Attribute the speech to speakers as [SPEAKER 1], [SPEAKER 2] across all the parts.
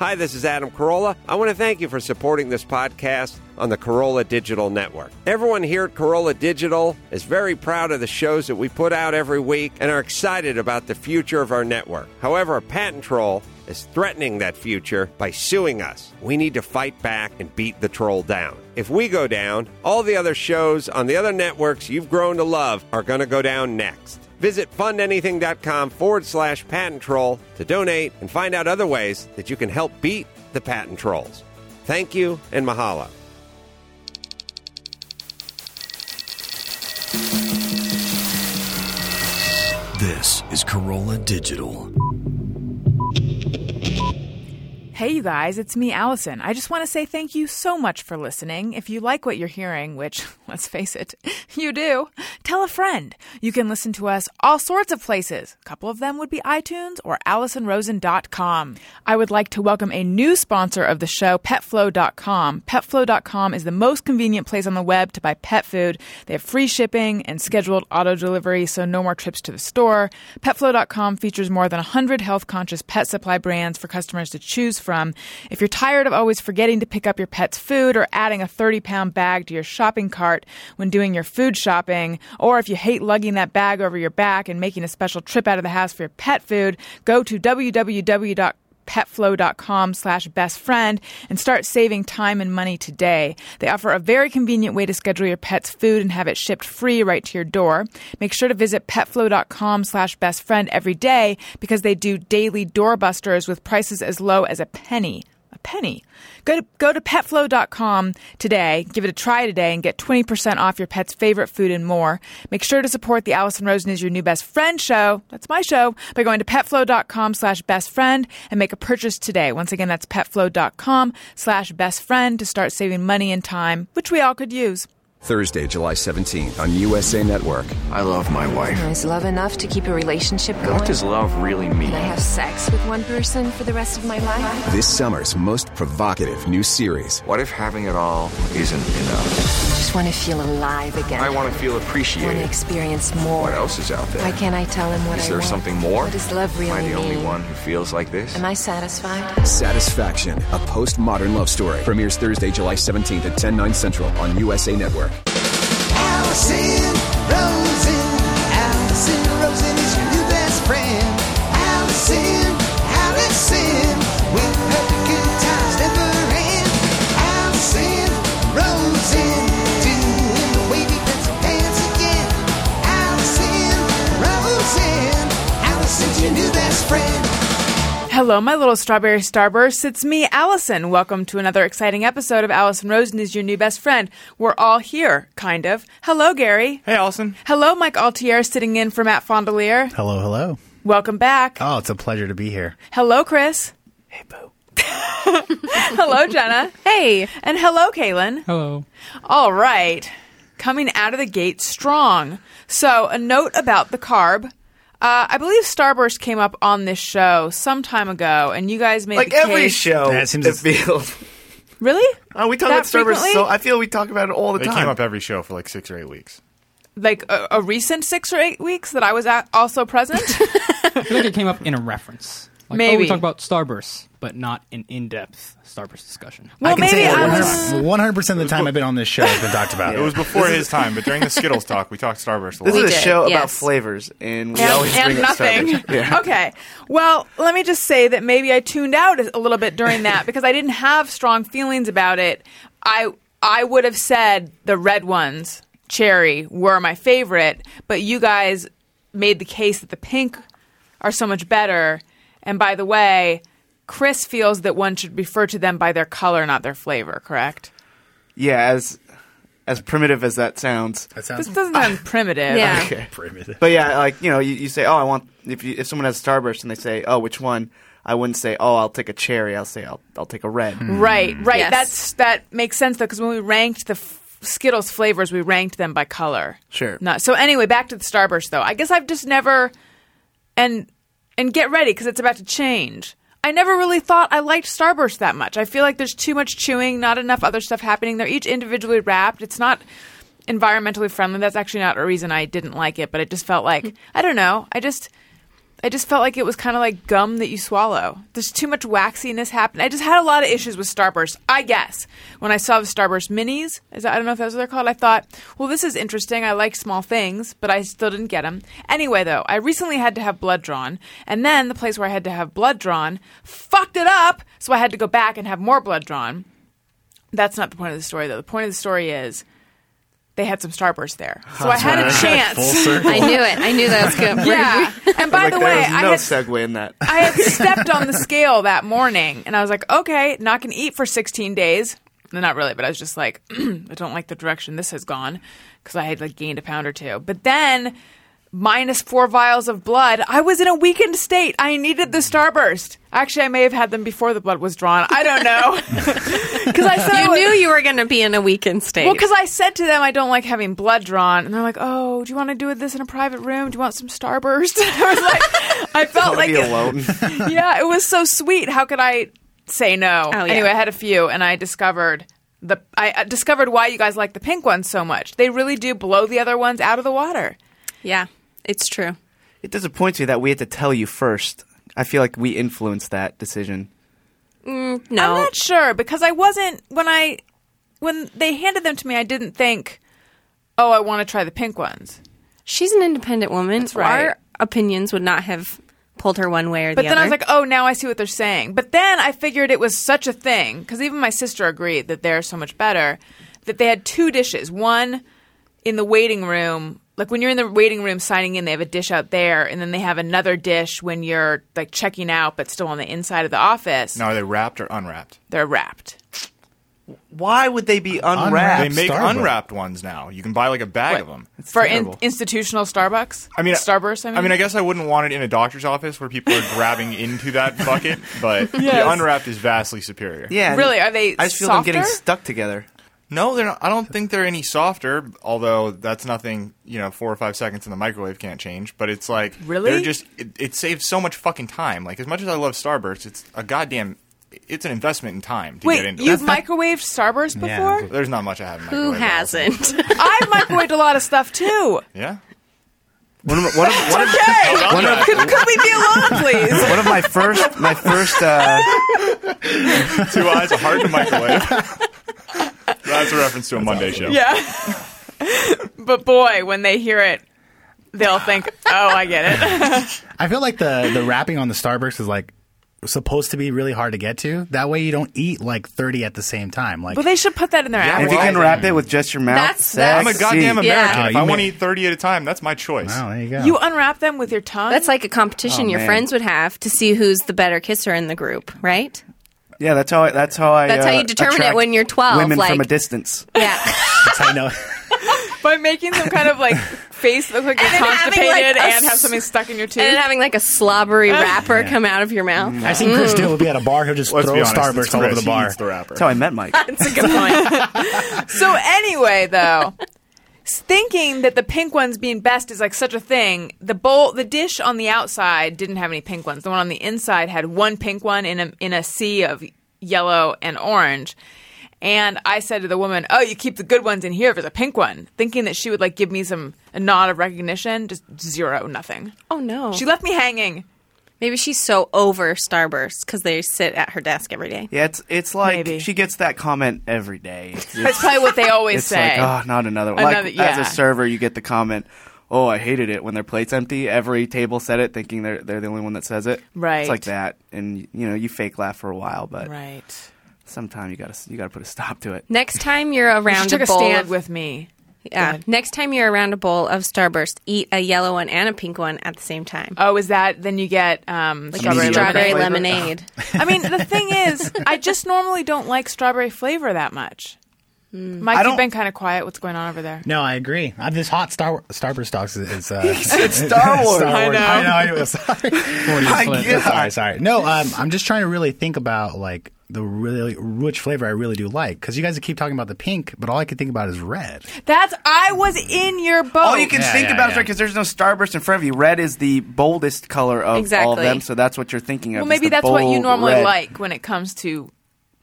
[SPEAKER 1] Hi, this is Adam Carolla. I want to thank you for supporting this podcast on the Corolla Digital Network. Everyone here at Corolla Digital is very proud of the shows that we put out every week and are excited about the future of our network. However, a patent troll is threatening that future by suing us. We need to fight back and beat the troll down. If we go down, all the other shows on the other networks you've grown to love are going to go down next. Visit fundanything.com forward slash patent troll to donate and find out other ways that you can help beat the patent trolls. Thank you and mahalo.
[SPEAKER 2] This is Corolla Digital.
[SPEAKER 3] Hey, you guys, it's me, Allison. I just want to say thank you so much for listening. If you like what you're hearing, which, let's face it, you do, tell a friend. You can listen to us all sorts of places. A couple of them would be iTunes or AllisonRosen.com. I would like to welcome a new sponsor of the show, PetFlow.com. PetFlow.com is the most convenient place on the web to buy pet food. They have free shipping and scheduled auto delivery, so no more trips to the store. PetFlow.com features more than 100 health conscious pet supply brands for customers to choose from. If you're tired of always forgetting to pick up your pet's food or adding a 30 pound bag to your shopping cart when doing your food shopping, or if you hate lugging that bag over your back and making a special trip out of the house for your pet food, go to www petflow.com slash best friend and start saving time and money today. They offer a very convenient way to schedule your pet's food and have it shipped free right to your door. Make sure to visit petflow.com slash best friend every day because they do daily doorbusters with prices as low as a penny a penny. Go to, go to petflow.com today, give it a try today, and get 20% off your pet's favorite food and more. Make sure to support the Allison Rosen is Your New Best Friend show, that's my show, by going to petflow.com slash best friend and make a purchase today. Once again, that's petflow.com slash best friend to start saving money and time, which we all could use.
[SPEAKER 4] Thursday, July 17th on USA Network.
[SPEAKER 5] I love my wife.
[SPEAKER 6] Is love enough to keep a relationship going?
[SPEAKER 5] What does love really mean?
[SPEAKER 6] Can I have sex with one person for the rest of my life?
[SPEAKER 4] This summer's most provocative new series.
[SPEAKER 5] What if having it all isn't enough?
[SPEAKER 6] I just want to feel alive again.
[SPEAKER 5] I want to feel appreciated.
[SPEAKER 6] I want to experience more.
[SPEAKER 5] What else is out there?
[SPEAKER 6] Why can't I tell him what
[SPEAKER 5] is
[SPEAKER 6] I
[SPEAKER 5] there
[SPEAKER 6] want?
[SPEAKER 5] something more?
[SPEAKER 6] What does love really
[SPEAKER 5] Am I the
[SPEAKER 6] mean?
[SPEAKER 5] only one who feels like this?
[SPEAKER 6] Am I satisfied?
[SPEAKER 4] Satisfaction, a postmodern love story. Premieres Thursday, July 17th at 10, 9 central on USA Network.
[SPEAKER 7] Allison Rosen. Allison Rosen is your new best friend. Allison, Allison, with her good times never end. Allison Rosen, doing the wavy pencil dance again. Allison Rosen, Allison's your new best friend.
[SPEAKER 3] Hello, my little strawberry starbursts. It's me, Allison. Welcome to another exciting episode of Allison Rosen is Your New Best Friend. We're all here, kind of. Hello, Gary.
[SPEAKER 8] Hey, Allison.
[SPEAKER 3] Hello, Mike Altier, sitting in for Matt Fondelier.
[SPEAKER 8] Hello, hello.
[SPEAKER 3] Welcome back.
[SPEAKER 8] Oh, it's a pleasure to be here.
[SPEAKER 3] Hello, Chris.
[SPEAKER 8] Hey, Boo.
[SPEAKER 3] Hello, Jenna. hey. And hello, Kaylin.
[SPEAKER 9] Hello.
[SPEAKER 3] All right. Coming out of the gate strong. So, a note about the carb. Uh, I believe Starburst came up on this show some time ago, and you guys made
[SPEAKER 10] like
[SPEAKER 3] the
[SPEAKER 10] every
[SPEAKER 3] case-
[SPEAKER 11] Oh,
[SPEAKER 10] show
[SPEAKER 8] That seems-
[SPEAKER 10] it feels
[SPEAKER 3] Really?
[SPEAKER 10] oh, we talk
[SPEAKER 3] That
[SPEAKER 10] about Starburst
[SPEAKER 3] frequently?
[SPEAKER 10] so I feel we talk about it all the
[SPEAKER 11] They
[SPEAKER 10] time
[SPEAKER 11] came up every show for like six or eight weeks.
[SPEAKER 3] like a, a recent six or eight weeks that I was at also present.
[SPEAKER 9] I feel like it came up in a reference. Like, Oh,
[SPEAKER 3] Maybe.
[SPEAKER 9] we talk about Starburst, but not an in depth Starburst discussion.
[SPEAKER 3] well,
[SPEAKER 8] I can
[SPEAKER 3] maybe
[SPEAKER 8] say
[SPEAKER 3] I was.
[SPEAKER 8] 100, percent of the time I've been on this show has been talked about.
[SPEAKER 11] It was before his time, but during the Skittles talk, we talked Starburst a
[SPEAKER 10] this
[SPEAKER 11] lot.
[SPEAKER 10] is a
[SPEAKER 6] did,
[SPEAKER 10] show about
[SPEAKER 6] yes.
[SPEAKER 10] flavors and we always
[SPEAKER 3] And,
[SPEAKER 10] bring
[SPEAKER 3] and
[SPEAKER 10] up Starburst.
[SPEAKER 3] nothing.
[SPEAKER 10] yeah.
[SPEAKER 3] Okay. Well, let me just say that maybe I tuned out a little bit during that because I didn't have strong feelings about it. I I would have said the red ones, cherry, were my favorite, but you guys made the case that the pink are so much better. And by the way, Chris feels that one should refer to them by their color, not their flavor. Correct?
[SPEAKER 10] yeah as as primitive as that sounds
[SPEAKER 8] That
[SPEAKER 3] This
[SPEAKER 8] sounds
[SPEAKER 3] doesn't sound primitive.
[SPEAKER 6] Yeah.
[SPEAKER 8] primitive.
[SPEAKER 10] but yeah like you know you, you say oh I want if you, if someone has Starburst and they say oh which one I wouldn't say oh I'll take a cherry I'll say I'll I'll take a red
[SPEAKER 12] Hmm.
[SPEAKER 3] Right, right.
[SPEAKER 6] Yes.
[SPEAKER 3] That's that makes sense though, because when we ranked the f- Skittles flavors, we ranked them by color.
[SPEAKER 10] Sure.
[SPEAKER 3] Not so. Anyway, back to the Starburst though. I guess I've just never and and get ready because it's about to change. I never really thought I liked Starburst that much. I feel like there's too much chewing, not enough other stuff happening. They're each individually wrapped. It's not environmentally friendly. That's actually not a reason I didn't like it, but it just felt like I don't know. I just I just felt like it was kind of like gum that you swallow. There's too much waxiness happening. I just had a lot of issues with Starburst, I guess. When I saw the Starburst minis, is that, I don't know if that's what they're called, I thought, well, this is interesting. I like small things, but I still didn't get them. Anyway, though, I recently had to have blood drawn, and then the place where I had to have blood drawn fucked it up, so I had to go back and have more blood drawn. That's not the point of the story, though. The point of the story is they had some starburst there, so I had a
[SPEAKER 10] Full
[SPEAKER 3] chance.
[SPEAKER 10] circle. I knew it. I knew that was good.
[SPEAKER 3] Yeah. And by
[SPEAKER 10] like,
[SPEAKER 3] the
[SPEAKER 10] there
[SPEAKER 3] way,
[SPEAKER 10] was
[SPEAKER 3] I
[SPEAKER 10] no
[SPEAKER 3] had
[SPEAKER 10] segue in that.
[SPEAKER 3] I had stepped on the scale that morning, and I was like, okay, not gonna eat for 16 days. No, not really, but I was just like, I don't like the direction this has gone because I had like gained a pound or two. But then, minus four vials of blood, I was in a weakened state. I needed the starburst. Actually, I may have had them before the blood was drawn. I don't know. Because I said
[SPEAKER 12] you knew you were going to be in a weakened state.
[SPEAKER 3] Well, because I said to them, I don't like having blood drawn, and they're like, "Oh, do you want to do this in a private room? Do you want some starburst?" I was like, I felt like,
[SPEAKER 10] be alone.
[SPEAKER 3] yeah, it was so sweet. How could I say no?
[SPEAKER 12] Oh, yeah.
[SPEAKER 3] Anyway, I had a few, and I discovered the I uh, discovered why you guys like the pink ones so much. They really do blow the other ones out of the water.
[SPEAKER 12] Yeah, it's true.
[SPEAKER 10] It disappoints me that we had to tell you first. I feel like we influenced that decision.
[SPEAKER 12] Mm, no,
[SPEAKER 3] I'm not sure because I wasn't when I when they handed them to me. I didn't think, "Oh, I want to try the pink ones."
[SPEAKER 12] she's an independent woman.
[SPEAKER 3] right.
[SPEAKER 12] Our opinions would not have pulled her one way or the
[SPEAKER 3] But
[SPEAKER 12] other.
[SPEAKER 3] then I was like, oh, now I see what they're saying. But then I figured it was such a thing because even my sister agreed that they're so much better that they had two dishes. One in the waiting room, like when you're in the waiting room signing in, they have a dish out there, and then they have another dish when you're like checking out but still on the inside of the office.
[SPEAKER 11] Now, are they wrapped or unwrapped?
[SPEAKER 3] They're wrapped.
[SPEAKER 10] Why would they be unwrapped?
[SPEAKER 11] They make unwrapped ones now. You can buy like a bag of them.
[SPEAKER 3] For in- institutional Starbucks?
[SPEAKER 11] I mean,
[SPEAKER 3] Starburst, I mean?
[SPEAKER 11] I mean, I guess I wouldn't want it in a doctor's office where people are grabbing into that bucket, but
[SPEAKER 3] Yes.
[SPEAKER 11] the unwrapped is vastly superior.
[SPEAKER 10] Yeah.
[SPEAKER 3] Really? Are they
[SPEAKER 10] I just feel them getting
[SPEAKER 3] softer?
[SPEAKER 10] stuck together.
[SPEAKER 11] No, they're not, I don't think they're any softer. Although that's nothing, you know, four or five seconds in the microwave can't change. But it's like
[SPEAKER 3] Really?
[SPEAKER 11] they're just it, it saves so much fucking time. Like as much as I love Starburst, it's a goddamn it's an investment in time to get
[SPEAKER 3] Wait,
[SPEAKER 11] into.
[SPEAKER 3] you've microwaved Starburst before?
[SPEAKER 11] There's not much I haven't.
[SPEAKER 3] Who
[SPEAKER 12] hasn't?
[SPEAKER 3] I've microwaved a lot of stuff too.
[SPEAKER 11] Yeah.
[SPEAKER 10] One of, one of, one of,
[SPEAKER 3] Okay.
[SPEAKER 10] One of-
[SPEAKER 3] could, could we be alone, please?
[SPEAKER 10] one of my first, my first. Uh,
[SPEAKER 11] Two eyes, a heart, and a microwave. That's a reference to a Monday show.
[SPEAKER 3] Yeah. but boy, when they hear it, they'll think, "Oh, I get it."
[SPEAKER 8] I feel like the the wrapping on the Starburst is like supposed to be really hard to get to. That way you don't eat like thirty at the same time. Like
[SPEAKER 3] well, they should put that in their
[SPEAKER 8] Yeah,
[SPEAKER 3] advertising.
[SPEAKER 10] if you can wrap it with just your mouth,
[SPEAKER 3] That's- that's-
[SPEAKER 11] I'm a goddamn
[SPEAKER 3] Yeah.
[SPEAKER 11] American.
[SPEAKER 8] uh,
[SPEAKER 3] Oh,
[SPEAKER 11] If
[SPEAKER 3] you
[SPEAKER 11] I want to
[SPEAKER 3] may-
[SPEAKER 11] eat 30 at a time, that's my choice.
[SPEAKER 8] Wow, there you go.
[SPEAKER 3] You unwrap them with your tongue.
[SPEAKER 12] That's like a competition
[SPEAKER 10] Oh,
[SPEAKER 12] your
[SPEAKER 10] man.
[SPEAKER 12] friends would have to see who's the better kisser in the group, right?
[SPEAKER 10] yeah, that's how I. That's how I.
[SPEAKER 12] That's
[SPEAKER 10] uh,
[SPEAKER 12] how you determine it
[SPEAKER 10] attract
[SPEAKER 12] when you're 12,
[SPEAKER 10] Women
[SPEAKER 12] like-
[SPEAKER 10] from a distance.
[SPEAKER 12] Yeah.
[SPEAKER 8] that's how I know.
[SPEAKER 3] by making some kind of like face look like you're
[SPEAKER 12] And then having,
[SPEAKER 3] constipated
[SPEAKER 12] like, a
[SPEAKER 3] and have
[SPEAKER 12] s-
[SPEAKER 3] something stuck in your tooth.
[SPEAKER 12] And then having like a slobbery wrapper
[SPEAKER 8] Yeah.
[SPEAKER 12] come out of your mouth.
[SPEAKER 8] I seen
[SPEAKER 3] Mm.
[SPEAKER 8] Chris do it. We'll be at a bar. He'll just
[SPEAKER 11] Let's
[SPEAKER 8] throw
[SPEAKER 11] be honest, it's
[SPEAKER 8] Starburst all over
[SPEAKER 11] Chris.
[SPEAKER 8] the
[SPEAKER 11] He
[SPEAKER 8] bar.
[SPEAKER 11] eats the wrapper.
[SPEAKER 10] That's how I met Mike.
[SPEAKER 12] That's a good point.
[SPEAKER 3] so anyway, though. s- Thinking that the pink ones being best is like such a thing, the bowl, the dish on the outside didn't have any pink ones. The one on the inside had one pink one in a in a sea of yellow and orange. And I said to the woman, "Oh, you keep the good ones in here if there's a pink one," thinking that she would like give me some a nod of recognition. Just zero, nothing.
[SPEAKER 12] oh no.
[SPEAKER 3] She left me hanging.
[SPEAKER 12] Maybe she's so over Starburst because they sit at her desk every day.
[SPEAKER 10] Yeah, it's it's like
[SPEAKER 12] Maybe.
[SPEAKER 10] she gets that comment every day. It's,
[SPEAKER 3] That's probably what they always
[SPEAKER 10] it's
[SPEAKER 3] say.
[SPEAKER 10] like, oh, not another one.
[SPEAKER 3] Another-
[SPEAKER 10] like,
[SPEAKER 3] yeah.
[SPEAKER 10] As a server, you get the comment, oh, I hated it when their plate's empty. Every table said it, thinking they're they're the only one that says it.
[SPEAKER 3] Right.
[SPEAKER 10] It's like that, and you know you fake laugh for a while, but
[SPEAKER 3] right.
[SPEAKER 10] sometime you gotta you gotta put a stop to it.
[SPEAKER 12] Next time you're around
[SPEAKER 3] she took
[SPEAKER 12] a
[SPEAKER 3] a
[SPEAKER 12] bowl
[SPEAKER 3] stand
[SPEAKER 12] of,
[SPEAKER 3] with me.
[SPEAKER 12] yeah, next time you're around a bowl of Starburst, eat a yellow one and a pink one at the same time.
[SPEAKER 3] Oh, is that then you get um,
[SPEAKER 12] Like
[SPEAKER 3] strawberry,
[SPEAKER 12] a strawberry
[SPEAKER 3] lemonade?
[SPEAKER 12] lemonade.
[SPEAKER 3] I mean, the thing is, I just normally don't like strawberry flavor that much.
[SPEAKER 8] I
[SPEAKER 3] Mike, you've
[SPEAKER 8] don't-
[SPEAKER 3] been kind of quiet. What's going on over there?
[SPEAKER 8] No, I agree. i this hot Star Starburst talks is. is uh,
[SPEAKER 10] said Star Wars.
[SPEAKER 8] I know.
[SPEAKER 10] I
[SPEAKER 8] I
[SPEAKER 10] know.
[SPEAKER 8] know. I know. Sorry.
[SPEAKER 10] My God.
[SPEAKER 8] sorry. Sorry. No, um, I'm just trying to really think about like the really which flavor I really do like because you guys keep talking about the pink, but all I can think about is red.
[SPEAKER 3] That's I was in your boat.
[SPEAKER 10] All Oh, you can
[SPEAKER 8] Yeah,
[SPEAKER 10] think
[SPEAKER 8] yeah,
[SPEAKER 10] about is
[SPEAKER 8] yeah.
[SPEAKER 10] because there's no starburst in front of you. Red is the boldest color of all of
[SPEAKER 12] Exactly.
[SPEAKER 10] them, so that's what you're thinking of.
[SPEAKER 3] well,
[SPEAKER 10] is
[SPEAKER 3] maybe
[SPEAKER 10] the
[SPEAKER 3] that's what you
[SPEAKER 10] bold
[SPEAKER 3] normally
[SPEAKER 10] red.
[SPEAKER 3] like when it comes to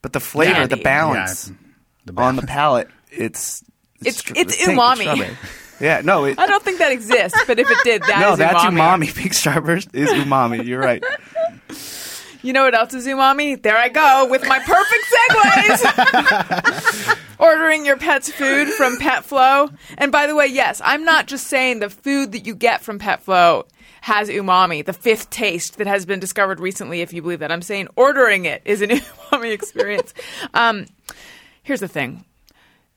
[SPEAKER 10] But the flavor,
[SPEAKER 3] Candy.
[SPEAKER 10] the balance
[SPEAKER 8] Yeah,
[SPEAKER 10] on the palate, it's
[SPEAKER 3] it's
[SPEAKER 10] str-
[SPEAKER 3] it's
[SPEAKER 10] pink,
[SPEAKER 3] umami.
[SPEAKER 10] strawberry. Yeah, no, it,
[SPEAKER 3] I don't think that exists, but if it did, that
[SPEAKER 10] no,
[SPEAKER 3] is
[SPEAKER 10] that's
[SPEAKER 3] umami.
[SPEAKER 10] umami. Pink starburst is umami. You're right.
[SPEAKER 3] You know what else is umami? There I go with my perfect segues. Ordering your pet's food from PetFlow. And by the way, yes, I'm not just saying the food that you get from PetFlow has umami, the fifth taste that has been discovered recently, if you believe that. I'm saying ordering it is an umami experience. Um, here's the thing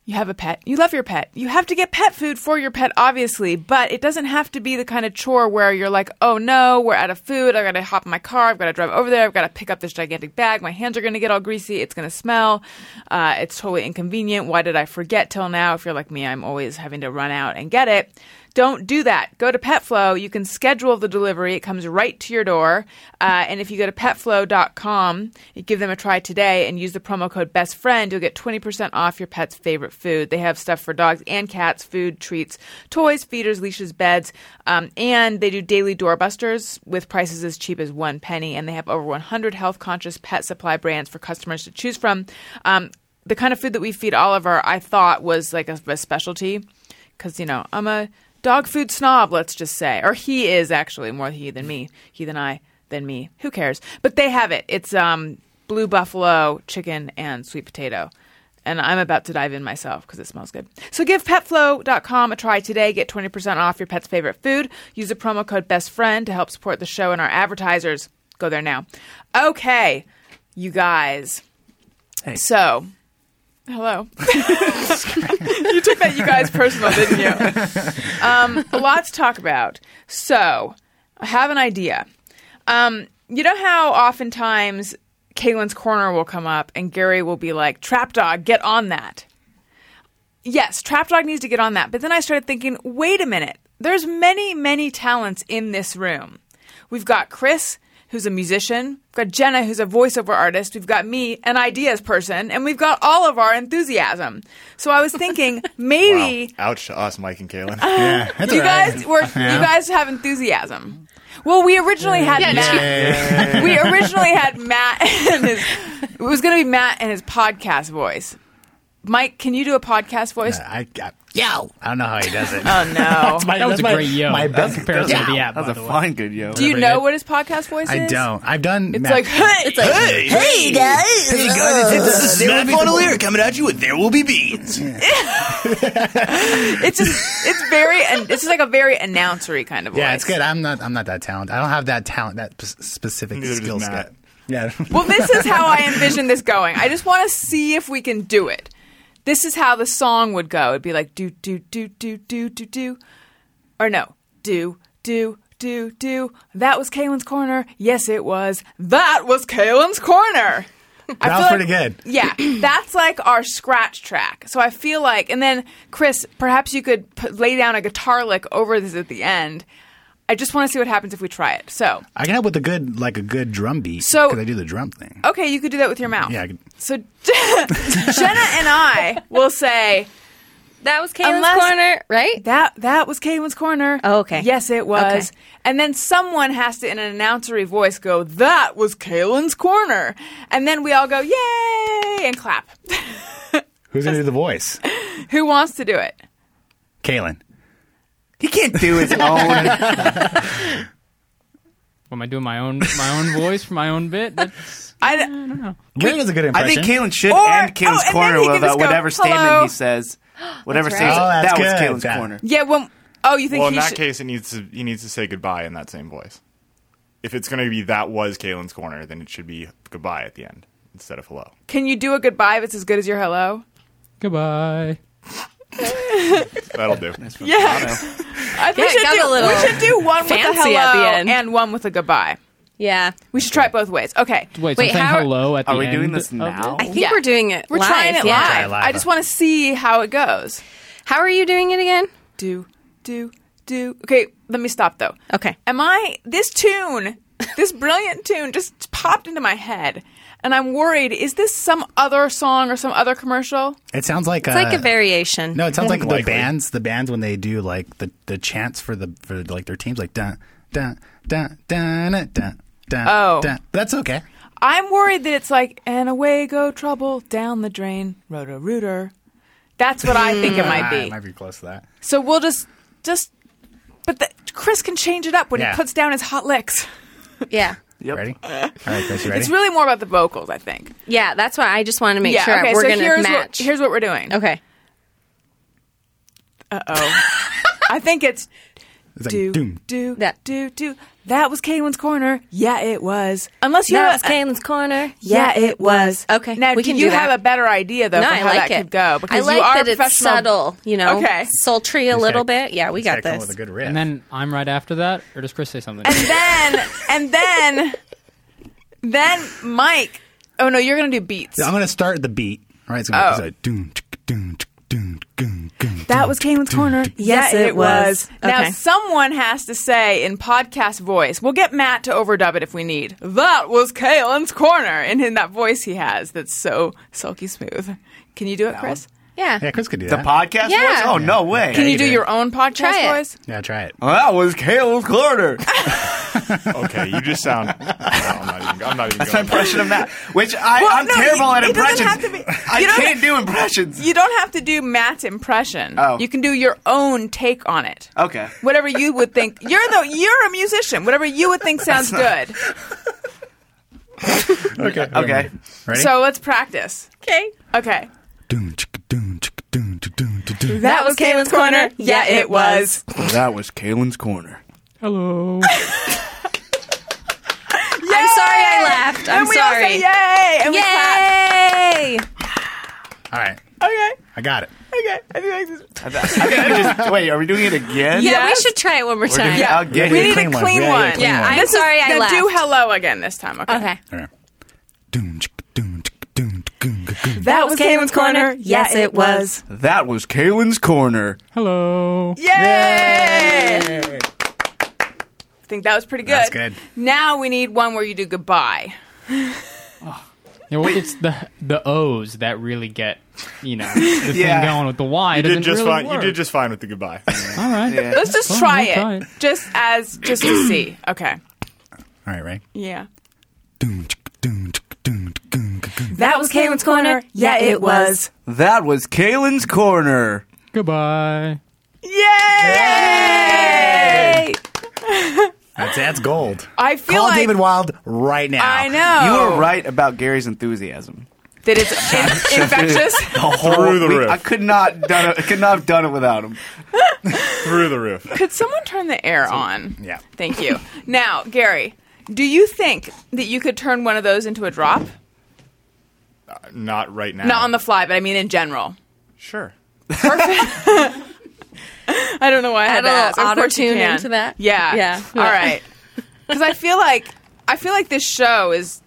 [SPEAKER 3] you have a pet. You love your pet. You have to get pet food for your pet, obviously, but it doesn't have to be the kind of chore where you're like, oh no, we're out of food. I've got to hop in my car. I've got to drive over there. I've got to pick up this gigantic bag. My hands are going to get all greasy. It's going to smell. Uh, it's totally inconvenient. Why did I forget till now? If you're like me, I'm always having to run out and get it. Don't do that. Go to PetFlow. You can schedule the delivery. It comes right to your door. Uh, and if you go to petflow.com, you give them a try today and use the promo code BESTFRIEND, you'll get 20% off your pet's favorite food. They have stuff for dogs and cats, food, treats, toys, feeders, leashes, beds. Um, and they do daily doorbusters with prices as cheap as one penny. And they have over 100 health conscious pet supply brands for customers to choose from. Um, the kind of food that we feed Oliver, I thought was like a, a specialty because you know I'm a dog food snob. Let's just say, or he is actually more he than me, he than I than me. Who cares? But they have it. It's um, blue buffalo chicken and sweet potato. And I'm about to dive in myself because it smells good. So give petflow.com a try today. Get 20% off your pet's favorite food. Use the promo code BESTFRIEND to help support the show and our advertisers. Go there now. Okay, you guys.
[SPEAKER 10] Hey.
[SPEAKER 3] So, hello. you took that you guys personal, didn't you? Um, a lot to talk about. So I have an idea. Um, you know how oftentimes Kaylin's corner will come up and Gary will be like, "Trap dog, get on that." Yes, Trap Dog needs to get on that. But then I started thinking, wait a minute. There's many, many talents in this room. We've got Chris, who's a musician. We've got Jenna, who's a voiceover artist. We've got me, an ideas person. And we've got all of our enthusiasm. So I was thinking maybe
[SPEAKER 11] Oh, Ouch to us, Mike and Kaylin.
[SPEAKER 3] yeah, you guys were you guys have enthusiasm. Well, we originally had
[SPEAKER 11] Yeah,
[SPEAKER 3] Matt.
[SPEAKER 11] yeah.
[SPEAKER 3] We originally had Matt and his. It was going to be Matt and his podcast voice. Mike, can you do a podcast voice?
[SPEAKER 8] I, I, yo. I don't know how he does it.
[SPEAKER 3] Oh, no.
[SPEAKER 8] that's my,
[SPEAKER 3] That was
[SPEAKER 8] that's
[SPEAKER 3] a
[SPEAKER 8] my,
[SPEAKER 3] great yo.
[SPEAKER 8] My
[SPEAKER 3] That's
[SPEAKER 8] best
[SPEAKER 3] comparison to
[SPEAKER 8] yeah.
[SPEAKER 3] the app,
[SPEAKER 10] That's a fine good yo.
[SPEAKER 3] do you know what his podcast voice
[SPEAKER 8] I
[SPEAKER 3] is?
[SPEAKER 8] don't. I've done.
[SPEAKER 3] It's
[SPEAKER 8] Matt.
[SPEAKER 3] like, hey,
[SPEAKER 8] It's like,
[SPEAKER 3] hey,
[SPEAKER 8] hey,
[SPEAKER 3] guys,
[SPEAKER 2] Hey guys, it's, it's, this is Matt Fondelier coming at you with There Will Be Beans.
[SPEAKER 3] it's just it's very and it's just like a very announcery kind of voice.
[SPEAKER 8] Yeah, it's good. I'm not. I'm not that talented. I don't have that talent. That p- specific
[SPEAKER 11] Neither does
[SPEAKER 8] skill
[SPEAKER 11] Matt.
[SPEAKER 8] set. Yeah.
[SPEAKER 3] Well, this is how I envision this going. I just want to see if we can do it. This is how the song would go. It'd be like do do do do do do do, or no do do do do. That was Kaylin's corner. Yes, it was. That was Kaylin's corner. I
[SPEAKER 8] That
[SPEAKER 3] feel
[SPEAKER 8] was pretty good.
[SPEAKER 3] Yeah, that's like our scratch track. So I feel like, and then Chris, perhaps you could put, lay down a guitar lick over this at the end. I just want to see what happens if we try it. So
[SPEAKER 8] I can help with a good, like a good drum beat.
[SPEAKER 3] So-
[SPEAKER 8] because I do the drum thing.
[SPEAKER 3] Okay, you could do that with your mouth.
[SPEAKER 8] Yeah, I could-
[SPEAKER 3] So Jenna and I will say
[SPEAKER 12] That was Kaylin's corner, right?
[SPEAKER 3] That that was Kaylin's corner. Oh, okay. Yes, it was.
[SPEAKER 12] Okay.
[SPEAKER 3] And then someone has to, in an announcery voice, go, "That was Kaylin's corner," and then we all go, "Yay!" and clap.
[SPEAKER 8] Who's gonna do the voice?
[SPEAKER 3] Who wants to do it?
[SPEAKER 8] Kalen.
[SPEAKER 10] He can't do his own.
[SPEAKER 9] Am I doing my own my own voice for my own bit? That's,
[SPEAKER 3] I, don't
[SPEAKER 9] know.
[SPEAKER 8] Gary does a good impression.
[SPEAKER 10] I think Kalen should
[SPEAKER 3] Or-
[SPEAKER 10] end
[SPEAKER 3] oh, and
[SPEAKER 10] Kalen's
[SPEAKER 3] then
[SPEAKER 10] corner
[SPEAKER 3] he can
[SPEAKER 10] with uh,
[SPEAKER 3] just go,
[SPEAKER 10] whatever statement
[SPEAKER 3] "Hello."
[SPEAKER 10] he says. Whatever
[SPEAKER 3] That's
[SPEAKER 10] statement.
[SPEAKER 8] right. Oh,
[SPEAKER 10] that
[SPEAKER 8] that's
[SPEAKER 10] was
[SPEAKER 8] good.
[SPEAKER 10] Kalen's
[SPEAKER 8] That-
[SPEAKER 10] corner.
[SPEAKER 3] Yeah. Well. Oh, you think
[SPEAKER 11] well, in
[SPEAKER 3] he
[SPEAKER 11] that
[SPEAKER 3] should?
[SPEAKER 11] case, it needs to he needs to say goodbye in that same voice. If it's going to be that was Kalen's corner, then it should be goodbye at the end instead of hello.
[SPEAKER 3] Can you do a goodbye if it's as good as your hello?
[SPEAKER 9] Goodbye.
[SPEAKER 11] That'll do.
[SPEAKER 3] Yeah. I think
[SPEAKER 12] Yeah, it
[SPEAKER 3] we, should
[SPEAKER 12] got
[SPEAKER 3] do,
[SPEAKER 12] a little
[SPEAKER 3] we should do one with a
[SPEAKER 12] fancy
[SPEAKER 3] hello
[SPEAKER 12] at the end.
[SPEAKER 3] and one with a goodbye.
[SPEAKER 12] Yeah.
[SPEAKER 3] We should try it both ways. Okay.
[SPEAKER 9] Wait, so I'm saying hello at the
[SPEAKER 10] Are
[SPEAKER 9] end.
[SPEAKER 10] we doing
[SPEAKER 3] Oh,
[SPEAKER 10] this
[SPEAKER 9] of
[SPEAKER 10] now?
[SPEAKER 12] I think
[SPEAKER 3] Yeah.
[SPEAKER 12] we're doing it.
[SPEAKER 3] We're
[SPEAKER 12] live,
[SPEAKER 3] trying it
[SPEAKER 12] yeah.
[SPEAKER 3] live. I just want to see how it goes.
[SPEAKER 12] How are you doing it again?
[SPEAKER 3] Do, do, do. Okay, let me stop though.
[SPEAKER 12] Okay.
[SPEAKER 3] Am I this tune, this brilliant tune just popped into my head and I'm worried, is this some other song or some other commercial?
[SPEAKER 8] it sounds like
[SPEAKER 12] It's
[SPEAKER 8] a,
[SPEAKER 12] like a variation.
[SPEAKER 8] No, it sounds like the
[SPEAKER 11] Likely.
[SPEAKER 8] bands. The bands when they do like the the chants for the for like their teams, like dun dun dun dun dun dun. dun
[SPEAKER 3] Oh.
[SPEAKER 8] dun. that's okay.
[SPEAKER 3] I'm worried that it's like and away go trouble down the drain, roto rooter. That's what I think it might
[SPEAKER 8] Ah,
[SPEAKER 3] be.
[SPEAKER 8] It might be close to that.
[SPEAKER 3] So we'll just Just, but the, Chris can change it up when
[SPEAKER 8] Yeah.
[SPEAKER 3] he puts down his hot licks.
[SPEAKER 12] Yeah.
[SPEAKER 10] Yep.
[SPEAKER 8] Ready? All right, guys, you ready?
[SPEAKER 3] It's really more about the vocals, I think.
[SPEAKER 12] Yeah, that's why I just wanted to make
[SPEAKER 3] Yeah,
[SPEAKER 12] sure
[SPEAKER 3] okay,
[SPEAKER 12] we're
[SPEAKER 3] so
[SPEAKER 12] going to
[SPEAKER 3] here's
[SPEAKER 12] match.
[SPEAKER 3] What, here's what we're doing.
[SPEAKER 12] Okay.
[SPEAKER 3] Uh oh. I think it's
[SPEAKER 8] It's like
[SPEAKER 3] do
[SPEAKER 8] doom.
[SPEAKER 3] do that do do. That was Caitlin's corner. Yeah, it was. Unless you
[SPEAKER 12] That
[SPEAKER 3] have
[SPEAKER 12] was Caitlin's corner.
[SPEAKER 3] Yeah, it was. Okay. Now,
[SPEAKER 12] we
[SPEAKER 3] do
[SPEAKER 12] can
[SPEAKER 3] you
[SPEAKER 12] do
[SPEAKER 3] have
[SPEAKER 12] that.
[SPEAKER 3] a better idea though
[SPEAKER 12] no,
[SPEAKER 3] for
[SPEAKER 12] I
[SPEAKER 3] how
[SPEAKER 12] like
[SPEAKER 3] that
[SPEAKER 12] it.
[SPEAKER 3] could go? Because
[SPEAKER 12] I like
[SPEAKER 3] you are
[SPEAKER 12] that
[SPEAKER 3] a
[SPEAKER 12] it's
[SPEAKER 3] professional.
[SPEAKER 12] subtle, you know,
[SPEAKER 3] Okay.
[SPEAKER 12] sultry a
[SPEAKER 9] Just
[SPEAKER 12] little
[SPEAKER 9] gotta-
[SPEAKER 12] bit. Yeah, we got this.
[SPEAKER 9] And then I'm right after that, or does Chris say something?
[SPEAKER 3] then and then then Mike. Oh no, you're gonna do beats.
[SPEAKER 8] I'm going to start the beat. All right, it's going to
[SPEAKER 3] Oh.
[SPEAKER 8] be it's like doom, tsk, doom, tsk, doom, tsk, doom, doom.
[SPEAKER 3] That was Caitlin's corner.
[SPEAKER 12] Yes,
[SPEAKER 3] yeah,
[SPEAKER 12] it was.
[SPEAKER 3] Now
[SPEAKER 12] Okay.
[SPEAKER 3] someone has to say in podcast voice. We'll get Matt to overdub it if we need. That was Caitlin's corner, and in that voice he has that's so silky smooth. Can you do it, Chris?
[SPEAKER 12] Yeah.
[SPEAKER 8] Yeah, Chris could do
[SPEAKER 10] The
[SPEAKER 8] that.
[SPEAKER 10] podcast
[SPEAKER 3] Yeah.
[SPEAKER 10] voice? Oh, no way.
[SPEAKER 3] Can you do your own podcast
[SPEAKER 12] Try it.
[SPEAKER 3] voice?
[SPEAKER 8] Yeah, try it.
[SPEAKER 11] Oh,
[SPEAKER 10] Well, that was Kale's corner.
[SPEAKER 11] okay, you just sound. no, I'm not even. I'm not even
[SPEAKER 10] That's my
[SPEAKER 11] going there.
[SPEAKER 10] impression of Matt, which I,
[SPEAKER 3] Well,
[SPEAKER 10] I'm
[SPEAKER 3] no,
[SPEAKER 10] terrible
[SPEAKER 3] you-
[SPEAKER 10] at
[SPEAKER 3] it doesn't
[SPEAKER 10] impressions.
[SPEAKER 3] have to be-
[SPEAKER 10] I
[SPEAKER 3] you don't
[SPEAKER 10] can't
[SPEAKER 3] have-
[SPEAKER 10] do impressions.
[SPEAKER 3] You don't have to do Matt's impression.
[SPEAKER 10] Oh.
[SPEAKER 3] You can do your own take on it.
[SPEAKER 10] Okay.
[SPEAKER 3] Whatever you would think. You're the you're a musician. Whatever you would think sounds good.
[SPEAKER 8] Okay.
[SPEAKER 10] Okay.
[SPEAKER 8] Ready?
[SPEAKER 3] So let's practice.
[SPEAKER 12] Okay.
[SPEAKER 3] Okay.
[SPEAKER 8] Doom, tsk, doom, tsk, doom, tsk, doom, tsk, doom.
[SPEAKER 3] That was Caitlin's corner. Yeah, it was.
[SPEAKER 10] that was Kalen's corner.
[SPEAKER 9] Hello.
[SPEAKER 12] I'm sorry I laughed. I'm
[SPEAKER 3] and we
[SPEAKER 12] sorry.
[SPEAKER 3] all say yay. And we clap.
[SPEAKER 12] Yay!
[SPEAKER 8] All right,
[SPEAKER 3] Okay.
[SPEAKER 8] I got it.
[SPEAKER 3] Okay. I think I just-
[SPEAKER 10] I think we just, wait, are we doing it again?
[SPEAKER 12] Yeah,
[SPEAKER 3] Yes.
[SPEAKER 12] we should try it one more
[SPEAKER 10] We're doing
[SPEAKER 12] time.
[SPEAKER 10] it
[SPEAKER 3] Yeah.
[SPEAKER 10] again.
[SPEAKER 3] we need
[SPEAKER 8] clean
[SPEAKER 3] a
[SPEAKER 8] one.
[SPEAKER 3] clean
[SPEAKER 8] Yeah,
[SPEAKER 3] one.
[SPEAKER 8] yeah, clean Yeah, one.
[SPEAKER 12] I'm
[SPEAKER 3] This is-
[SPEAKER 12] sorry I
[SPEAKER 3] now do
[SPEAKER 12] laughed.
[SPEAKER 3] hello again this time. Okay.
[SPEAKER 12] Okay.
[SPEAKER 8] All right. Doom, tsk, doom, tsk, doom, tsk, doom, tsk, doom.
[SPEAKER 3] That was Caitlin's
[SPEAKER 12] Caitlin's
[SPEAKER 3] corner.
[SPEAKER 12] corner. Yes, it was.
[SPEAKER 10] That was Kalen's corner.
[SPEAKER 9] Hello.
[SPEAKER 3] Yay! I think that was pretty good.
[SPEAKER 8] That's good.
[SPEAKER 3] Now we need one where you do goodbye.
[SPEAKER 9] Yeah, well, it's the the O's that really get you know the
[SPEAKER 10] Yeah.
[SPEAKER 9] thing going with the Y.
[SPEAKER 11] You
[SPEAKER 9] doesn't
[SPEAKER 11] did just
[SPEAKER 9] really
[SPEAKER 11] fine.
[SPEAKER 9] Work.
[SPEAKER 11] You did just fine with the goodbye.
[SPEAKER 9] all right.
[SPEAKER 10] Yeah.
[SPEAKER 3] Let's just
[SPEAKER 9] Fine,
[SPEAKER 3] try
[SPEAKER 9] Oh, we'll
[SPEAKER 3] it.
[SPEAKER 9] try it.
[SPEAKER 3] Just as just to see. Okay.
[SPEAKER 8] All right, right?
[SPEAKER 3] Yeah.
[SPEAKER 8] Doom, tsk, doom, tsk, doom, tsk, doom, tsk, doom.
[SPEAKER 3] That was Caitlin's corner. Yeah, it was.
[SPEAKER 10] That was Kalen's corner.
[SPEAKER 9] Goodbye.
[SPEAKER 3] Yay!
[SPEAKER 8] That's, that's gold.
[SPEAKER 3] I feel
[SPEAKER 8] Call
[SPEAKER 3] like
[SPEAKER 8] David Wild right now.
[SPEAKER 3] I
[SPEAKER 10] You
[SPEAKER 3] know.
[SPEAKER 10] were right about Gary's enthusiasm.
[SPEAKER 3] That it's in- infectious.
[SPEAKER 10] The whole
[SPEAKER 11] Through the
[SPEAKER 10] we-
[SPEAKER 11] roof.
[SPEAKER 10] I could not done it, I could not have done it without him.
[SPEAKER 11] Through the roof.
[SPEAKER 3] Could someone turn the air on?
[SPEAKER 8] yeah.
[SPEAKER 3] Thank you. Now, Gary, do you think that you could turn one of those into a drop?
[SPEAKER 11] Not right now.
[SPEAKER 3] Not on the fly, but I mean in general.
[SPEAKER 11] Sure.
[SPEAKER 3] I don't know why I had
[SPEAKER 12] Add a
[SPEAKER 3] to
[SPEAKER 12] little
[SPEAKER 3] ask. Of course you
[SPEAKER 12] auto-tune
[SPEAKER 3] can.
[SPEAKER 12] into that?
[SPEAKER 3] Yeah.
[SPEAKER 12] Yeah.
[SPEAKER 3] All right. Because I feel like I feel like this show is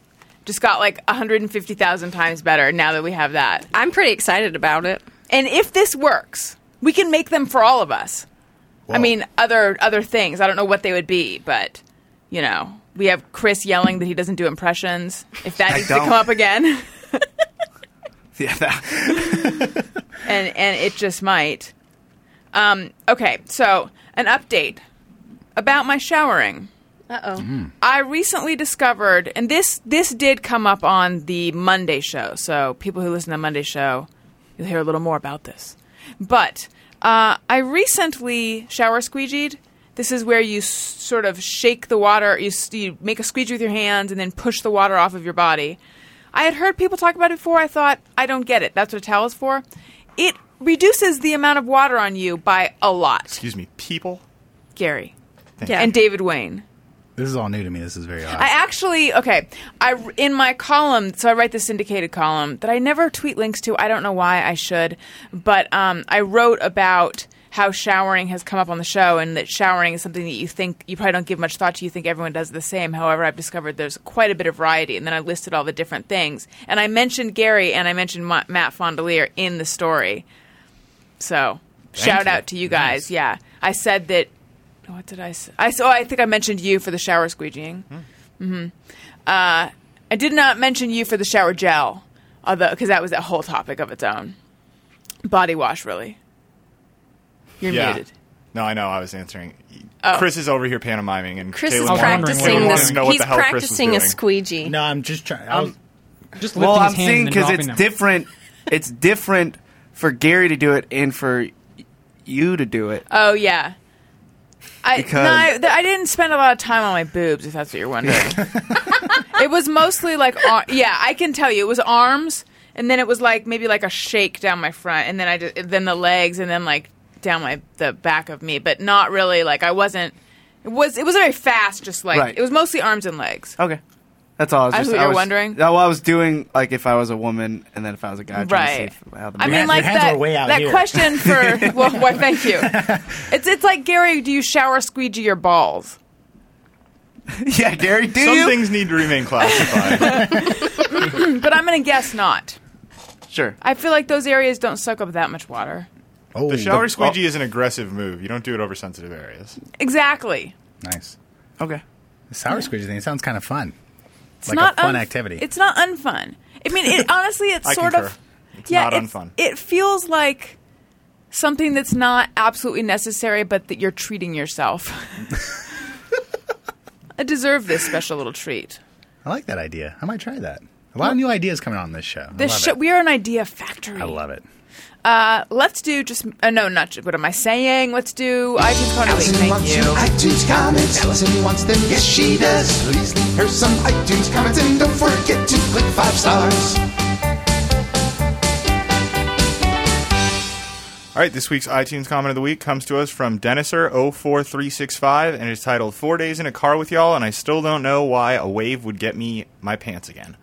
[SPEAKER 3] just got like 150,000 times better now that we have that.
[SPEAKER 12] I'm pretty excited about it.
[SPEAKER 3] And if this works, we can make them for all of us. I
[SPEAKER 8] Whoa.
[SPEAKER 3] mean, other other things. I don't know what they would be, but you know, we have Chris yelling that he doesn't do impressions. If that needs to
[SPEAKER 10] don't.
[SPEAKER 3] come up again,
[SPEAKER 10] Yeah, that-
[SPEAKER 3] and and it just might. Um, okay, so an update about my showering.
[SPEAKER 12] Uh oh.
[SPEAKER 3] I recently discovered, and this this did come up on the Monday show. So people who listen to Monday show, you'll hear a little more about this. But uh, I recently shower squeegeed. This is where you s- sort of shake the water. You s- you make a squeegee with your hands and then push the water off of your body. I had heard people talk about it before. I thought I don't get it. That's what a towel is for. It reduces the amount of water on you by a lot.
[SPEAKER 11] Excuse me, people.
[SPEAKER 3] Gary
[SPEAKER 12] Yeah.
[SPEAKER 3] and David Wayne.
[SPEAKER 8] This is all new to me. This is very odd.
[SPEAKER 3] I actually okay. I in my column, so I write this syndicated column that I never tweet links to. I don't know why I should, but um, I wrote about how showering has come up on the show and that showering is something that you think you probably don't give much thought to. You think everyone does the same. However, I've discovered there's quite a bit of variety, and then I listed all the different things. And I mentioned Gary and I mentioned Ma- Matt Fondelier in the story. So shout
[SPEAKER 11] you.
[SPEAKER 3] out to you guys. Yeah, I said that. What did I say? I so I think I mentioned you for the shower squeegeeing. I did not mention you for the shower gel, although because that was a whole topic of its own. Body wash, really. You're
[SPEAKER 11] yeah.
[SPEAKER 3] muted.
[SPEAKER 11] No, I know. I was answering. Chris is over here pantomiming, and
[SPEAKER 12] Chris
[SPEAKER 11] Caitlin
[SPEAKER 12] is
[SPEAKER 11] wanted- Caitlin
[SPEAKER 12] practicing
[SPEAKER 11] wanted
[SPEAKER 12] this.
[SPEAKER 11] to know what
[SPEAKER 12] He's
[SPEAKER 11] the hell Chris was
[SPEAKER 12] practicing a
[SPEAKER 11] doing.
[SPEAKER 12] squeegee.
[SPEAKER 8] no, I'm just trying. I was,
[SPEAKER 9] Just lifting
[SPEAKER 10] well, I'm
[SPEAKER 9] his hands
[SPEAKER 10] seeing
[SPEAKER 9] and then
[SPEAKER 10] because
[SPEAKER 9] dropping
[SPEAKER 10] it's
[SPEAKER 9] them.
[SPEAKER 10] different. It's different for Gary to do it and for y- you to do it.
[SPEAKER 3] Oh yeah, I,
[SPEAKER 12] Because-
[SPEAKER 3] no, I, th- I didn't spend a lot of time on my boobs, if that's what you're wondering. it was mostly like, ar- yeah, I can tell you, it was arms, and then it was like maybe like a shake down my front, and then I just, then the legs, and then like down my the back of me, but not really like I wasn't. It was it was very fast, just like
[SPEAKER 12] Right.
[SPEAKER 3] it was mostly arms and legs.
[SPEAKER 12] Okay. That's all I was
[SPEAKER 3] That's
[SPEAKER 12] just
[SPEAKER 3] what
[SPEAKER 12] I
[SPEAKER 3] you're
[SPEAKER 12] was,
[SPEAKER 3] wondering?
[SPEAKER 12] No, I was doing like if I was a woman and then if I was a guy. Trying
[SPEAKER 3] Right.
[SPEAKER 12] to see if, how the
[SPEAKER 3] I mean, like
[SPEAKER 12] match-
[SPEAKER 3] that, that question for well, why? Thank you. It's it's like Gary. Do you shower squeegee your balls?
[SPEAKER 12] yeah, Gary, do
[SPEAKER 10] Some
[SPEAKER 12] you?
[SPEAKER 10] things need to remain classified.
[SPEAKER 3] but I'm gonna guess not.
[SPEAKER 12] sure.
[SPEAKER 3] I feel like those areas don't suck up that much water.
[SPEAKER 10] the
[SPEAKER 8] Oh.
[SPEAKER 10] shower
[SPEAKER 12] the-
[SPEAKER 10] squeegee is an aggressive move. You don't do it over sensitive areas.
[SPEAKER 3] Exactly.
[SPEAKER 8] Oh, Nice.
[SPEAKER 12] Okay.
[SPEAKER 8] The sour squeegee thing it sounds kind of fun.
[SPEAKER 3] It's
[SPEAKER 8] like
[SPEAKER 3] not
[SPEAKER 8] a fun
[SPEAKER 3] unf-
[SPEAKER 8] activity.
[SPEAKER 3] It's not unfun. I mean, it honestly, it's
[SPEAKER 8] I
[SPEAKER 3] sort of
[SPEAKER 8] concur. It's
[SPEAKER 3] yeah,
[SPEAKER 8] not
[SPEAKER 3] it's-
[SPEAKER 8] unfun.
[SPEAKER 3] It feels like something that's not absolutely necessary, but that you're treating yourself. I deserve this special little treat.
[SPEAKER 8] I like that idea. I might try that. A lot of new ideas coming on this show. I
[SPEAKER 3] This
[SPEAKER 8] love
[SPEAKER 3] show,
[SPEAKER 8] it.
[SPEAKER 3] we are an idea factory.
[SPEAKER 8] I love it.
[SPEAKER 3] Uh, let's do just uh, no, not ju- what am I saying? Let's do iTunes Corner of the
[SPEAKER 13] Allison
[SPEAKER 3] Week. Thank
[SPEAKER 13] wants
[SPEAKER 3] you.
[SPEAKER 13] some iTunes comments. Allison wants them. Yes, she does. Please leave her some iTunes comments and don't forget to click five stars.
[SPEAKER 10] All right, this week's iTunes comment of the week comes to us from Deniser04365 and it's titled Four Days in a Car with Y'all, and I still don't know why a wave would get me my pants again.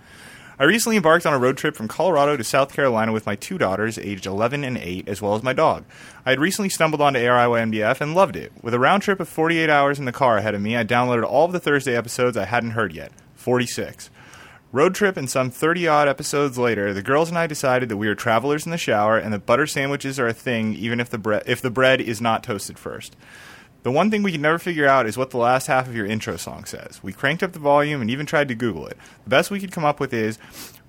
[SPEAKER 10] I recently embarked on a road trip from Colorado to South Carolina with my two daughters, aged 11 and 8, as well as my dog. I had recently stumbled onto ARIY MDF and loved it. With a round trip of 48 hours in the car ahead of me, I downloaded all of the Thursday episodes I hadn't heard yet 46. Road trip and some 30 odd episodes later, the girls and I decided that we are travelers in the shower and that butter sandwiches are a thing even if the, bre- if the bread is not toasted first. The one thing we can never figure out is what the last half of your intro song says. We cranked up the volume and even tried to Google it. The best we could come up with is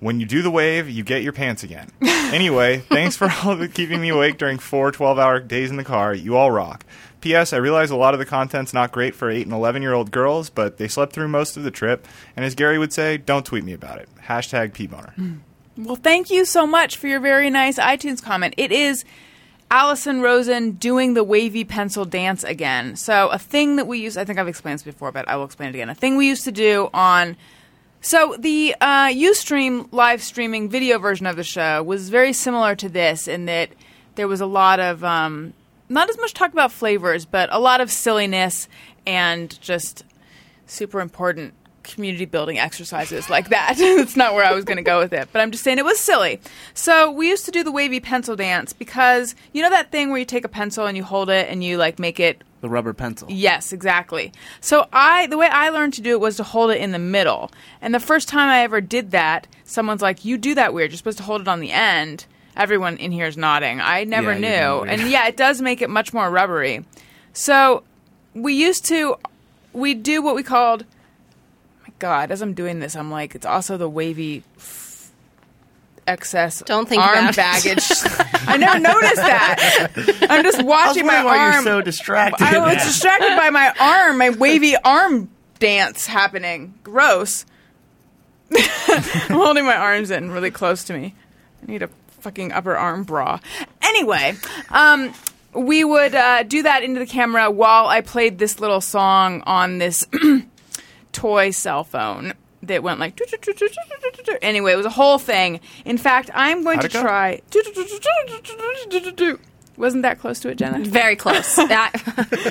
[SPEAKER 10] when you do the wave, you get your pants again. anyway, thanks for all the keeping me awake during four 12 hour days in the car. You all rock. P.S. I realize a lot of the content's not great for 8 and 11 year old girls, but they slept through most of the trip. And as Gary would say, don't tweet me about it. Hashtag P-boner.
[SPEAKER 12] Hmm.
[SPEAKER 3] Well, thank you so much for your very nice iTunes comment. It is Allison Rosen doing the wavy pencil dance again. So, a thing that we use, I think I've explained this before, but I will explain it again. A thing we used to do on. So, the uh, Ustream live streaming video version of the show was very similar to this in that there was a lot of, um, not as much talk about flavors, but a lot of silliness and just super important community building exercises like that. That's not where I was going to go with it, but I'm just saying it was silly. So we used to do the wavy pencil dance because you know that thing where you take a pencil and you hold it and you like make it
[SPEAKER 12] The rubber pencil.
[SPEAKER 3] Yes, exactly. So I the way I learned to do it was to hold it in the middle. And the first time I ever did that, someone's like, "You do that weird. You're supposed to hold it on the end." Everyone in here is nodding. I never
[SPEAKER 14] Yeah, you're
[SPEAKER 3] knew.
[SPEAKER 14] doing weird.
[SPEAKER 3] And yeah, it does make it much more rubbery. So we used to we do what we called my god, as I'm doing this, I'm like it's also the wavy f- excess
[SPEAKER 15] Don't think
[SPEAKER 3] arm
[SPEAKER 15] about it.
[SPEAKER 3] baggage. I never noticed that. I'm just watching my
[SPEAKER 12] I was wondering why
[SPEAKER 3] arm.
[SPEAKER 12] you're so distracted.
[SPEAKER 3] I was distracted by my arm, my wavy arm dance happening. Gross. I'm holding my arms in really close to me. I need a fucking upper arm bra. Anyway, um, we would uh, do that into the camera while I played this little song on this toy cell phone that went like. Anyway, it was a whole thing. In fact, I'm going to
[SPEAKER 15] How'd it go?
[SPEAKER 3] try. Wasn't that close to it, Jenna?
[SPEAKER 15] Very close. That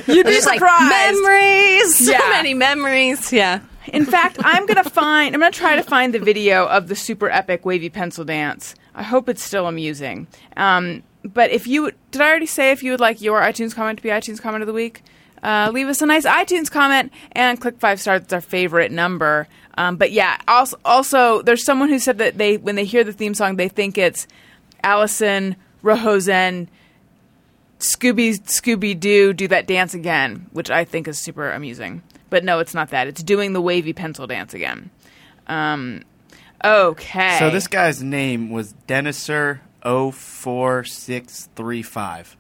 [SPEAKER 3] You'd be
[SPEAKER 15] Just like,
[SPEAKER 3] surprised.
[SPEAKER 15] memories. So
[SPEAKER 12] Ah.
[SPEAKER 3] Yeah.
[SPEAKER 15] many memories. Yeah.
[SPEAKER 3] In fact, I'm gonna find. I'm gonna try to find the video of the super epic wavy pencil dance. I hope it's still amusing. Um, but if you did, I already say if you would like your iTunes comment to be iTunes comment of the week. Uh, leave us a nice iTunes comment and click five stars. It's our favorite number. Um, but yeah, also, also there's someone who said that they when they hear the theme song they think it's Allison Rohosen Scooby Scooby Doo do that dance again, which I think is super amusing. But no, it's not that. It's doing the wavy pencil dance again. Um, okay.
[SPEAKER 12] So this guy's name was Deniser 04635.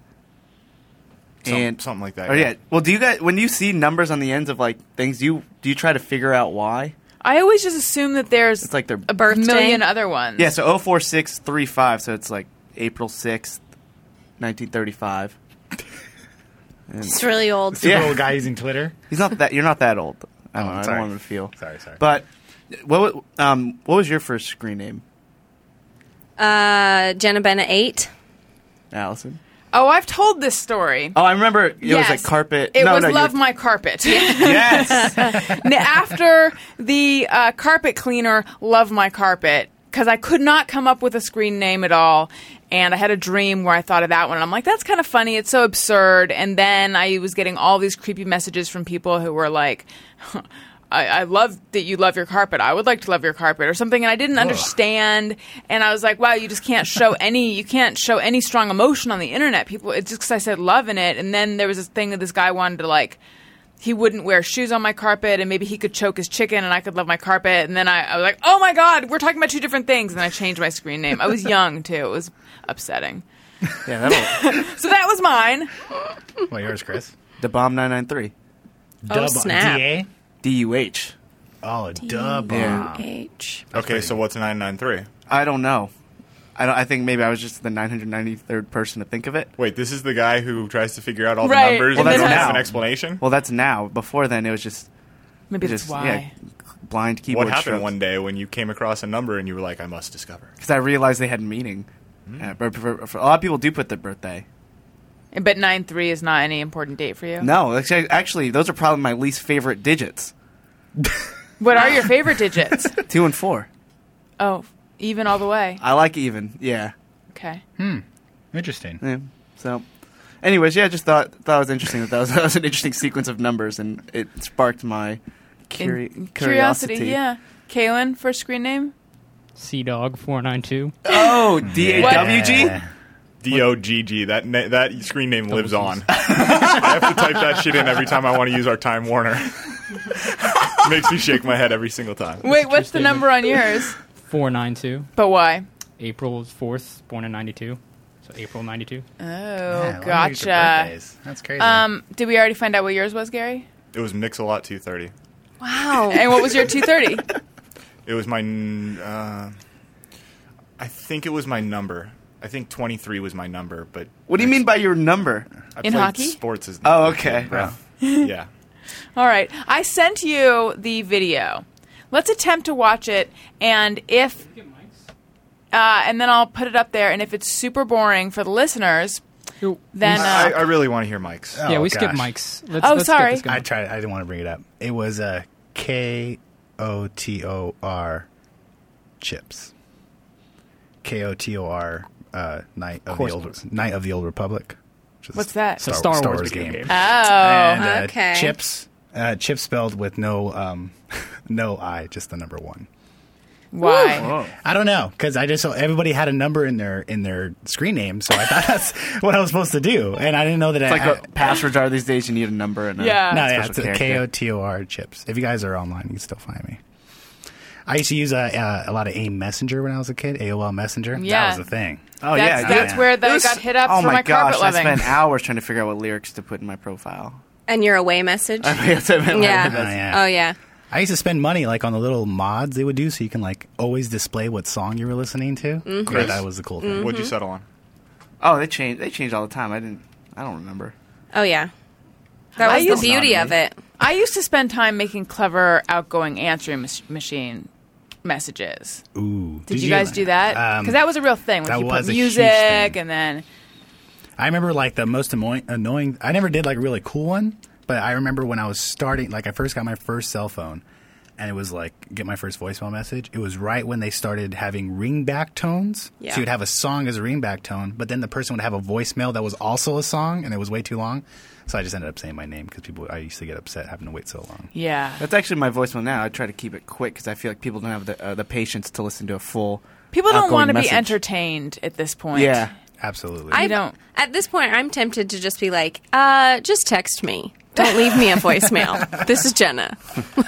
[SPEAKER 10] Some- something like that,
[SPEAKER 12] Oh
[SPEAKER 10] yeah.
[SPEAKER 12] yeah. Well, do you guys when you see numbers on the ends of like things, do you do you try to figure out why?
[SPEAKER 3] I always just assume that there's
[SPEAKER 12] It's like their
[SPEAKER 3] a million other ones.
[SPEAKER 12] Yeah, so 04635, so it's like April 6th, 1935. It's really old.
[SPEAKER 8] Super old guy using Twitter.
[SPEAKER 10] He's not that. You're not that old. I
[SPEAKER 8] Oh,
[SPEAKER 10] don't, know, I don't
[SPEAKER 8] sorry.
[SPEAKER 10] want him to feel.
[SPEAKER 8] Sorry, sorry.
[SPEAKER 10] But what wa- um what was your first screen name,
[SPEAKER 12] Uh, Jenna Bena eight.
[SPEAKER 10] Allison?
[SPEAKER 3] Oh, I've told this story.
[SPEAKER 10] Oh, I remember it
[SPEAKER 3] Yes.
[SPEAKER 10] was like carpet.
[SPEAKER 3] It
[SPEAKER 10] no,
[SPEAKER 3] was
[SPEAKER 10] no, you
[SPEAKER 3] Love
[SPEAKER 10] were-
[SPEAKER 3] My Carpet.
[SPEAKER 10] Yes.
[SPEAKER 3] N- After the uh, carpet cleaner, Love My Carpet, because I could not come up with a screen name at all. And I had a dream where I thought of that one. And I'm like, that's kind of funny. It's so absurd. And then I was getting all these creepy messages from people who were like, I, I love that you love your carpet. I would like to love your carpet or something. And I didn't understand. And I was like, wow, you just can't show any, you can't show any strong emotion on the internet. People, it's just because I said love in it. And then there was this thing that this guy wanted to like, he wouldn't wear shoes on my carpet and maybe he could choke his chicken and I could love my carpet. And then I, I was like, oh my God, we're talking about two different things. And I changed my screen name. I was young too. It was upsetting.
[SPEAKER 10] Yeah, that'll
[SPEAKER 3] So that was mine.
[SPEAKER 8] Well, yours, Chris.
[SPEAKER 10] the bomb nine nine three.
[SPEAKER 3] Oh, Dub- snap.
[SPEAKER 8] DA?
[SPEAKER 10] D U H.
[SPEAKER 8] Oh,
[SPEAKER 10] dub.
[SPEAKER 12] H.
[SPEAKER 11] Okay, so what's 993?
[SPEAKER 10] I don't know. I, don't, I think maybe I was just the 993rd person to think of it.
[SPEAKER 11] Wait, this is the guy who tries to figure out all
[SPEAKER 3] Right,
[SPEAKER 11] the numbers and
[SPEAKER 10] Well, that's
[SPEAKER 11] then
[SPEAKER 10] now.
[SPEAKER 11] an explanation?
[SPEAKER 10] Well, that's now. Before then, it was just
[SPEAKER 3] Maybe that's
[SPEAKER 10] just
[SPEAKER 3] why.
[SPEAKER 10] yeah, blind keyboard.
[SPEAKER 11] What happened one day when you came across a number and you were like, I must discover? Hmm.
[SPEAKER 10] Because I realized they had a meaning. Yeah, but for- for- a lot of people do put their birthday.
[SPEAKER 3] But 9 3 is not any important date for you.
[SPEAKER 10] No, actually, actually, those are probably my least favorite digits.
[SPEAKER 3] What are your favorite digits?
[SPEAKER 10] Two and four.
[SPEAKER 3] Oh, even all the way.
[SPEAKER 10] I like even. Yeah.
[SPEAKER 3] Okay.
[SPEAKER 8] Hmm. Interesting.
[SPEAKER 3] Oh,
[SPEAKER 10] Yeah. So, anyways, yeah, I just thought thought it was interesting that that was, that was an interesting sequence of numbers, and it sparked my curi-
[SPEAKER 3] In-
[SPEAKER 10] curiosity.
[SPEAKER 3] yeah. Kaylin, first screen name?
[SPEAKER 9] Sea Dog four nine two.
[SPEAKER 10] Oh, D A W G.
[SPEAKER 11] D E O G G. That na- that screen name lives on. I have to type that shit in every time I want to use our Time Warner. Makes me shake my head every single time.
[SPEAKER 3] Wait, what's the number on yours?
[SPEAKER 9] Four nine two.
[SPEAKER 3] But why?
[SPEAKER 9] April fourth, born in ninety two. So April ninety two.
[SPEAKER 3] Oh,
[SPEAKER 9] why don't we get your
[SPEAKER 3] gotcha.
[SPEAKER 9] birthdays?
[SPEAKER 8] That's
[SPEAKER 3] Um, did we already find out what yours was, Gary?
[SPEAKER 11] It was Mix-a-Lot
[SPEAKER 12] Oh.
[SPEAKER 11] 230.
[SPEAKER 3] Wow. and what was your 230?
[SPEAKER 11] It was my. n- Uh, I think it was my number. I think 23 was my number, but
[SPEAKER 10] What do you mean by your number?
[SPEAKER 11] I
[SPEAKER 3] In
[SPEAKER 11] played
[SPEAKER 3] hockey?
[SPEAKER 11] sports as
[SPEAKER 10] Oh, okay.
[SPEAKER 11] Yeah. yeah.
[SPEAKER 3] All right. I sent you the video. Let's attempt to watch it, and if. Uh, and then I'll put it up there, and if it's super boring for the listeners, then.
[SPEAKER 11] I, I
[SPEAKER 3] Uh,
[SPEAKER 11] really want to hear
[SPEAKER 10] Oh.
[SPEAKER 11] Mike's.
[SPEAKER 9] yeah, we
[SPEAKER 8] Oh, gosh.
[SPEAKER 9] skipped Mike's. Let's,
[SPEAKER 3] Oh,
[SPEAKER 9] let's skip
[SPEAKER 3] sorry.
[SPEAKER 9] this guy.
[SPEAKER 8] I tried. I didn't want to bring it up. It was uh, K O T O R chips. K O T O R uh, Night of the
[SPEAKER 9] course it
[SPEAKER 8] Old Night of the Old Republic. which is
[SPEAKER 3] What's that?
[SPEAKER 9] It's a Star Wars video
[SPEAKER 8] game.
[SPEAKER 9] game.
[SPEAKER 3] oh.
[SPEAKER 8] And uh,
[SPEAKER 12] okay.
[SPEAKER 8] chips, uh, chips spelled with no um, no I, just the number one.
[SPEAKER 3] Why?
[SPEAKER 8] I don't know because I just saw everybody had a number in their in their screen name, so I thought that's what I was supposed to do, and I didn't know that
[SPEAKER 10] It's
[SPEAKER 8] I,
[SPEAKER 10] like what passwords are these days. You need a number and a
[SPEAKER 3] Yeah.
[SPEAKER 8] no, yeah,
[SPEAKER 10] special
[SPEAKER 8] it's
[SPEAKER 10] character.
[SPEAKER 8] K O T O R chips. If you guys are online, you can still find me. I used to use a, uh, a lot of AIM Messenger when I was a kid. AOL Messenger,
[SPEAKER 3] Yeah.
[SPEAKER 8] that was a thing.
[SPEAKER 10] Oh
[SPEAKER 3] That's-
[SPEAKER 10] yeah,
[SPEAKER 3] that's
[SPEAKER 10] yeah.
[SPEAKER 3] where they
[SPEAKER 10] It was-
[SPEAKER 3] got hit up
[SPEAKER 10] oh
[SPEAKER 3] for my carpet
[SPEAKER 10] gosh,
[SPEAKER 3] loving.
[SPEAKER 10] I spent hours trying to figure out what lyrics to put in my profile.
[SPEAKER 12] And your away message.
[SPEAKER 10] That's what I meant by
[SPEAKER 12] yeah.
[SPEAKER 10] lyrics.
[SPEAKER 8] yeah.
[SPEAKER 12] Oh yeah.
[SPEAKER 8] I used to spend money like on the little mods they would do, so you can like always display what song you were listening to.
[SPEAKER 3] Mm-hmm.
[SPEAKER 8] Yeah, that was the cool thing.
[SPEAKER 11] What'd you settle on?
[SPEAKER 10] Mm-hmm. Oh, they change. They change all the time. I didn't. I don't remember.
[SPEAKER 12] Oh yeah. That
[SPEAKER 3] I
[SPEAKER 12] was the
[SPEAKER 3] used-
[SPEAKER 12] beauty of it.
[SPEAKER 3] I used to spend time making clever outgoing answering mach- machine messages.
[SPEAKER 8] Ooh,
[SPEAKER 3] Did, you guys do that?
[SPEAKER 8] Um,
[SPEAKER 3] Because that was a real thing. Like
[SPEAKER 8] that
[SPEAKER 3] you put
[SPEAKER 8] was a huge
[SPEAKER 3] music
[SPEAKER 8] thing.
[SPEAKER 3] and then
[SPEAKER 8] I remember like the most annoying, annoying. I never did like a really cool one, but I remember when I was starting, like I first got my first cell phone, and it was like get my first voicemail message. It was right when they started having ringback tones.
[SPEAKER 12] Yeah.
[SPEAKER 8] So you'd have a song as a ringback tone, but then the person would have a voicemail that was also a song, and it was way too long. So I just ended up saying my name because people I used to get upset having to wait so long.
[SPEAKER 3] yeah,
[SPEAKER 10] That's actually my voicemail now. I try to keep it quick because I feel like people don't have the uh, the patience to listen to a full.
[SPEAKER 3] people don't
[SPEAKER 10] outgoing
[SPEAKER 3] want to be
[SPEAKER 10] message.
[SPEAKER 3] entertained at this point.
[SPEAKER 10] Yeah,
[SPEAKER 8] Absolutely.
[SPEAKER 3] I
[SPEAKER 12] I
[SPEAKER 3] don't.
[SPEAKER 12] At this point, I'm tempted to just be like, uh, just text me. Don't leave me a voicemail. this is Jenna.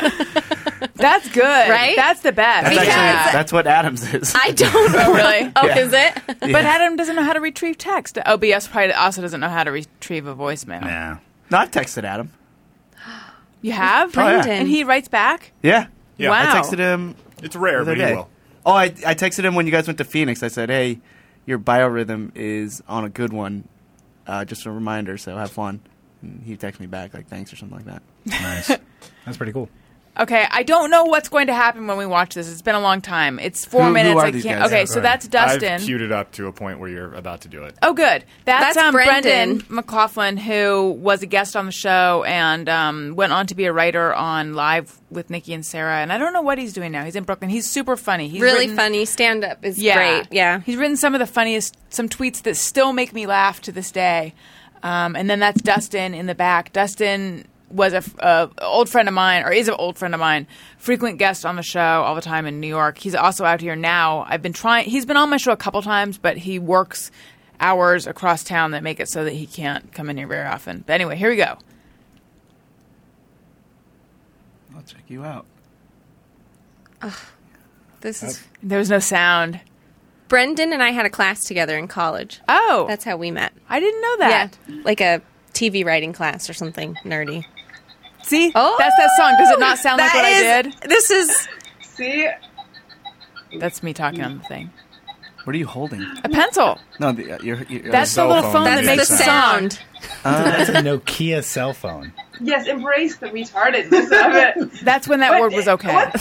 [SPEAKER 3] That's good,
[SPEAKER 12] Right?
[SPEAKER 3] That's the best.
[SPEAKER 10] that's
[SPEAKER 12] Because-
[SPEAKER 10] actually that's what Adams is.
[SPEAKER 12] I don't know.
[SPEAKER 3] oh, really?
[SPEAKER 12] Oh,
[SPEAKER 10] Yeah.
[SPEAKER 12] is it?
[SPEAKER 3] But Adam doesn't know how to retrieve text. OBS probably also doesn't know how to retrieve a voicemail.
[SPEAKER 8] yeah.
[SPEAKER 10] no, I've texted Adam.
[SPEAKER 3] You have,
[SPEAKER 10] Oh, yeah.
[SPEAKER 3] and he writes back.
[SPEAKER 10] Yeah,
[SPEAKER 11] Yeah.
[SPEAKER 3] Wow.
[SPEAKER 10] I texted him.
[SPEAKER 11] It's rare,
[SPEAKER 10] the
[SPEAKER 11] but
[SPEAKER 10] other
[SPEAKER 11] he
[SPEAKER 10] day.
[SPEAKER 11] will.
[SPEAKER 10] Oh, I I texted him when you guys went to Phoenix. I said, hey, your biorhythm is on a good one. Uh, just a reminder, so have fun. And he texted me back like thanks or something like that.
[SPEAKER 8] Nice. That's pretty cool.
[SPEAKER 3] Okay, I don't know what's going to happen when we watch this. It's been a long time. It's four
[SPEAKER 11] Who- who
[SPEAKER 3] minutes.
[SPEAKER 11] are
[SPEAKER 3] I
[SPEAKER 11] these
[SPEAKER 3] can't.
[SPEAKER 11] guys?
[SPEAKER 3] Okay, so that's Dustin.
[SPEAKER 11] I've queued it up to a point where you're about to do
[SPEAKER 12] Uh,
[SPEAKER 11] it.
[SPEAKER 3] Oh, good. That's,
[SPEAKER 12] That's
[SPEAKER 3] um, Brendan.
[SPEAKER 12] Brendan.
[SPEAKER 3] McLaughlin, who was a guest on the show and um, went on to be a writer on Live with Nikki and Sarah. And I don't know what he's doing now. He's in Brooklyn. He's super funny. He's
[SPEAKER 12] really
[SPEAKER 3] written-
[SPEAKER 12] funny stand up is
[SPEAKER 3] Yeah,
[SPEAKER 12] great. Yeah.
[SPEAKER 3] He's written some of the funniest, some tweets that still make me laugh to this day. Um, and then that's Dustin in the back. Dustin was a, f- a old friend of mine, or is an old friend of mine, frequent guest on the show all the time in New York. He's also out here now. I've been trying. He's been on my show a couple times, but he works hours across town that make it so that he can't come in here very often. But anyway, here we go.
[SPEAKER 10] I'll check you out.
[SPEAKER 12] This is
[SPEAKER 3] There was no sound.
[SPEAKER 12] Brendan and I had a class together in college.
[SPEAKER 3] Oh.
[SPEAKER 12] That's how we met.
[SPEAKER 3] I didn't know that.
[SPEAKER 12] Yeah. Like a TV writing class or something nerdy.
[SPEAKER 3] See?
[SPEAKER 12] Oh.
[SPEAKER 3] That's that song. Does it not sound like
[SPEAKER 12] that
[SPEAKER 3] what I
[SPEAKER 12] is- This is
[SPEAKER 3] See? That's me talking on the thing.
[SPEAKER 10] What are you holding?
[SPEAKER 3] A pencil.
[SPEAKER 10] No, the, uh, your, your,
[SPEAKER 3] That's the little phone that makes the sound.
[SPEAKER 8] That's a Nokia cell phone.
[SPEAKER 16] Yes, embrace the retardedness of it.
[SPEAKER 3] That's when that word was okay.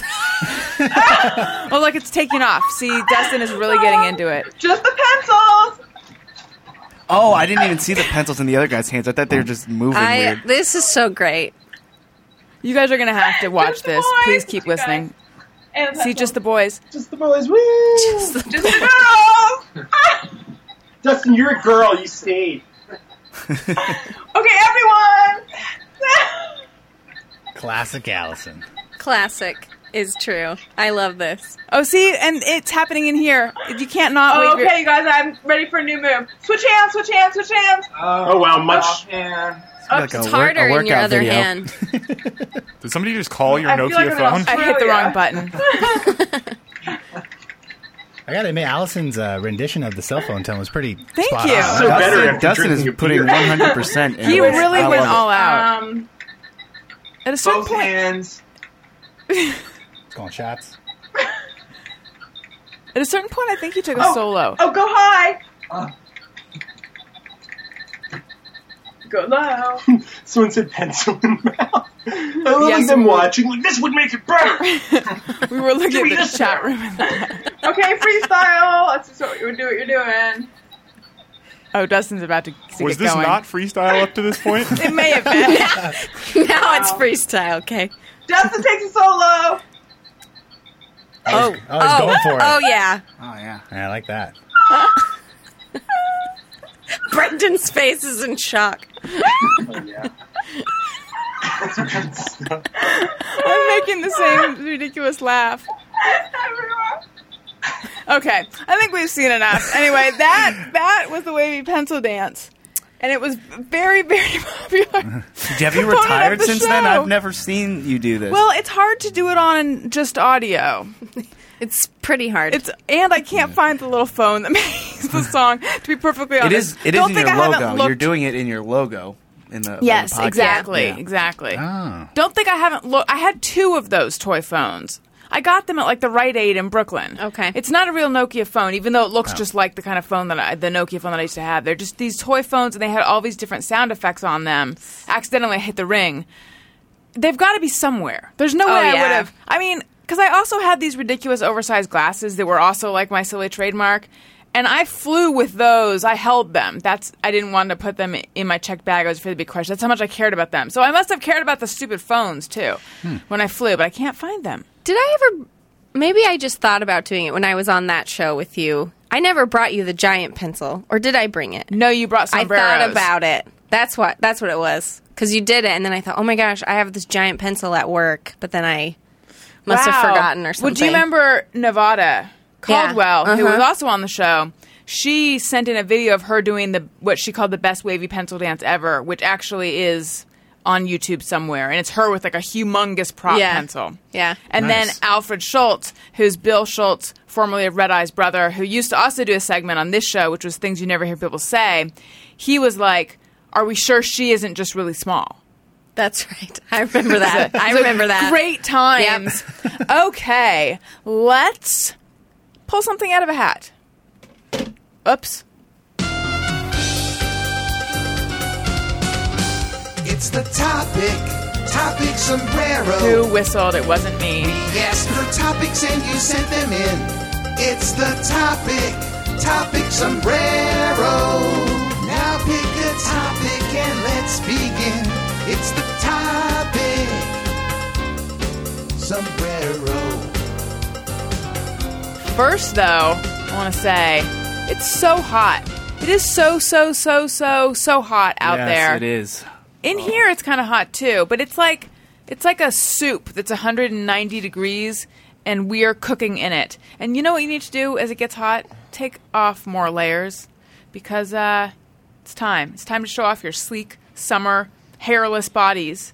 [SPEAKER 3] well, look, it's taking off. See, Dustin is really getting into it.
[SPEAKER 16] Just the pencils.
[SPEAKER 10] Oh, I didn't even see the pencils in the other guy's hands. I thought they were just moving
[SPEAKER 12] I
[SPEAKER 10] weird.
[SPEAKER 12] this is so great.
[SPEAKER 3] You guys are going to have to watch this. Please keep listening.
[SPEAKER 16] And
[SPEAKER 3] See, just the boys.
[SPEAKER 16] Just the boys. Woo! Just the, girls.
[SPEAKER 17] Dustin, you're a girl. You stayed.
[SPEAKER 16] Okay, everyone.
[SPEAKER 8] Classic Allison.
[SPEAKER 12] Classic is true. I love this.
[SPEAKER 3] Oh, see, and it's happening in here. You can't not
[SPEAKER 16] Oh,
[SPEAKER 3] wave your-
[SPEAKER 16] okay, you guys, I'm ready for a new move. Switch hands, switch hands, switch hands.
[SPEAKER 17] Oh, wow, much-
[SPEAKER 16] Oh,
[SPEAKER 11] Like a it's wor- harder a in your workout other video. hand. Did somebody just call your
[SPEAKER 16] I feel
[SPEAKER 11] Nokia
[SPEAKER 16] like I'm in
[SPEAKER 11] phone?
[SPEAKER 3] I hit the wrong button.
[SPEAKER 8] I gotta admit, Allison's uh, rendition of the cell phone tone was pretty.
[SPEAKER 3] Thank
[SPEAKER 8] spot
[SPEAKER 3] you.
[SPEAKER 8] on.
[SPEAKER 3] So better
[SPEAKER 10] after Dustin is drinking a putting beer. 100% in
[SPEAKER 8] He
[SPEAKER 10] this.
[SPEAKER 8] really
[SPEAKER 10] I
[SPEAKER 8] went
[SPEAKER 10] love it.
[SPEAKER 8] all
[SPEAKER 3] out.
[SPEAKER 16] Um,
[SPEAKER 3] At a certain point.
[SPEAKER 16] hands.
[SPEAKER 8] It's going shots.
[SPEAKER 3] At a certain point, I think he took a
[SPEAKER 16] Oh,
[SPEAKER 3] solo.
[SPEAKER 16] Oh, go high. Go low.
[SPEAKER 17] Someone said pencil in mouth. I love
[SPEAKER 16] Yes,
[SPEAKER 17] like them
[SPEAKER 16] we-
[SPEAKER 17] watching. Like this would make it better.
[SPEAKER 3] we were looking at the chat room.
[SPEAKER 16] okay, freestyle. That's just what you do. What you're doing.
[SPEAKER 3] Oh, Dustin's about to, to
[SPEAKER 11] Was
[SPEAKER 3] get
[SPEAKER 11] this
[SPEAKER 3] going.
[SPEAKER 11] not freestyle up to this point?
[SPEAKER 3] it may have been.
[SPEAKER 12] now it's freestyle, okay.
[SPEAKER 16] Dustin takes a solo.
[SPEAKER 8] Oh, he's- oh, he's going for it.
[SPEAKER 12] Oh yeah.
[SPEAKER 8] Oh yeah. I like that.
[SPEAKER 12] Brendan's face is in shock.
[SPEAKER 3] I'm making the same ridiculous laugh. Okay, I think we've seen enough. Anyway, that that was the wavy pencil dance, and it was very very popular.
[SPEAKER 10] Have
[SPEAKER 3] component
[SPEAKER 10] you
[SPEAKER 3] of
[SPEAKER 10] retired
[SPEAKER 3] the
[SPEAKER 10] since then?
[SPEAKER 3] show.
[SPEAKER 10] I've never seen you do this.
[SPEAKER 3] Well, it's hard to do it on just audio.
[SPEAKER 12] It's pretty hard.
[SPEAKER 3] It's and I can't find the little phone that makes the song. To be perfectly honest,
[SPEAKER 10] it is. It is
[SPEAKER 3] Don't
[SPEAKER 10] in
[SPEAKER 3] think
[SPEAKER 10] your
[SPEAKER 3] I haven't
[SPEAKER 10] logo. You're
[SPEAKER 3] looked-
[SPEAKER 10] doing it in your logo. In Uh, the in the
[SPEAKER 3] Yes,
[SPEAKER 10] podcast.
[SPEAKER 3] exactly,
[SPEAKER 10] Yeah. Ah.
[SPEAKER 3] exactly. Don't think I haven't looked. I had two of those toy phones. I got them at like the Rite Aid in Brooklyn. Okay, it's not a real Nokia phone, even though it looks just like the kind of phone that I, the Nokia phone that I used to have. They're just these toy phones, and they had all these different sound effects on them. Accidentally, I hit the ring. They've got to be somewhere. There's no
[SPEAKER 12] Oh,
[SPEAKER 3] way I
[SPEAKER 12] yeah.
[SPEAKER 3] would have. I mean, because I also had these ridiculous oversized glasses that were also like my silly trademark. And I flew with those. I held them. That's I didn't want to put them in my checked bag. I was afraid they'd be crushed. That's how much I cared about them. So I must have cared about the stupid phones too
[SPEAKER 12] Hmm.
[SPEAKER 3] when I flew, but I can't find them.
[SPEAKER 12] Did I ever? Maybe I just thought about doing it when I was on that show with you. I never brought you the giant pencil, or did I bring it?
[SPEAKER 3] No, you brought
[SPEAKER 12] I thought
[SPEAKER 3] sombreros.
[SPEAKER 12] about it. That's what. That's what it was. Because you did it, and then I thought, oh my gosh, I have this giant pencil at work. But then I must have
[SPEAKER 3] Wow.
[SPEAKER 12] forgotten or something.
[SPEAKER 3] Well, do you remember Nevada Caldwell, who was
[SPEAKER 12] Uh-huh.
[SPEAKER 3] also on the show? She sent in a video of her doing the what she called the best wavy pencil dance ever, which actually is on YouTube somewhere, and it's her with like a humongous prop
[SPEAKER 12] Yeah.
[SPEAKER 3] pencil.
[SPEAKER 12] Yeah.
[SPEAKER 3] And then
[SPEAKER 12] Nice.
[SPEAKER 3] Alfred Schultz, who's Bill Schultz, formerly of Red Eye's brother, who used to also do a segment on this show, which was things you never hear people say. He was like, "Are we sure she isn't just really small?"
[SPEAKER 12] That's right. I remember that. I remember that.
[SPEAKER 3] Great times. okay, let's pull something out of a hat. Oops.
[SPEAKER 11] It's the topic, topic sombrero.
[SPEAKER 3] Who whistled? It wasn't me.
[SPEAKER 11] We asked for topics and you sent them in. It's the topic, topic sombrero. Now pick a topic and let's begin. It's the topic, sombrero.
[SPEAKER 3] First, though, I want to say it's so hot. It is so, so, so, so, so hot out
[SPEAKER 4] yes,
[SPEAKER 3] there.
[SPEAKER 4] it is.
[SPEAKER 3] In here, it's kind of hot too, but it's like it's like a soup that's 190 degrees, and we are cooking in it. And you know what you need to do as it gets hot? Take off more layers, because uh, it's time. It's time to show off your sleek summer hairless bodies.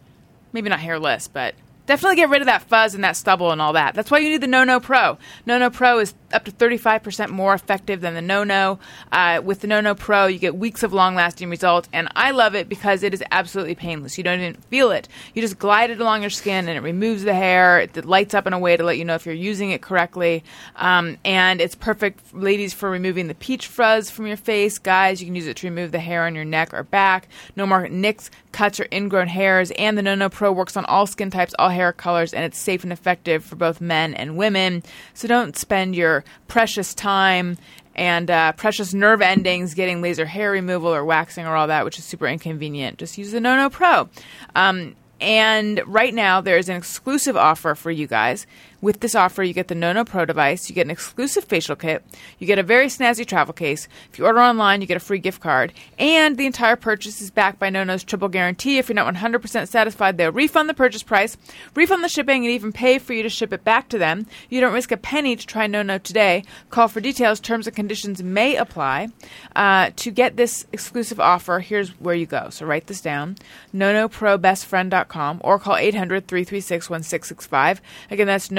[SPEAKER 3] Maybe not hairless, but definitely get rid of that fuzz and that stubble and all that. That's why you need the No No Pro. No No Pro is up to 35% more effective than the No No. Uh, with the No No Pro, you get weeks of long lasting results, and I love it because it is absolutely painless. You don't even feel it. You just glide it along your skin and it removes the hair. It it lights up in a way to let you know if you're using it correctly. Um, and it's perfect, ladies, for removing the peach fuzz from your face. Guys, you can use it to remove the hair on your neck or back. No more nicks, cuts, or ingrown hairs. And the No No Pro works on all skin types, all hair colors, and it's safe and effective for both men and women. So don't spend your precious time and uh, precious nerve endings getting laser hair removal or waxing or all that, which is super inconvenient. Just use the No No Pro. Um, and right now, there is an exclusive offer for you guys. With this offer, you get the NoNo Pro device, you get an exclusive facial kit, you get a very snazzy travel case. If you order online, you get a free gift card, and the entire purchase is backed by NoNo's triple guarantee. If you're not 100% satisfied, they'll refund the purchase price, refund the shipping, and even pay for you to ship it back to them. You don't risk a penny to try NoNo today. Call for details. Terms and conditions may apply. Uh, to get this exclusive offer, here's where you go. So write this down: nonoprobestfriend.com or call 800-336-1665. Again, that's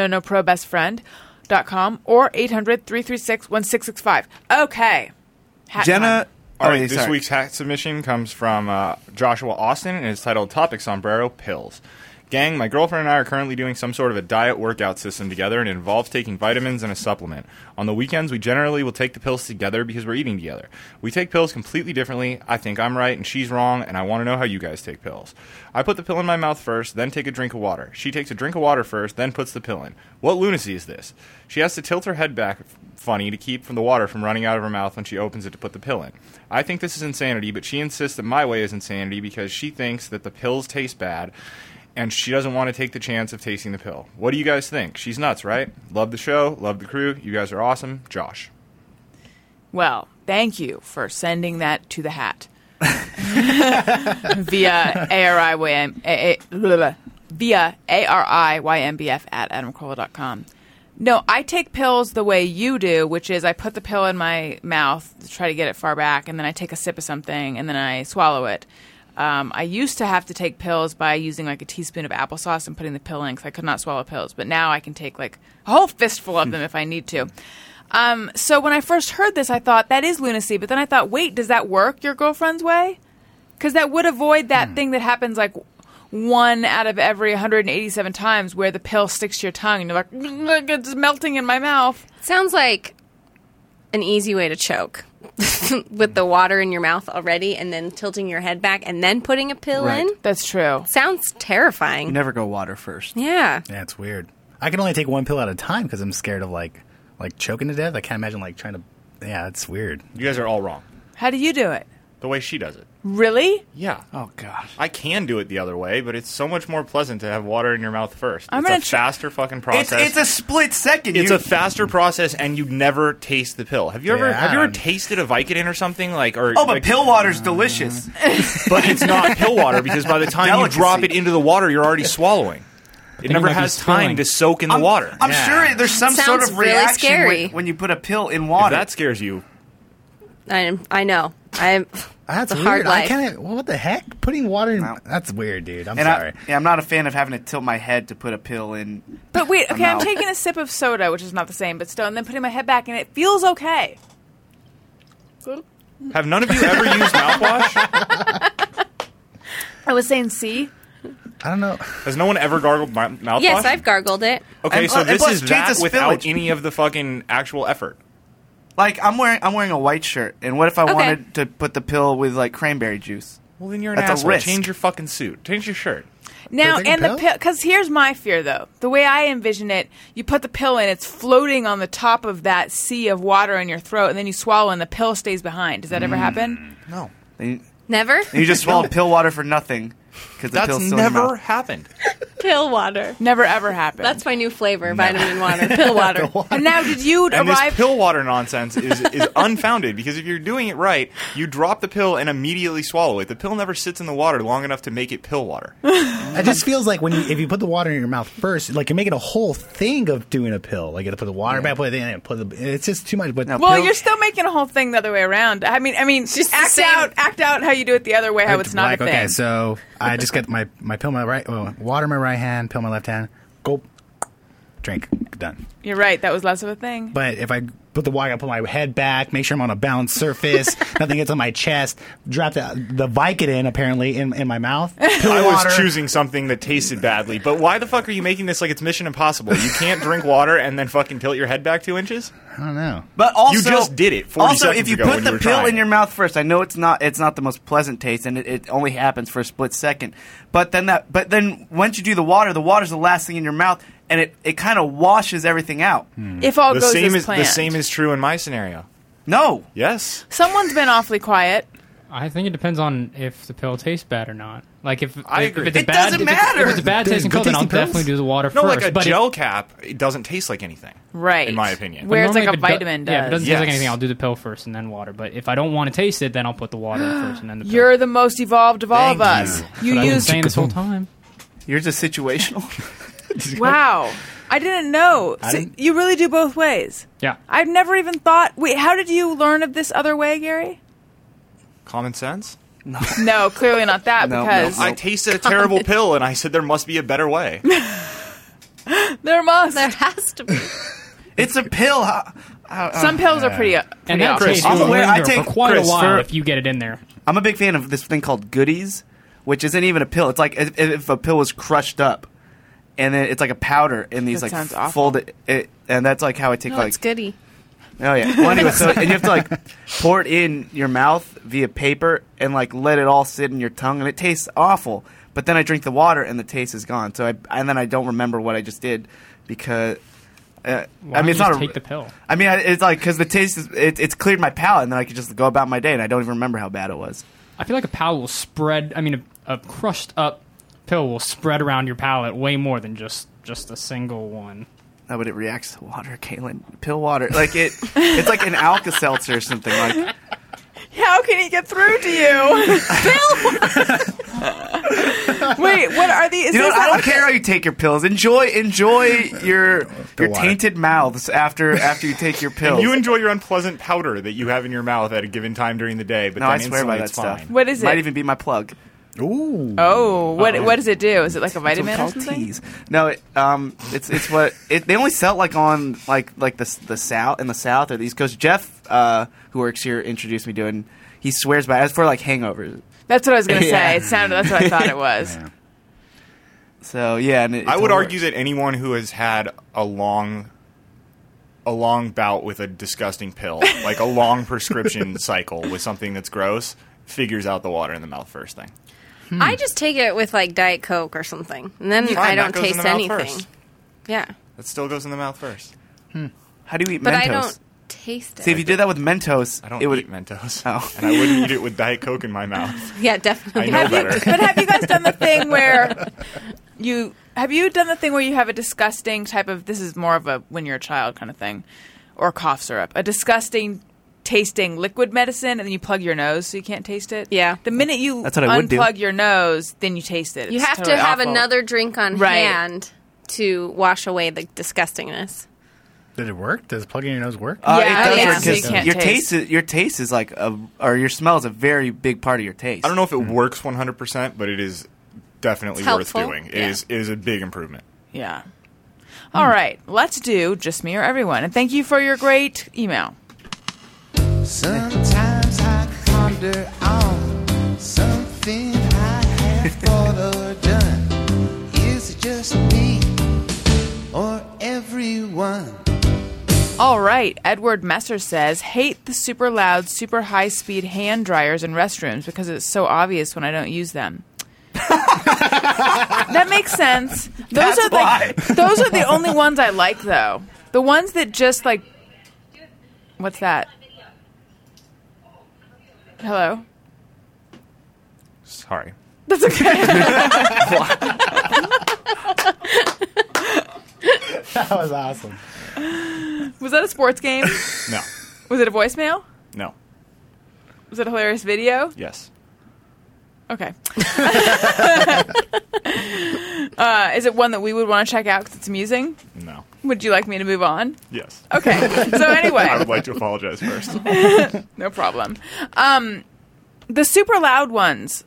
[SPEAKER 3] nonoprobestfriend.com or 800-336-1665. Okay. Hat
[SPEAKER 10] Jenna.
[SPEAKER 3] time.
[SPEAKER 10] All
[SPEAKER 4] Oh,
[SPEAKER 10] right,
[SPEAKER 4] yeah,
[SPEAKER 10] this
[SPEAKER 4] sorry.
[SPEAKER 10] week's hat submission comes from uh, Joshua Austin and is titled Topic Sombrero Pills. Gang, my girlfriend and I are currently doing some sort of a diet workout system together, and it involves taking vitamins and a supplement. On the weekends, we generally will take the pills together because we're eating together. We take pills completely differently. I think I'm right and she's wrong, and I want to know how you guys take pills. I put the pill in my mouth first, then take a drink of water. She takes a drink of water first, then puts the pill in. What lunacy is this? She has to tilt her head back funny to keep from the water from running out of her mouth when she opens it to put the pill in. I think this is insanity, but she insists that my way is insanity because she thinks that the pills taste bad and she doesn't want to take the chance of tasting the pill. What do you guys think? She's nuts, right? Love the show, love the crew. You guys are awesome. Josh.
[SPEAKER 3] Well, thank you for sending that to the hat via ARIYM, A- A- blah, blah, via ARIYMBF at adamcroll.com. No, I take pills the way you do, which is I put the pill in my mouth to try to get it far back, and then I take a sip of something, and then I swallow it. Um, I used to have to take pills by using like a teaspoon of applesauce and putting the pill in because I could not swallow pills, but now I can take like a whole fistful of them if I need to. Um, so when I first heard this, I thought that is lunacy, but then I thought, wait, does that work your girlfriend's way? Because that would avoid that thing that happens like one out of every 187 times where the pill sticks to your tongue and you're like, "Look, it's melting in my mouth.
[SPEAKER 12] Sounds like an easy way to choke with the water in your mouth already and then tilting your head back and then putting a pill
[SPEAKER 8] Right.
[SPEAKER 12] in.
[SPEAKER 3] That's true.
[SPEAKER 12] Sounds
[SPEAKER 8] You
[SPEAKER 12] terrifying.
[SPEAKER 8] never go water first.
[SPEAKER 12] Yeah.
[SPEAKER 8] Yeah, it's weird. I can only take one pill at a time because I'm scared of like like choking to death. I can't imagine like trying to. Yeah, it's weird.
[SPEAKER 10] You guys are all wrong.
[SPEAKER 3] How do you do it?
[SPEAKER 10] The way she does it.
[SPEAKER 3] Really?
[SPEAKER 10] Yeah.
[SPEAKER 4] Oh god.
[SPEAKER 10] I can do it the other way, but it's so much more pleasant to have water in your mouth first.
[SPEAKER 4] I'm
[SPEAKER 10] it's
[SPEAKER 4] gonna
[SPEAKER 10] a
[SPEAKER 4] try-
[SPEAKER 10] faster fucking process.
[SPEAKER 4] It's, it's a split second.
[SPEAKER 10] It's
[SPEAKER 4] you-
[SPEAKER 10] a faster process, and you never taste the pill. Have you ever
[SPEAKER 4] Yeah,
[SPEAKER 10] have you
[SPEAKER 4] I
[SPEAKER 10] ever tasted a Vicodin or something like? Or
[SPEAKER 4] Oh, but
[SPEAKER 10] like-
[SPEAKER 4] pill water's delicious.
[SPEAKER 10] but it's not pill water because by the time
[SPEAKER 4] Delicacy.
[SPEAKER 10] you drop it into the water, you're already swallowing. It
[SPEAKER 4] then
[SPEAKER 10] never
[SPEAKER 4] you'll be
[SPEAKER 10] has time
[SPEAKER 4] spilling.
[SPEAKER 10] to soak in the water.
[SPEAKER 4] I'm sure there's some
[SPEAKER 12] Sounds
[SPEAKER 4] sort of
[SPEAKER 12] really
[SPEAKER 4] reaction
[SPEAKER 12] scary.
[SPEAKER 4] When, when you put a pill in water.
[SPEAKER 10] that scares you.
[SPEAKER 12] I, I know. I'm, it's
[SPEAKER 8] That's
[SPEAKER 12] a
[SPEAKER 8] weird.
[SPEAKER 12] hard
[SPEAKER 8] I
[SPEAKER 12] life.
[SPEAKER 8] can't. What the heck? Putting water in. That's weird, dude. I'm
[SPEAKER 4] and
[SPEAKER 8] sorry.
[SPEAKER 4] I, yeah, I'm not a fan of having to tilt my head to put a pill in.
[SPEAKER 3] But wait,
[SPEAKER 4] my
[SPEAKER 3] okay, I'm
[SPEAKER 4] mouth.
[SPEAKER 3] taking a sip of soda, which is not the same, but still, and then putting my head back, and it feels okay.
[SPEAKER 10] Have none of you ever used mouthwash?
[SPEAKER 3] I was saying, see?
[SPEAKER 8] I don't know.
[SPEAKER 10] Has no one ever gargled mou- mouthwash?
[SPEAKER 12] Yes, I've gargled it.
[SPEAKER 10] Okay,
[SPEAKER 4] And-
[SPEAKER 10] so
[SPEAKER 4] and
[SPEAKER 10] this
[SPEAKER 4] plus
[SPEAKER 10] is
[SPEAKER 4] chance
[SPEAKER 10] that
[SPEAKER 4] of
[SPEAKER 10] without
[SPEAKER 4] spillage.
[SPEAKER 10] any of the fucking actual effort.
[SPEAKER 4] Like I'm wearing I'm wearing a white shirt, and what if I
[SPEAKER 12] Okay.
[SPEAKER 4] wanted to put the pill with like cranberry juice?
[SPEAKER 10] Well, then you're an
[SPEAKER 12] That's a
[SPEAKER 10] asshole.
[SPEAKER 12] risk.
[SPEAKER 10] Change your fucking suit. Change your shirt.
[SPEAKER 3] Now,
[SPEAKER 10] They're taking
[SPEAKER 3] and the
[SPEAKER 10] pills?
[SPEAKER 3] pill, because here's my fear though. The way I envision it, you put the pill in, it's floating on the top of that sea of water in your throat, and then you swallow, and the pill stays behind. Does that ever
[SPEAKER 12] Mm.
[SPEAKER 3] happen?
[SPEAKER 10] No.
[SPEAKER 12] And you,
[SPEAKER 11] Never?
[SPEAKER 12] and you just swallowed pill water for nothing because the
[SPEAKER 10] That's
[SPEAKER 12] pill's still in your
[SPEAKER 10] never
[SPEAKER 12] mouth.
[SPEAKER 10] happened.
[SPEAKER 11] Pill water.
[SPEAKER 3] Never ever happened.
[SPEAKER 11] That's my new flavor, vitamin water. Pill water.
[SPEAKER 3] And now, did you
[SPEAKER 10] And
[SPEAKER 3] arrive?
[SPEAKER 10] this pill water nonsense is, is unfounded because if you're doing it right, you drop the pill and immediately swallow it. The pill never sits in the water long enough to make it pill water.
[SPEAKER 8] It just feels like when you if you put the water in your mouth first, like you're making a whole thing of doing a pill. Like you got to put the water back, put it in, and put the. It's just too much. But
[SPEAKER 3] well, you're still making a whole thing the other way around. I mean, I mean, just act out, act out how you do it the other way. How it's not
[SPEAKER 8] like
[SPEAKER 3] a thing.
[SPEAKER 8] okay, so I just got my my pill in my right, oh, water in my right hand, pill in my left hand. Go, drink, done.
[SPEAKER 3] You're right. That was less of a thing.
[SPEAKER 8] But if I put the water, I put my head back, make sure I'm on a balanced surface, nothing gets on my chest. Drop the the Vicodin apparently in in my mouth.
[SPEAKER 10] I
[SPEAKER 8] water.
[SPEAKER 10] was choosing something that tasted badly, but why the fuck are you making this like it's Mission Impossible? You can't drink water and then fucking tilt your head back two inches.
[SPEAKER 8] I don't know.
[SPEAKER 12] But also,
[SPEAKER 10] you just did it. 40
[SPEAKER 12] Also, if
[SPEAKER 10] seconds
[SPEAKER 12] you
[SPEAKER 10] ago
[SPEAKER 12] put
[SPEAKER 10] when
[SPEAKER 12] the
[SPEAKER 10] were
[SPEAKER 12] pill
[SPEAKER 10] trying.
[SPEAKER 12] in your mouth first, I know it's not it's not the most pleasant taste, and it, it only happens for a split second. But then that, but then once you do the water, the water's the last thing in your mouth, and it, it kind of washes everything out.
[SPEAKER 3] If all
[SPEAKER 10] the
[SPEAKER 3] goes
[SPEAKER 10] same
[SPEAKER 3] as
[SPEAKER 10] is
[SPEAKER 3] planned.
[SPEAKER 10] the same is true in my scenario.
[SPEAKER 12] No.
[SPEAKER 10] Yes.
[SPEAKER 3] Someone's been awfully quiet.
[SPEAKER 18] I think it depends on if the pill tastes bad or not. Like if
[SPEAKER 10] I
[SPEAKER 18] if,
[SPEAKER 10] agree.
[SPEAKER 18] if it's a
[SPEAKER 10] It
[SPEAKER 18] bad,
[SPEAKER 10] doesn't
[SPEAKER 18] if it's-
[SPEAKER 10] matter.
[SPEAKER 18] If it's a bad
[SPEAKER 10] Dude,
[SPEAKER 18] tasting
[SPEAKER 10] good
[SPEAKER 18] pill, then I'll
[SPEAKER 10] tasting pills?
[SPEAKER 18] definitely do the water
[SPEAKER 10] No,
[SPEAKER 18] first.
[SPEAKER 10] like a
[SPEAKER 18] but
[SPEAKER 10] gel
[SPEAKER 18] if,
[SPEAKER 10] cap, it doesn't taste like anything.
[SPEAKER 3] Right.
[SPEAKER 10] In my opinion.
[SPEAKER 18] but
[SPEAKER 3] Where it's
[SPEAKER 18] normally
[SPEAKER 3] like
[SPEAKER 18] if
[SPEAKER 3] a
[SPEAKER 18] it do-
[SPEAKER 3] vitamin
[SPEAKER 18] Yeah, if it
[SPEAKER 3] does.
[SPEAKER 18] doesn't taste like
[SPEAKER 3] Yes.
[SPEAKER 18] anything, I'll do the pill first and then water. But if I don't want to taste it, then I'll put the water in first and then the pill.
[SPEAKER 3] You're the most evolved of all of
[SPEAKER 18] Thank
[SPEAKER 3] us.
[SPEAKER 18] But
[SPEAKER 3] You
[SPEAKER 18] I've been
[SPEAKER 3] used
[SPEAKER 18] saying this whole time.
[SPEAKER 12] You're just situational.
[SPEAKER 3] Wow. I didn't know.
[SPEAKER 12] I
[SPEAKER 3] So
[SPEAKER 12] didn't-
[SPEAKER 3] you really do both ways.
[SPEAKER 18] Yeah.
[SPEAKER 3] I've never even thought. Wait, how did you learn of this other way, Gary?
[SPEAKER 10] Common sense? No.
[SPEAKER 3] No, clearly not that because
[SPEAKER 10] I tasted a terrible pill and I said there must be a better way.
[SPEAKER 3] there must there
[SPEAKER 11] has to be.
[SPEAKER 12] it's a pill.
[SPEAKER 3] Some pills are pretty. Uh,
[SPEAKER 18] And
[SPEAKER 12] Yeah,
[SPEAKER 18] that
[SPEAKER 12] Chris,
[SPEAKER 18] tastes
[SPEAKER 12] I'm
[SPEAKER 18] will
[SPEAKER 12] aware- I
[SPEAKER 18] linger
[SPEAKER 12] take-
[SPEAKER 18] for quite
[SPEAKER 12] Chris,
[SPEAKER 18] a while
[SPEAKER 12] for-
[SPEAKER 18] if you get it in there.
[SPEAKER 12] I'm a big fan of this thing called goodies, which isn't even a pill. It's like if, if a pill was crushed up, and then it's like a powder, and these
[SPEAKER 11] That
[SPEAKER 12] like
[SPEAKER 11] sounds awful.
[SPEAKER 12] fold it, it, and that's like how I take
[SPEAKER 11] No,
[SPEAKER 12] like
[SPEAKER 11] it's goody.
[SPEAKER 12] Oh yeah. Well, anyway, so and you have to like pour it in your mouth via paper and like let it all sit in your tongue, and it tastes awful. But then I drink the water, and the taste is gone. So I and then I don't remember what I just did because. Uh,
[SPEAKER 18] Why
[SPEAKER 12] I mean, it's
[SPEAKER 18] don't you
[SPEAKER 12] not
[SPEAKER 18] just
[SPEAKER 12] a,
[SPEAKER 18] take the pill?
[SPEAKER 12] I mean, I- it's like because the taste is it, it's cleared my palate, and then I could just go about my day, and I don't even remember how bad it was.
[SPEAKER 18] I feel like a palate will spread. I mean, a, a crushed up pill will spread around your palate way more than just just a single one.
[SPEAKER 12] How would it reacts to water, Caitlin? Pill water, like it, it's like an Alka Seltzer or something. Like
[SPEAKER 3] How can he get through to you, Bill? Wait, what are the? Is
[SPEAKER 12] you know,
[SPEAKER 3] this
[SPEAKER 12] what? I
[SPEAKER 3] how-
[SPEAKER 12] don't care how you take your pills. Enjoy, enjoy your your
[SPEAKER 10] water.
[SPEAKER 12] tainted mouths after after you take your pills.
[SPEAKER 10] And you enjoy your unpleasant powder that you have in your mouth at a given time during the day, but
[SPEAKER 12] No,
[SPEAKER 10] then
[SPEAKER 12] I swear by
[SPEAKER 10] instantly
[SPEAKER 12] that
[SPEAKER 10] it's
[SPEAKER 12] stuff.
[SPEAKER 10] fine.
[SPEAKER 3] What is
[SPEAKER 12] Might
[SPEAKER 3] it?
[SPEAKER 12] even be my plug.
[SPEAKER 8] Ooh.
[SPEAKER 3] Oh, what
[SPEAKER 12] Uh-oh.
[SPEAKER 3] what does it do? Is it like a
[SPEAKER 12] It's
[SPEAKER 3] vitamin or
[SPEAKER 12] called
[SPEAKER 3] something?
[SPEAKER 12] teas. No, it, um, it's it's what it, they only sell like on like like the the south in the south or the east coast. Jeff, uh, who works here, introduced me to it. And he swears by it. as for like hangovers.
[SPEAKER 3] That's what I was gonna
[SPEAKER 12] Yeah.
[SPEAKER 3] say. It sounded. That's what I thought it was.
[SPEAKER 12] So yeah, and it,
[SPEAKER 10] I
[SPEAKER 12] it
[SPEAKER 10] would
[SPEAKER 12] totally
[SPEAKER 10] argue that anyone who has had a long a long bout with a disgusting pill, like a long prescription cycle with something that's gross, figures out the water in the mouth first thing.
[SPEAKER 11] I just take it with like Diet Coke or something, and then
[SPEAKER 10] Fine,
[SPEAKER 11] I don't
[SPEAKER 10] that goes in
[SPEAKER 11] taste
[SPEAKER 10] the mouth
[SPEAKER 11] anything.
[SPEAKER 10] first.
[SPEAKER 11] Yeah,
[SPEAKER 10] That still goes in the mouth first.
[SPEAKER 12] works. How do you eat
[SPEAKER 11] but
[SPEAKER 12] Mentos?
[SPEAKER 11] I don't taste it.
[SPEAKER 12] See, if you did that with Mentos,
[SPEAKER 10] I don't
[SPEAKER 12] it would
[SPEAKER 10] eat Mentos.
[SPEAKER 12] Oh.
[SPEAKER 10] And I wouldn't eat it with Diet Coke in my mouth.
[SPEAKER 11] yeah, definitely.
[SPEAKER 10] I know better.
[SPEAKER 3] But have you guys done the thing where you have you done the thing where you have a disgusting type of this is more of a when you're a child kind of thing, or cough syrup, a disgusting tasting liquid medicine, and then you plug your nose so you can't taste it. Yeah, the minute you
[SPEAKER 12] That's what I would do.
[SPEAKER 3] unplug your nose, then you taste it.
[SPEAKER 11] You
[SPEAKER 3] It's
[SPEAKER 11] have
[SPEAKER 3] totally
[SPEAKER 11] to have
[SPEAKER 3] awful.
[SPEAKER 11] another drink on
[SPEAKER 3] Right.
[SPEAKER 11] hand to wash away the disgustingness.
[SPEAKER 8] Did it work? Does plugging your nose work?
[SPEAKER 12] Uh,
[SPEAKER 11] Yeah,
[SPEAKER 12] it does
[SPEAKER 11] yeah.
[SPEAKER 12] work
[SPEAKER 11] So you
[SPEAKER 12] 'cause
[SPEAKER 11] can't
[SPEAKER 12] your
[SPEAKER 11] taste.
[SPEAKER 12] taste. is, your taste is like a or your smell is a very big part of your taste.
[SPEAKER 10] I don't know if it works 100%, but it is definitely
[SPEAKER 3] It's
[SPEAKER 10] worth
[SPEAKER 3] helpful.
[SPEAKER 10] doing. It
[SPEAKER 3] Yeah.
[SPEAKER 10] is it is a big improvement.
[SPEAKER 3] Yeah. All right, let's do just me or everyone, and thank you for your great email.
[SPEAKER 19] Sometimes I ponder on something I have thought or done. Is it just me or everyone?
[SPEAKER 3] All right, Edward Messer says, hate the super loud, super high speed hand dryers in restrooms because it's so obvious when I don't use them. that makes sense. Those
[SPEAKER 7] That's
[SPEAKER 3] are the
[SPEAKER 7] why.
[SPEAKER 3] those are the only ones I like though. The ones that just like What's that? Hello.
[SPEAKER 11] Sorry.
[SPEAKER 3] That's okay.
[SPEAKER 8] that was awesome.
[SPEAKER 3] Was that a sports game?
[SPEAKER 11] No.
[SPEAKER 3] Was it a voicemail?
[SPEAKER 11] No.
[SPEAKER 3] Was it a hilarious video?
[SPEAKER 11] Yes.
[SPEAKER 3] Okay. uh, is it one that we would want to check out because it's amusing?
[SPEAKER 11] No.
[SPEAKER 3] Would you like me to move on?
[SPEAKER 11] Yes.
[SPEAKER 3] Okay. So anyway,
[SPEAKER 11] I would like to apologize first.
[SPEAKER 3] no problem. Um, the super loud ones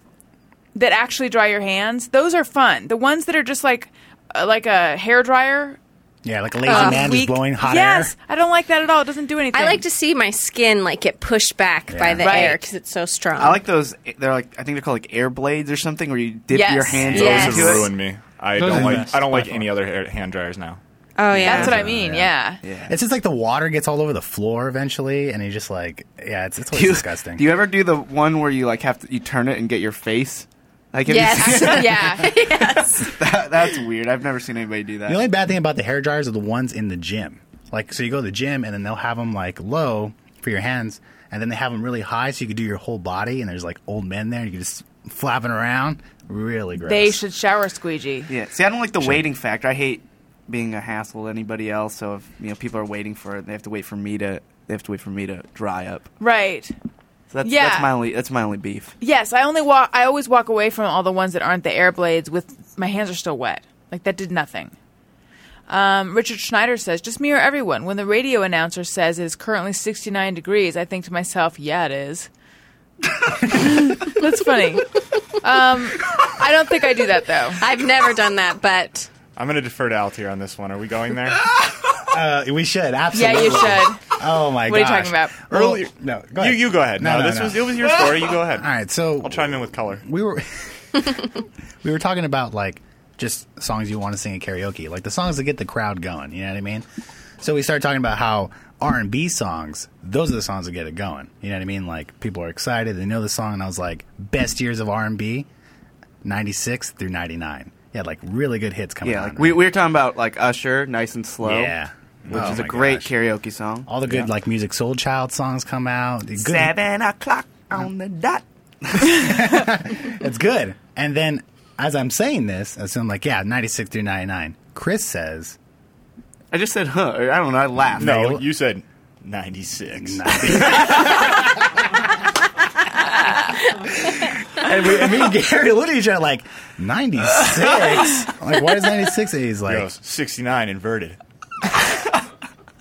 [SPEAKER 3] that actually dry your hands, those are fun. The ones that are just like uh, like a hair dryer.
[SPEAKER 8] Yeah, like a lazy
[SPEAKER 3] Uh,
[SPEAKER 8] man
[SPEAKER 3] weak-
[SPEAKER 8] who's blowing hot
[SPEAKER 3] yes,
[SPEAKER 8] air.
[SPEAKER 3] I don't like that at all. It doesn't do anything.
[SPEAKER 12] I like to see my skin like get pushed back by the
[SPEAKER 3] Right.
[SPEAKER 12] air because it's so strong.
[SPEAKER 10] I like those. They're like I think they're called like air blades or something, where you dip
[SPEAKER 12] Yes.
[SPEAKER 10] your hands
[SPEAKER 12] Those
[SPEAKER 10] into
[SPEAKER 11] have
[SPEAKER 10] it.
[SPEAKER 11] ruined me. I
[SPEAKER 10] Those
[SPEAKER 11] don't
[SPEAKER 10] are the
[SPEAKER 11] like.
[SPEAKER 10] best,
[SPEAKER 11] I don't
[SPEAKER 10] by
[SPEAKER 11] like any other hair- hand dryers now.
[SPEAKER 3] Oh
[SPEAKER 11] yeah.
[SPEAKER 3] that's what I mean. Yeah.
[SPEAKER 8] It's just like the water gets all over the floor eventually, and you just like, yeah, it's, it's always
[SPEAKER 10] You-
[SPEAKER 8] disgusting.
[SPEAKER 10] Do you ever do the one where you like have to you turn it and get your face? Like have you
[SPEAKER 8] Yes.
[SPEAKER 10] seen-
[SPEAKER 12] yeah.
[SPEAKER 10] that, that's weird. I've never seen anybody do that.
[SPEAKER 8] The only bad thing about the hair dryers are the ones in the gym. Like, so you go to the gym and then they'll have them like low for your hands, and then they have them really high so you can do your whole body. And there's like old men there, and you can just flapping around. Really gross.
[SPEAKER 3] They should shower squeegee.
[SPEAKER 10] Yeah. See, I don't like the
[SPEAKER 8] Sure.
[SPEAKER 10] waiting factor. I hate being a hassle to anybody else. So if you know people are waiting for it, they have to wait for me to. They have to wait for me to dry up.
[SPEAKER 3] Right.
[SPEAKER 10] So that's,
[SPEAKER 3] Yeah.
[SPEAKER 10] that's my only. That's my only beef.
[SPEAKER 3] Yes, I only walk. I always walk away from all the ones that aren't the air blades. With my hands are still wet. Like that did nothing. Um, Richard Schneider says, just mirror everyone. When the radio announcer says it is currently 69 degrees, I think to myself, yeah, it is. That's funny. Um, I don't think I do that though.
[SPEAKER 12] I've never done that, but
[SPEAKER 11] I'm going to defer to Altier on this one. Are we going there?
[SPEAKER 8] Uh, we should absolutely.
[SPEAKER 3] Yeah, you should.
[SPEAKER 8] Oh my god.
[SPEAKER 3] What are you talking about?
[SPEAKER 8] Earlier, no, go ahead.
[SPEAKER 11] You- you go ahead. No, this was- it was your story. You go ahead.
[SPEAKER 8] All right, so I'll
[SPEAKER 11] chime in with color.
[SPEAKER 8] We were we were talking about like just songs you want to sing at karaoke, like the songs that get the crowd going. You know what I mean? So we started talking about how R and B songs; those are the songs that get it going. You know what I mean? Like people are excited, they know the song, and I was like, best years of R and B, ninety six through ninety nine. Yeah, like really good hits coming
[SPEAKER 10] yeah.
[SPEAKER 8] out.
[SPEAKER 10] Like we, we were talking about like Usher, nice and slow.
[SPEAKER 8] Yeah.
[SPEAKER 10] Which
[SPEAKER 8] Oh
[SPEAKER 10] is a
[SPEAKER 8] my
[SPEAKER 10] great karaoke song.
[SPEAKER 8] All the good like music soul child songs come out. Good-
[SPEAKER 10] Seven o'clock on the dot.
[SPEAKER 8] It's good. And then as I'm saying this, as I'm like, yeah, 96 through 99, Chris says,
[SPEAKER 10] I just said, huh. I don't know. I laughed.
[SPEAKER 11] No, you said 96.
[SPEAKER 8] and, we, and me and Gary looked at each other like, 96? like, why is 96? And he's like,
[SPEAKER 11] 69 inverted.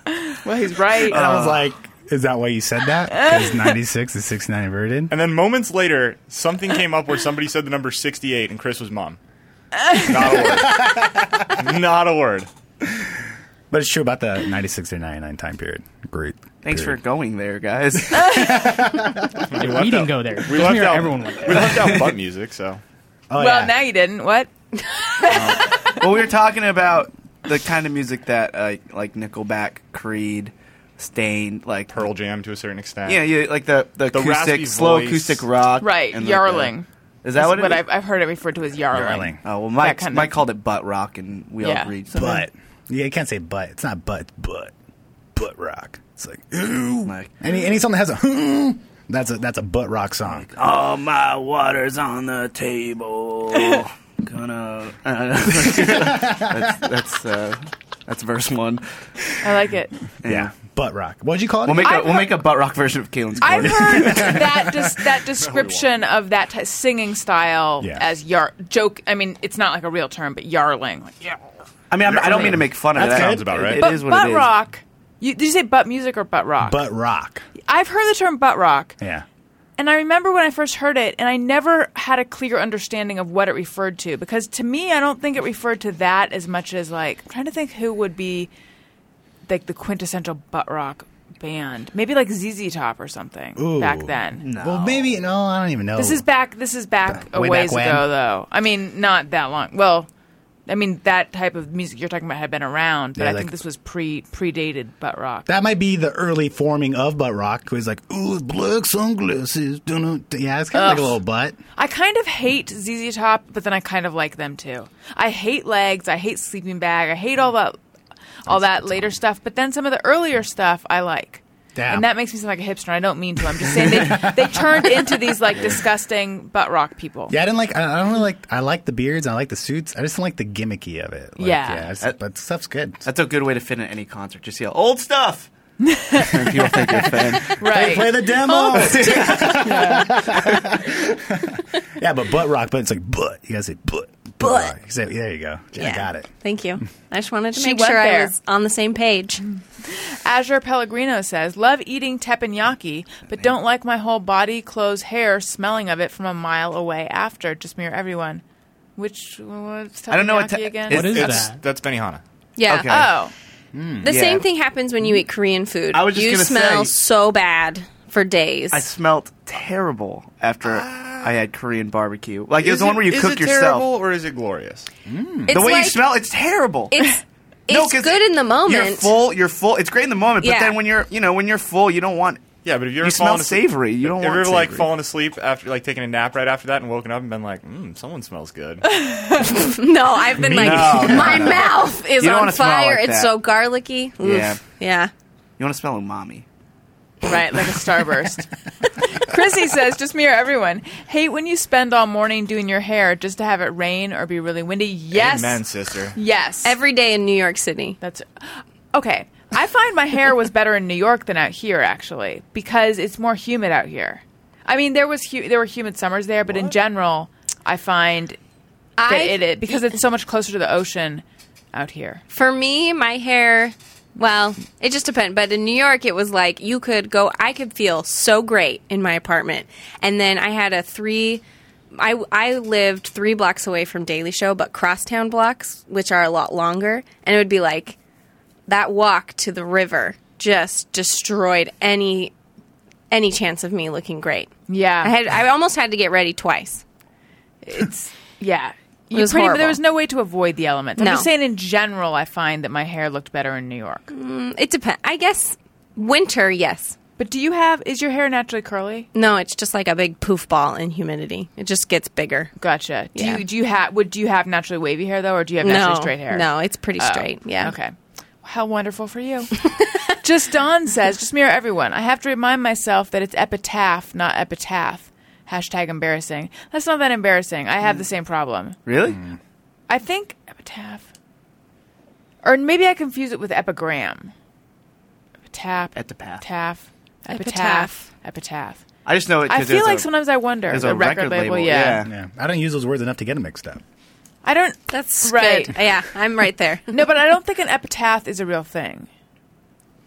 [SPEAKER 3] Well, Oh, he's right.
[SPEAKER 8] and
[SPEAKER 10] Uh.
[SPEAKER 8] I was like, is that why you said that? Because 96 is 69 inverted?
[SPEAKER 11] And then moments later, something came up where somebody said the number 68 and Chris was mom. Not a word. Not a word.
[SPEAKER 8] But it's true about the 96 through 99 time period. Great.
[SPEAKER 10] Thanks
[SPEAKER 8] period.
[SPEAKER 10] for going there, guys.
[SPEAKER 11] We,
[SPEAKER 8] left
[SPEAKER 9] didn't
[SPEAKER 8] out-
[SPEAKER 9] go there.
[SPEAKER 11] We
[SPEAKER 9] Just
[SPEAKER 11] left
[SPEAKER 9] mirror
[SPEAKER 11] out,
[SPEAKER 9] everyone went there.
[SPEAKER 11] we left out butt music, so.
[SPEAKER 8] Oh,
[SPEAKER 3] well, now you didn't. What?
[SPEAKER 10] well, we were talking about the kind of music that uh, like Nickelback, Creed, Stain, like
[SPEAKER 11] Pearl Jam to a certain extent.
[SPEAKER 10] Yeah, yeah, like the the,
[SPEAKER 11] The raspy
[SPEAKER 10] acoustic, slow
[SPEAKER 11] voice.
[SPEAKER 10] acoustic rock,
[SPEAKER 3] Right,
[SPEAKER 10] and like
[SPEAKER 3] yarling.
[SPEAKER 10] the- is that what it
[SPEAKER 3] But
[SPEAKER 10] is?
[SPEAKER 3] I've, I've heard it referred to as yarling.
[SPEAKER 10] Oh well,
[SPEAKER 3] That
[SPEAKER 10] Mike
[SPEAKER 3] kind of-
[SPEAKER 10] Mike called it butt rock, and we all
[SPEAKER 3] Yeah.
[SPEAKER 10] agreed.
[SPEAKER 8] But. Yeah, you can't say but. It's not but, it's but. Butt rock. It's like, ooh.
[SPEAKER 10] Like-
[SPEAKER 8] any, any song that has a, "Hmm," that's a, that's a butt rock song.
[SPEAKER 10] all my water's on the table. Gonna. uh, that's that's uh, that's verse one.
[SPEAKER 3] I like it.
[SPEAKER 10] Yeah.
[SPEAKER 8] butt rock. What'd you call it?
[SPEAKER 10] We'll make a
[SPEAKER 8] again?
[SPEAKER 10] we'll make a butt rock version of Kalen's.
[SPEAKER 3] I've
[SPEAKER 10] chorus.
[SPEAKER 3] heard that des- that description of that t- singing style
[SPEAKER 10] Yeah.
[SPEAKER 3] as yar joke. I mean, it's not like a real term, but yarling. Like, yeah.
[SPEAKER 10] I mean, I'm, I don't mean to make fun of
[SPEAKER 8] That's
[SPEAKER 10] that.
[SPEAKER 8] good. Sounds about right.
[SPEAKER 10] It
[SPEAKER 3] but
[SPEAKER 10] is what
[SPEAKER 3] butt
[SPEAKER 10] it is.
[SPEAKER 3] rock. You, did you say butt music or butt rock?
[SPEAKER 8] butt rock.
[SPEAKER 3] I've heard the term butt rock,
[SPEAKER 8] Yeah.
[SPEAKER 3] and I remember when I first heard it, and I never had a clear understanding of what it referred to because to me, I don't think it referred to that as much as like I'm trying to think who would be like the quintessential butt rock band, maybe like ZZ Top or something
[SPEAKER 8] Ooh.
[SPEAKER 3] back then.
[SPEAKER 8] Well, maybe no. I don't even know.
[SPEAKER 3] This is back. This is back a
[SPEAKER 8] Oh. Way back
[SPEAKER 3] ways
[SPEAKER 8] when?
[SPEAKER 3] ago, though. I mean, not that long. Well, I mean, that type of music you're talking about had been around, but
[SPEAKER 8] Yeah,
[SPEAKER 3] I
[SPEAKER 8] like-
[SPEAKER 3] think this was pre predated butt rock.
[SPEAKER 8] That might be the early forming of butt rock. It was like, ooh, black sunglasses. Dun-dun. Yeah, it's kind of like
[SPEAKER 3] Ugh.
[SPEAKER 8] a little butt.
[SPEAKER 3] I kind of hate ZZ Top, but then I kind of like them too. I hate legs. I hate sleeping bag. I hate all that, all that later stuff. But then some of the earlier stuff I like.
[SPEAKER 8] Damn.
[SPEAKER 3] And that makes me sound like a hipster. I don't mean to. I'm just saying they, they turned into these like disgusting butt rock people.
[SPEAKER 8] Yeah, I didn't like. I I don't really like. I like the beards. and I like the suits. I just don't like the gimmicky of it. Like,
[SPEAKER 3] Yeah.
[SPEAKER 8] it's- but stuff's good.
[SPEAKER 10] That's a good way to fit in any concert. Just yell old stuff. and people think you're a fan.
[SPEAKER 3] Right.
[SPEAKER 8] play the demo. yeah, but butt rock. But it's like butt. You gotta say butt. Butt. rock. You say- there you go. Yeah, I got it.
[SPEAKER 12] Thank you. I just wanted to
[SPEAKER 3] She
[SPEAKER 12] make
[SPEAKER 3] went
[SPEAKER 12] sure I
[SPEAKER 3] there.
[SPEAKER 12] was on the same page.
[SPEAKER 3] Azure Pellegrino says, Love eating teppanyaki, but don't like my whole body, clothes, hair smelling of it from a mile away after. Just mirror everyone. Which was teppanyaki
[SPEAKER 11] I don't know what te-
[SPEAKER 3] again?
[SPEAKER 11] it's- it's- That's Benihana.
[SPEAKER 12] Yeah.
[SPEAKER 11] Okay.
[SPEAKER 3] Oh.
[SPEAKER 12] The same thing happens when you eat Korean food.
[SPEAKER 10] I was just
[SPEAKER 12] you
[SPEAKER 10] gonna
[SPEAKER 12] smell
[SPEAKER 10] say-
[SPEAKER 12] so bad for days.
[SPEAKER 10] I smelt terrible after I had Korean barbecue. Like it was
[SPEAKER 11] Is
[SPEAKER 10] the one where you
[SPEAKER 11] is
[SPEAKER 10] cook
[SPEAKER 11] it
[SPEAKER 10] yourself. Mm.
[SPEAKER 11] terrible or is it glorious?
[SPEAKER 10] The
[SPEAKER 12] It's
[SPEAKER 10] way
[SPEAKER 12] like-
[SPEAKER 10] you smell, it's terrible.
[SPEAKER 12] It's
[SPEAKER 10] No,
[SPEAKER 12] it's
[SPEAKER 10] 'cause
[SPEAKER 12] good in the
[SPEAKER 10] You're
[SPEAKER 12] moment.
[SPEAKER 10] full. You're full. It's great in the moment,
[SPEAKER 12] Yeah.
[SPEAKER 10] but then when you're, you know, when you're full, you don't want.
[SPEAKER 11] Yeah, but if you're
[SPEAKER 10] you smell savory, you don't
[SPEAKER 11] Have
[SPEAKER 10] want
[SPEAKER 11] you ever like
[SPEAKER 10] savory.
[SPEAKER 11] fallen asleep after like taking a nap right after that and woken up and been like, mm, someone smells good.
[SPEAKER 12] no, I've been
[SPEAKER 11] Me
[SPEAKER 12] like
[SPEAKER 11] neither. No,
[SPEAKER 12] my
[SPEAKER 11] no, no.
[SPEAKER 12] mouth is
[SPEAKER 11] You don't
[SPEAKER 12] on
[SPEAKER 11] wanna smell
[SPEAKER 12] fire.
[SPEAKER 11] like
[SPEAKER 12] it's
[SPEAKER 11] that.
[SPEAKER 12] so garlicky. Oof.
[SPEAKER 10] Yeah.
[SPEAKER 12] Yeah.
[SPEAKER 10] You want to smell umami.
[SPEAKER 3] Oh, Right, like a starburst. Chrissy says, just mirror everyone. Hate when you spend all morning doing your hair just to have it rain or be really windy. Yes.
[SPEAKER 11] sister.
[SPEAKER 3] Yes.
[SPEAKER 12] Every day in New York City.
[SPEAKER 3] That's okay. I find my hair was better in New York than out here, actually, because it's more humid out here. I mean, there was hu- there were humid summers there, but in general, I find that
[SPEAKER 12] I-
[SPEAKER 3] it, it because it's so much closer to the ocean out here.
[SPEAKER 12] For me, my hair, well, it just depends. But in New York, it was like you could go, I could feel so great in my apartment. And then I had a three, I, I lived three blocks away from Daily Show, but crosstown blocks, which are a lot longer. And it would be like that walk to the river just destroyed any any chance of me looking great.
[SPEAKER 3] Yeah.
[SPEAKER 12] I had I almost had to get ready twice.
[SPEAKER 3] It's yeah.
[SPEAKER 12] It was
[SPEAKER 3] pretty, there
[SPEAKER 12] horrible.
[SPEAKER 3] was no way to avoid the elements. I'm
[SPEAKER 12] No.
[SPEAKER 3] just saying, in general, I find that my hair looked better in New York.
[SPEAKER 12] Mm, it depends. I guess winter, yes.
[SPEAKER 3] But do you have? Is your hair naturally curly?
[SPEAKER 12] No, it's just like a big poof ball in humidity. It just gets bigger.
[SPEAKER 3] Gotcha. Do
[SPEAKER 12] Yeah.
[SPEAKER 3] you do you have? Would do you have naturally wavy hair though, or do you have
[SPEAKER 12] No.
[SPEAKER 3] naturally straight hair? Oh,
[SPEAKER 12] No, it's pretty straight, yeah.
[SPEAKER 3] Okay. How wonderful for you. just Don says, just mirror everyone. I have to remind myself that it's epitaph, not epitaph. Hashtag embarrassing. That's not that embarrassing. I have the same problem.
[SPEAKER 10] Really?
[SPEAKER 3] Mm. I think epitaph, or maybe I confuse it with epigram. Epitaph.
[SPEAKER 10] Epitaph.
[SPEAKER 3] Epitaph. Epitaph.
[SPEAKER 12] Epitaph.
[SPEAKER 3] Epitaph.
[SPEAKER 10] I just know it.
[SPEAKER 3] I
[SPEAKER 10] 'cause
[SPEAKER 3] feel
[SPEAKER 10] there's
[SPEAKER 3] like
[SPEAKER 10] a-
[SPEAKER 3] sometimes I wonder.
[SPEAKER 10] there's
[SPEAKER 3] The
[SPEAKER 10] a
[SPEAKER 3] record label, yeah.
[SPEAKER 8] I don't use those words enough to get them mixed up.
[SPEAKER 3] I don't.
[SPEAKER 12] That's
[SPEAKER 3] right.
[SPEAKER 12] good. Yeah, I'm right there.
[SPEAKER 3] no, but I don't think an epitaph is a real thing.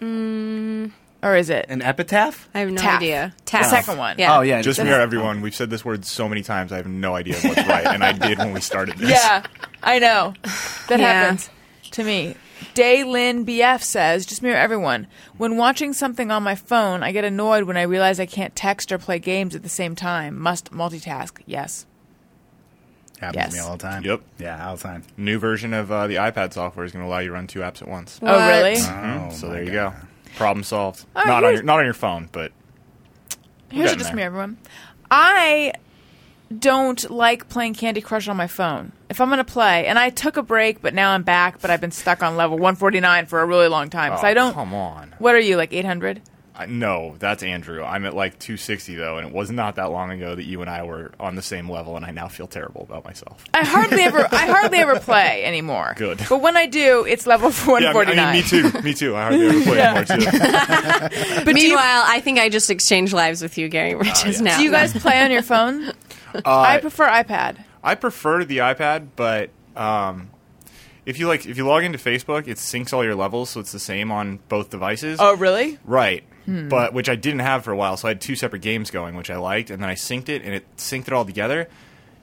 [SPEAKER 12] Mm,
[SPEAKER 3] Or is it?
[SPEAKER 10] An epitaph? Oh,
[SPEAKER 12] I have no
[SPEAKER 3] Taf.
[SPEAKER 12] idea.
[SPEAKER 3] The
[SPEAKER 12] Taf.
[SPEAKER 3] second one.
[SPEAKER 12] Yeah.
[SPEAKER 11] Just
[SPEAKER 12] The-
[SPEAKER 11] mirror everyone. We've said this word so many times. I have no idea what's right, and I did when we started this.
[SPEAKER 3] Yeah, I know. That
[SPEAKER 12] Yeah.
[SPEAKER 3] happens to me. Day Lynn BF says, just mirror everyone. When watching something on my phone, I get annoyed when I realize I can't text or play games at the same time. Must multitask. Yes.
[SPEAKER 8] Happens
[SPEAKER 3] Yes.
[SPEAKER 8] to me all the time.
[SPEAKER 11] Yep.
[SPEAKER 8] Yeah, all the time.
[SPEAKER 11] New version of uh, the iPad software is going to allow you to run two apps at once.
[SPEAKER 3] Oh, What? really?
[SPEAKER 11] Mhm. so there you go. Problem solved.
[SPEAKER 3] All right,
[SPEAKER 11] not on
[SPEAKER 3] here's-
[SPEAKER 11] your not on your phone, but We're
[SPEAKER 3] Here's a
[SPEAKER 11] getting
[SPEAKER 3] just
[SPEAKER 11] there.
[SPEAKER 3] mirror everyone. I don't like playing Candy Crush on my phone. If I'm going to play, and I took a break, but now I'm back, but I've been stuck on level 149 for a really long time. so
[SPEAKER 11] Oh,
[SPEAKER 3] I don't.
[SPEAKER 11] come on.
[SPEAKER 3] What are you, like 800?
[SPEAKER 11] I, no, that's Andrew. I'm at like 260 though, and it was not that long ago that you and I were on the same level, and I now feel terrible about myself.
[SPEAKER 3] I hardly ever I hardly ever play anymore.
[SPEAKER 11] Good.
[SPEAKER 3] But when I do, it's level
[SPEAKER 11] Yeah, I
[SPEAKER 3] 149.
[SPEAKER 11] mean, me too. Me too. I hardly ever play
[SPEAKER 3] Yeah.
[SPEAKER 11] anymore too.
[SPEAKER 12] But Meanwhile, I think I just exchanged lives with you,
[SPEAKER 10] Oh,
[SPEAKER 12] Gary Riches. Now,
[SPEAKER 3] Do you guys play on your phone?
[SPEAKER 10] Uh,
[SPEAKER 3] I prefer iPad.
[SPEAKER 11] I prefer the iPad, but um, if you like, if you log into Facebook, it syncs all your levels, so it's the same on both devices.
[SPEAKER 3] Oh, really?
[SPEAKER 11] Right.
[SPEAKER 3] Hmm.
[SPEAKER 11] But which I didn't have for a while, so I had two separate games going, which I liked, and then I synced it, and it synced it all together,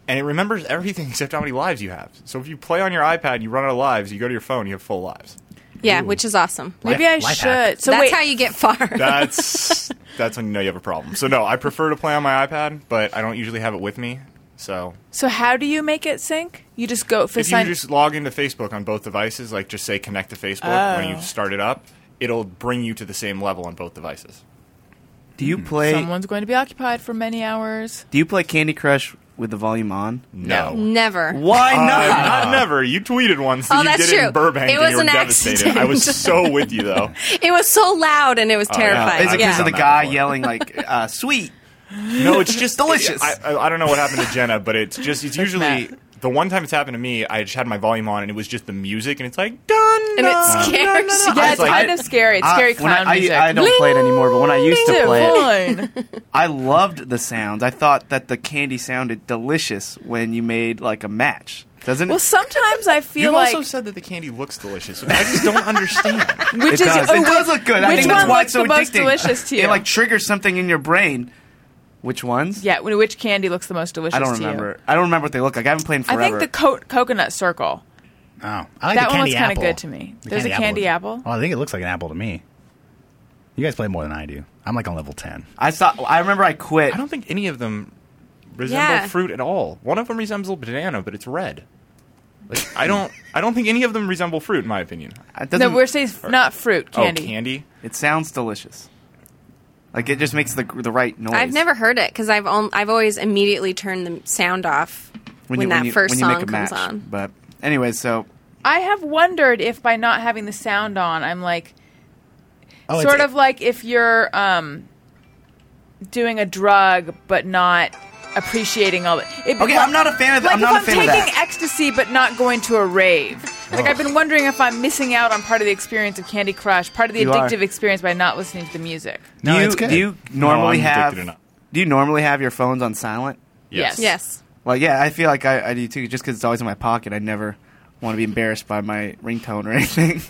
[SPEAKER 11] and it remembers everything except how many lives you have. So if you play on your iPad, you run out of lives. You go to your phone, you have full lives.
[SPEAKER 12] yeah, which is awesome.
[SPEAKER 11] Maybe I Life hack. should. So
[SPEAKER 12] that's
[SPEAKER 11] wait-
[SPEAKER 12] how you get far.
[SPEAKER 11] That's that's when you know you have a problem. So no, I prefer to play on my iPad, but I don't usually have it with me. So
[SPEAKER 3] So how do you make it sync? You just go for
[SPEAKER 11] if you
[SPEAKER 3] sign.
[SPEAKER 11] just log into Facebook on both devices, like just say connect to Facebook when
[SPEAKER 3] Oh.
[SPEAKER 11] you start it up, it'll bring you to the same level on both devices.
[SPEAKER 10] Do
[SPEAKER 3] Hmm.
[SPEAKER 10] you play?
[SPEAKER 3] Someone's going to be occupied for many hours.
[SPEAKER 10] Do you play Candy Crush with the volume on?
[SPEAKER 12] Never.
[SPEAKER 10] Why
[SPEAKER 3] Oh,
[SPEAKER 10] not?
[SPEAKER 11] not never. You tweeted once.
[SPEAKER 12] Oh,
[SPEAKER 11] that you
[SPEAKER 12] that's
[SPEAKER 11] did
[SPEAKER 12] true.
[SPEAKER 11] in Burbank.
[SPEAKER 12] It
[SPEAKER 11] and
[SPEAKER 12] was
[SPEAKER 11] you were
[SPEAKER 12] an
[SPEAKER 11] devastated.
[SPEAKER 12] accident.
[SPEAKER 11] I was so with you though.
[SPEAKER 12] It was so loud and it was
[SPEAKER 11] Oh, yeah.
[SPEAKER 12] terrifying.
[SPEAKER 11] Is it 'cause
[SPEAKER 12] yeah.
[SPEAKER 11] of the
[SPEAKER 10] The guy yelling like, uh, "Sweet."
[SPEAKER 11] No, it's just
[SPEAKER 10] delicious.
[SPEAKER 11] I, I, I don't know what happened to Jenna, but it's just it's usually the one time it's happened to me. I just had my volume on and it was just the music, and it's like
[SPEAKER 3] And it
[SPEAKER 11] dun,
[SPEAKER 3] scares
[SPEAKER 11] dun, dun, dun.
[SPEAKER 3] Yeah,
[SPEAKER 11] I
[SPEAKER 3] it's
[SPEAKER 11] was like-
[SPEAKER 3] kind of scary. It's
[SPEAKER 10] Uh,
[SPEAKER 3] scary
[SPEAKER 10] when I-
[SPEAKER 3] clown
[SPEAKER 10] I,
[SPEAKER 3] music.
[SPEAKER 10] I don't play it anymore, but when I used to play it,
[SPEAKER 3] Divine.
[SPEAKER 10] I loved the sound. I thought that the candy sounded delicious when you made like a match. Doesn't
[SPEAKER 3] well,
[SPEAKER 10] it?
[SPEAKER 3] sometimes I feel
[SPEAKER 11] You've
[SPEAKER 3] like
[SPEAKER 11] also said that the candy looks delicious. I just don't understand.
[SPEAKER 3] Which
[SPEAKER 10] it
[SPEAKER 3] is-
[SPEAKER 10] does.
[SPEAKER 3] oh,
[SPEAKER 10] it
[SPEAKER 3] which-
[SPEAKER 10] does look good. I
[SPEAKER 3] which
[SPEAKER 10] think that's
[SPEAKER 3] one
[SPEAKER 10] why
[SPEAKER 3] looks
[SPEAKER 10] it's so
[SPEAKER 3] the most
[SPEAKER 10] addicting.
[SPEAKER 3] delicious to you?
[SPEAKER 10] It like triggers something in your brain. Which ones?
[SPEAKER 3] yeah, when- which candy looks the most delicious?
[SPEAKER 10] I don't
[SPEAKER 3] to you?
[SPEAKER 10] remember. I don't remember what they look like. I haven't played in
[SPEAKER 3] I
[SPEAKER 10] forever.
[SPEAKER 3] think the co- coconut circle.
[SPEAKER 8] Oh, I like
[SPEAKER 3] that one
[SPEAKER 8] the candy
[SPEAKER 3] looks kinda
[SPEAKER 8] apple.
[SPEAKER 3] good to me.
[SPEAKER 8] The
[SPEAKER 3] There's a candy apple.
[SPEAKER 8] Oh, I think it looks like an apple to me. You guys play more than I do. I'm like on level ten.
[SPEAKER 10] I thought. I remember I quit.
[SPEAKER 11] I don't think any of them resemble
[SPEAKER 12] Yeah.
[SPEAKER 11] fruit at all. One of them resembles banana, but it's red. Like, I don't. I don't think any of them resemble fruit, in my opinion.
[SPEAKER 3] No, we're saying f- not fruit candy.
[SPEAKER 11] Oh, candy.
[SPEAKER 10] It sounds delicious. Like it just makes the the right noise.
[SPEAKER 12] I've never heard it because I've on, I've always immediately turned the sound off when,
[SPEAKER 10] you-
[SPEAKER 12] that
[SPEAKER 10] you-
[SPEAKER 12] first
[SPEAKER 10] when you
[SPEAKER 12] song
[SPEAKER 10] make a
[SPEAKER 12] comes
[SPEAKER 10] match.
[SPEAKER 12] on.
[SPEAKER 10] But anyway, so
[SPEAKER 3] I have wondered if by not having the sound on, I'm like,
[SPEAKER 10] Oh,
[SPEAKER 3] sort
[SPEAKER 10] it's-
[SPEAKER 3] of like if you're um, doing a drug but not appreciating all the. It,
[SPEAKER 10] Okay, I'm not a fan of that.
[SPEAKER 3] Like
[SPEAKER 10] I'm not
[SPEAKER 3] if
[SPEAKER 10] a fan of
[SPEAKER 3] I'm
[SPEAKER 10] that.
[SPEAKER 3] taking ecstasy but not going to a rave. Like
[SPEAKER 10] Oh.
[SPEAKER 3] I've been wondering if I'm missing out on part of the experience of Candy Crush, part of the
[SPEAKER 10] You are.
[SPEAKER 3] addictive experience by not listening to the music.
[SPEAKER 10] do you, Do you normally
[SPEAKER 11] I'm
[SPEAKER 10] have?
[SPEAKER 11] addicted or not.
[SPEAKER 10] Do you normally have your phones on silent?
[SPEAKER 3] Yes. Yes.
[SPEAKER 10] Like yeah, I feel like I, I do too. Just because it's always in my pocket, I never want to be embarrassed by my ringtone or anything.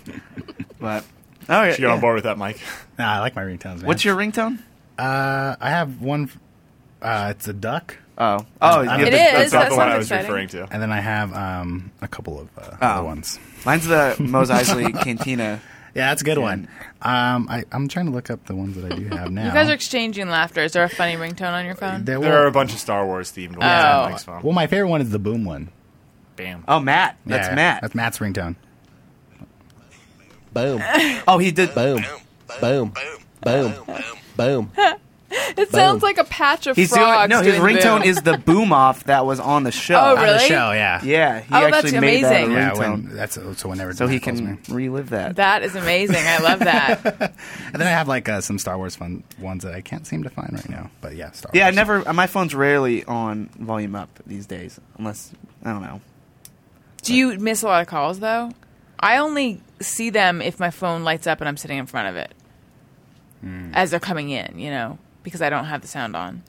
[SPEAKER 10] but oh yeah,
[SPEAKER 11] Should you get on
[SPEAKER 10] yeah.
[SPEAKER 11] board with that, Mike?
[SPEAKER 8] Nah, I like my ringtones. Man.
[SPEAKER 10] What's your ringtone?
[SPEAKER 8] Uh, I have one. f- Uh, it's a duck.
[SPEAKER 10] Oh, oh, yeah. It is. That's not That the one sounds I was exciting. referring to.
[SPEAKER 8] And then I have um a couple of uh,
[SPEAKER 10] Oh.
[SPEAKER 8] other ones.
[SPEAKER 10] Mine's the Mos Eisley Cantina.
[SPEAKER 8] Yeah, that's a good one. Um, I I'm trying to look up the ones that I do have now.
[SPEAKER 3] You guys are exchanging laughter. Is there a funny ringtone on your phone?
[SPEAKER 8] There
[SPEAKER 11] There are a bunch of Star Wars themed ones
[SPEAKER 8] Yeah.
[SPEAKER 11] on Mike's phone.
[SPEAKER 8] Well, my favorite one is the boom one.
[SPEAKER 11] Bam.
[SPEAKER 10] Oh, Matt. That's
[SPEAKER 8] Yeah,
[SPEAKER 10] Matt.
[SPEAKER 8] That's Matt's ringtone.
[SPEAKER 20] Boom.
[SPEAKER 10] Oh, he did.
[SPEAKER 20] Boom. Boom. Boom. Boom.
[SPEAKER 3] it sounds like a patch of
[SPEAKER 10] He's doing
[SPEAKER 3] frogs.
[SPEAKER 10] no. His
[SPEAKER 3] doing
[SPEAKER 10] ringtone
[SPEAKER 3] boom.
[SPEAKER 10] is the boom off that was on the show.
[SPEAKER 3] Oh, On the really? show,
[SPEAKER 8] yeah.
[SPEAKER 10] Yeah, he
[SPEAKER 3] Oh,
[SPEAKER 10] actually
[SPEAKER 3] that's
[SPEAKER 10] made
[SPEAKER 3] amazing.
[SPEAKER 10] that
[SPEAKER 8] Yeah,
[SPEAKER 10] a ringtone.
[SPEAKER 8] when, that's so whenever
[SPEAKER 10] so he
[SPEAKER 8] Matt calls
[SPEAKER 10] can
[SPEAKER 8] me.
[SPEAKER 10] relive that.
[SPEAKER 3] That is amazing. I love that.
[SPEAKER 8] And then I have like uh, some Star Wars fun ones that I can't seem to find right now. But yeah, Star
[SPEAKER 10] Yeah, I
[SPEAKER 8] Wars.
[SPEAKER 10] never. uh, My phone's rarely on volume up these days, unless I don't know.
[SPEAKER 3] Do you miss a lot of calls though? I only see them if my phone lights up and I'm sitting in front of it as they're coming in, you know, because I don't have the sound on.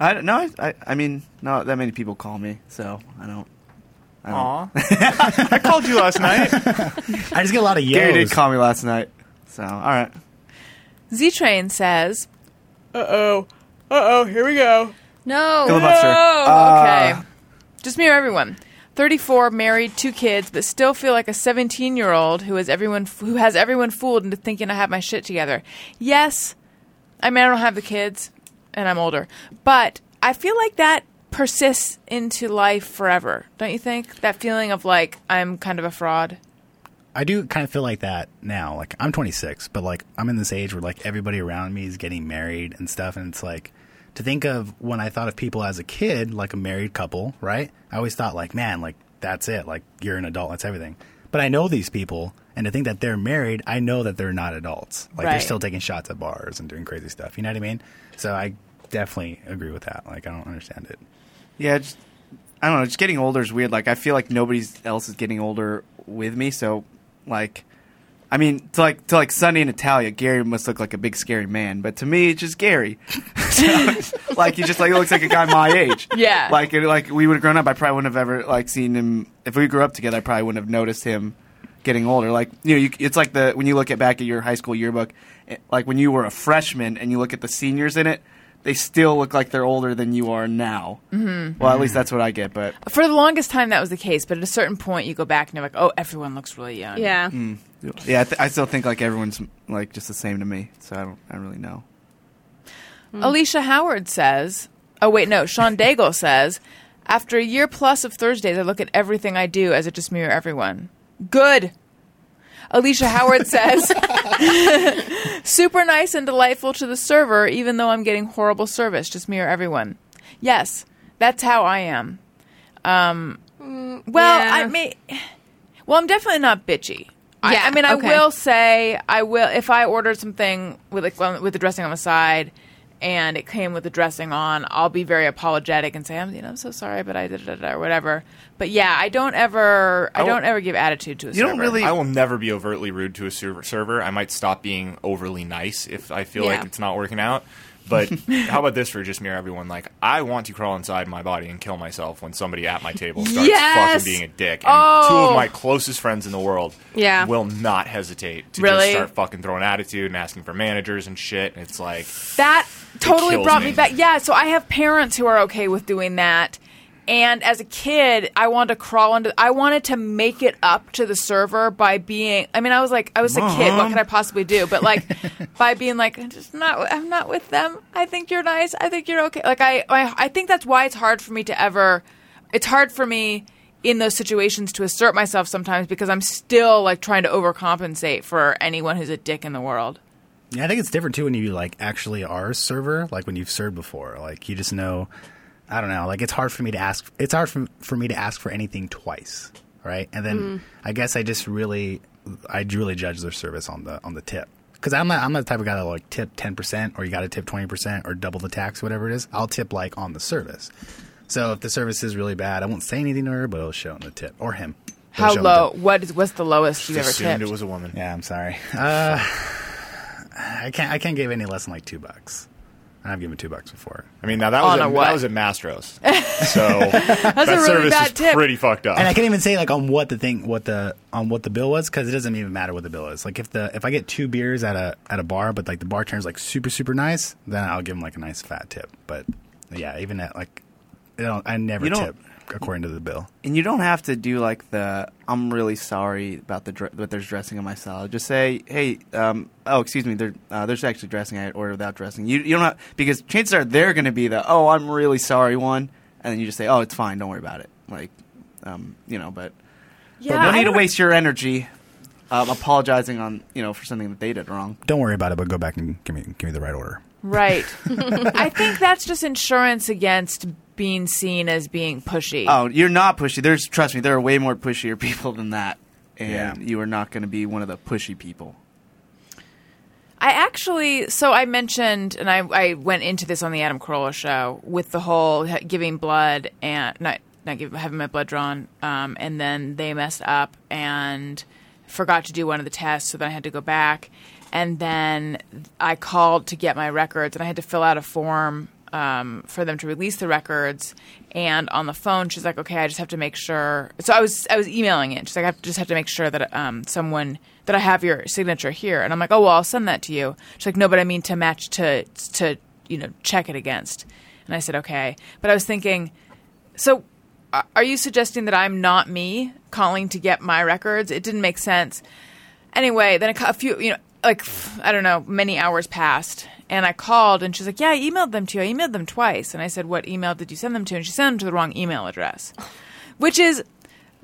[SPEAKER 10] I don't know. I, I, I mean, not that many people call me, so I don't. I
[SPEAKER 11] Aw.
[SPEAKER 10] I
[SPEAKER 11] called you last night.
[SPEAKER 8] I just get a lot of
[SPEAKER 10] Gary did
[SPEAKER 8] yells.
[SPEAKER 10] call me last night, so all right.
[SPEAKER 3] Z Train says, "Uh oh, uh oh, here we go."
[SPEAKER 12] No,
[SPEAKER 10] Filibuster.
[SPEAKER 3] no.
[SPEAKER 10] Uh.
[SPEAKER 3] okay, just me or everyone. Thirty-four, married, two kids, but still feel like a seventeen-year-old who is everyone who has everyone fooled into thinking I have my shit together. Yes, I mean I don't have the kids, and I'm older, but I feel like that persists into life forever. Don't you think that feeling of like I'm kind of a fraud?
[SPEAKER 8] I do kind of feel like that now. Like I'm 26, but like I'm in this age where like everybody around me is getting married and stuff, and it's like to think of when I thought of people as a kid, like a married couple, right? I always thought like, man, like that's it. Like you're an adult, that's everything. But I know these people, and to think that they're married, I know that they're not adults. Like they're
[SPEAKER 3] Right.
[SPEAKER 8] still taking shots at bars and doing crazy stuff. You know what I mean? So I definitely agree with that. Like I don't understand it.
[SPEAKER 10] Yeah, just, I don't know. Just getting older is weird. Like I feel like nobody else is getting older with me. So, like, I mean, to like to like Sunny and Italia, Gary must look like a big scary man, but to me, it's just Gary. like he just like looks like a guy my age.
[SPEAKER 3] Yeah.
[SPEAKER 10] Like it, like we would have grown up, I probably wouldn't have ever like seen him. If we grew up together, I probably wouldn't have noticed him getting older. Like you know, you, it's like the when you look at back at your high school yearbook, it- like when you were a freshman and you look at the seniors in it, they still look like they're older than you are now.
[SPEAKER 3] Mhm.
[SPEAKER 10] Well, at least that's what I get. But
[SPEAKER 3] For the longest time, that was the case, but at a certain point, you go back and you're like, oh, everyone looks really young.
[SPEAKER 12] Yeah.
[SPEAKER 10] Mm. yeah, I, th- I still think like everyone's like just the same to me. So I don't, I don't really know.
[SPEAKER 3] Alicia Howard says, Oh, wait, no. Sean Daigle says, after a year plus of Thursdays, I look at everything I do as it just mirror everyone. Good. Alicia Howard says, super nice and delightful to the server, even though I'm getting horrible service. Just mirror everyone. Yes, that's how I am. Um, well,
[SPEAKER 12] Mm, yeah.
[SPEAKER 3] I may. Well, I'm definitely not bitchy. I,
[SPEAKER 12] Yeah,
[SPEAKER 3] I mean, I
[SPEAKER 12] okay.
[SPEAKER 3] will say I will if I ordered something with like one- with the dressing on the side, and it came with the dressing on. I'll be very apologetic and say, I'm you know I'm so sorry, but I did it or whatever. But yeah, I don't ever I,
[SPEAKER 11] I won't-
[SPEAKER 3] don't ever give attitude to a server.
[SPEAKER 11] I will never be overtly rude to a server. Server, I might stop being overly nice if I feel
[SPEAKER 3] Yeah.
[SPEAKER 11] like it's not working out. But how about this for just mirror everyone? Like, I want to crawl inside my body and kill myself when somebody at my table starts
[SPEAKER 12] Yes!
[SPEAKER 11] fucking being a dick. And two
[SPEAKER 12] Oh!
[SPEAKER 11] of my closest friends in the world
[SPEAKER 12] Yeah.
[SPEAKER 11] will not hesitate to
[SPEAKER 3] Really?
[SPEAKER 11] just start fucking throwing attitude and asking for managers and shit. It's like,
[SPEAKER 3] That totally
[SPEAKER 11] kills
[SPEAKER 3] brought me.
[SPEAKER 11] me.
[SPEAKER 3] back. Yeah, so I have parents who are okay with doing that. And as a kid, I wanted to crawl into. I wanted to make it up to the server by being. I mean, I was like, I was a kid. What
[SPEAKER 12] Mom.
[SPEAKER 3] could I possibly do? But like, by being like, I'm just not. I'm not with them. I think you're nice. I think you're okay. Like, I, I, I think that's why it's hard for me to ever. It's hard for me in those situations to assert myself sometimes because I'm still like trying to overcompensate for anyone who's a dick in the world.
[SPEAKER 8] Yeah, I think it's different too when you like actually are a server, like when you've served before. Like you just know, I don't know. Like it's hard for me to ask. It's hard for, for me to ask for anything twice, right? And then
[SPEAKER 3] Mm-hmm.
[SPEAKER 21] Mm.
[SPEAKER 8] I guess I just really, I really judge their service on the on the tip because I'm not I'm not the type of guy that like tip ten percent or you got to tip twenty percent or double the tax whatever it is. I'll tip like on the service. So if the service is really bad, I won't say anything to her, but it'll show on the tip or him. It'll
[SPEAKER 3] How
[SPEAKER 8] show on the
[SPEAKER 3] low?
[SPEAKER 8] tip.
[SPEAKER 3] What is what's the lowest you ever
[SPEAKER 11] Just assumed
[SPEAKER 3] tipped?
[SPEAKER 11] it was a woman.
[SPEAKER 8] Yeah, I'm sorry. Uh, I can't. I can't give any less than like two bucks. And I've given two bucks before.
[SPEAKER 11] I mean, now that was,
[SPEAKER 8] On a
[SPEAKER 11] at,
[SPEAKER 8] what?
[SPEAKER 11] that was at Mastro's. So that
[SPEAKER 8] a really
[SPEAKER 11] service
[SPEAKER 8] bad
[SPEAKER 11] is
[SPEAKER 8] tip.
[SPEAKER 11] pretty fucked up.
[SPEAKER 8] And I can't even say like on what the thing, what the on what the bill was because it doesn't even matter what the bill is. Like if the if I get two beers at a at a bar, but like the bartender's like super super nice, then I'll give him like a nice fat tip. But yeah, even at like, I don't, I never
[SPEAKER 10] You don't-
[SPEAKER 8] tip according to the bill.
[SPEAKER 10] And you don't have to do like the I'm really sorry about the dr- that there's dressing on my salad. Just say, hey, um, oh excuse me, there, uh, there's actually dressing. I ordered without dressing. You you don't have, because chances are they're going to be the oh I'm really sorry one, and then you just say oh it's fine, don't worry about it. Like, um, you know, but
[SPEAKER 3] Yeah,
[SPEAKER 10] but no
[SPEAKER 3] I
[SPEAKER 10] need to
[SPEAKER 3] don't-
[SPEAKER 10] waste your energy um, apologizing on you know for something that they did wrong.
[SPEAKER 8] Don't worry about it, but go back and give me give me the right order.
[SPEAKER 3] Right. I think that's just insurance against being seen as being pushy.
[SPEAKER 10] Oh, you're not pushy. There's trust me, there are way more pushier people than that, and
[SPEAKER 3] Yeah.
[SPEAKER 10] you are not going to be one of the pushy people.
[SPEAKER 3] I actually, so I mentioned, and I, I went into this on the Adam Carolla show with the whole h- giving blood and not not give, having my blood drawn, um, and then they messed up and forgot to do one of the tests, so then I had to go back, and then I called to get my records, and I had to fill out a form um, for them to release the records. And on the phone, she's like, "Okay, I just have to make sure." So I was I was emailing it. She's like, "I have, just have to make sure that um, someone that I have your signature here." And I'm like, "Oh well, I'll send that to you." She's like, "No, but I mean to match to to you know check it against." And I said, "Okay," but I was thinking, so a- are you suggesting that I'm not me calling to get my records? It didn't make sense anyway, then a, cou- a few, you know, like f- I don't know, many hours passed, and I called, and she's like, "Yeah, I emailed them to you. I emailed them twice." And I said, "What email did you send them to?" And she sent them to the wrong email address, which is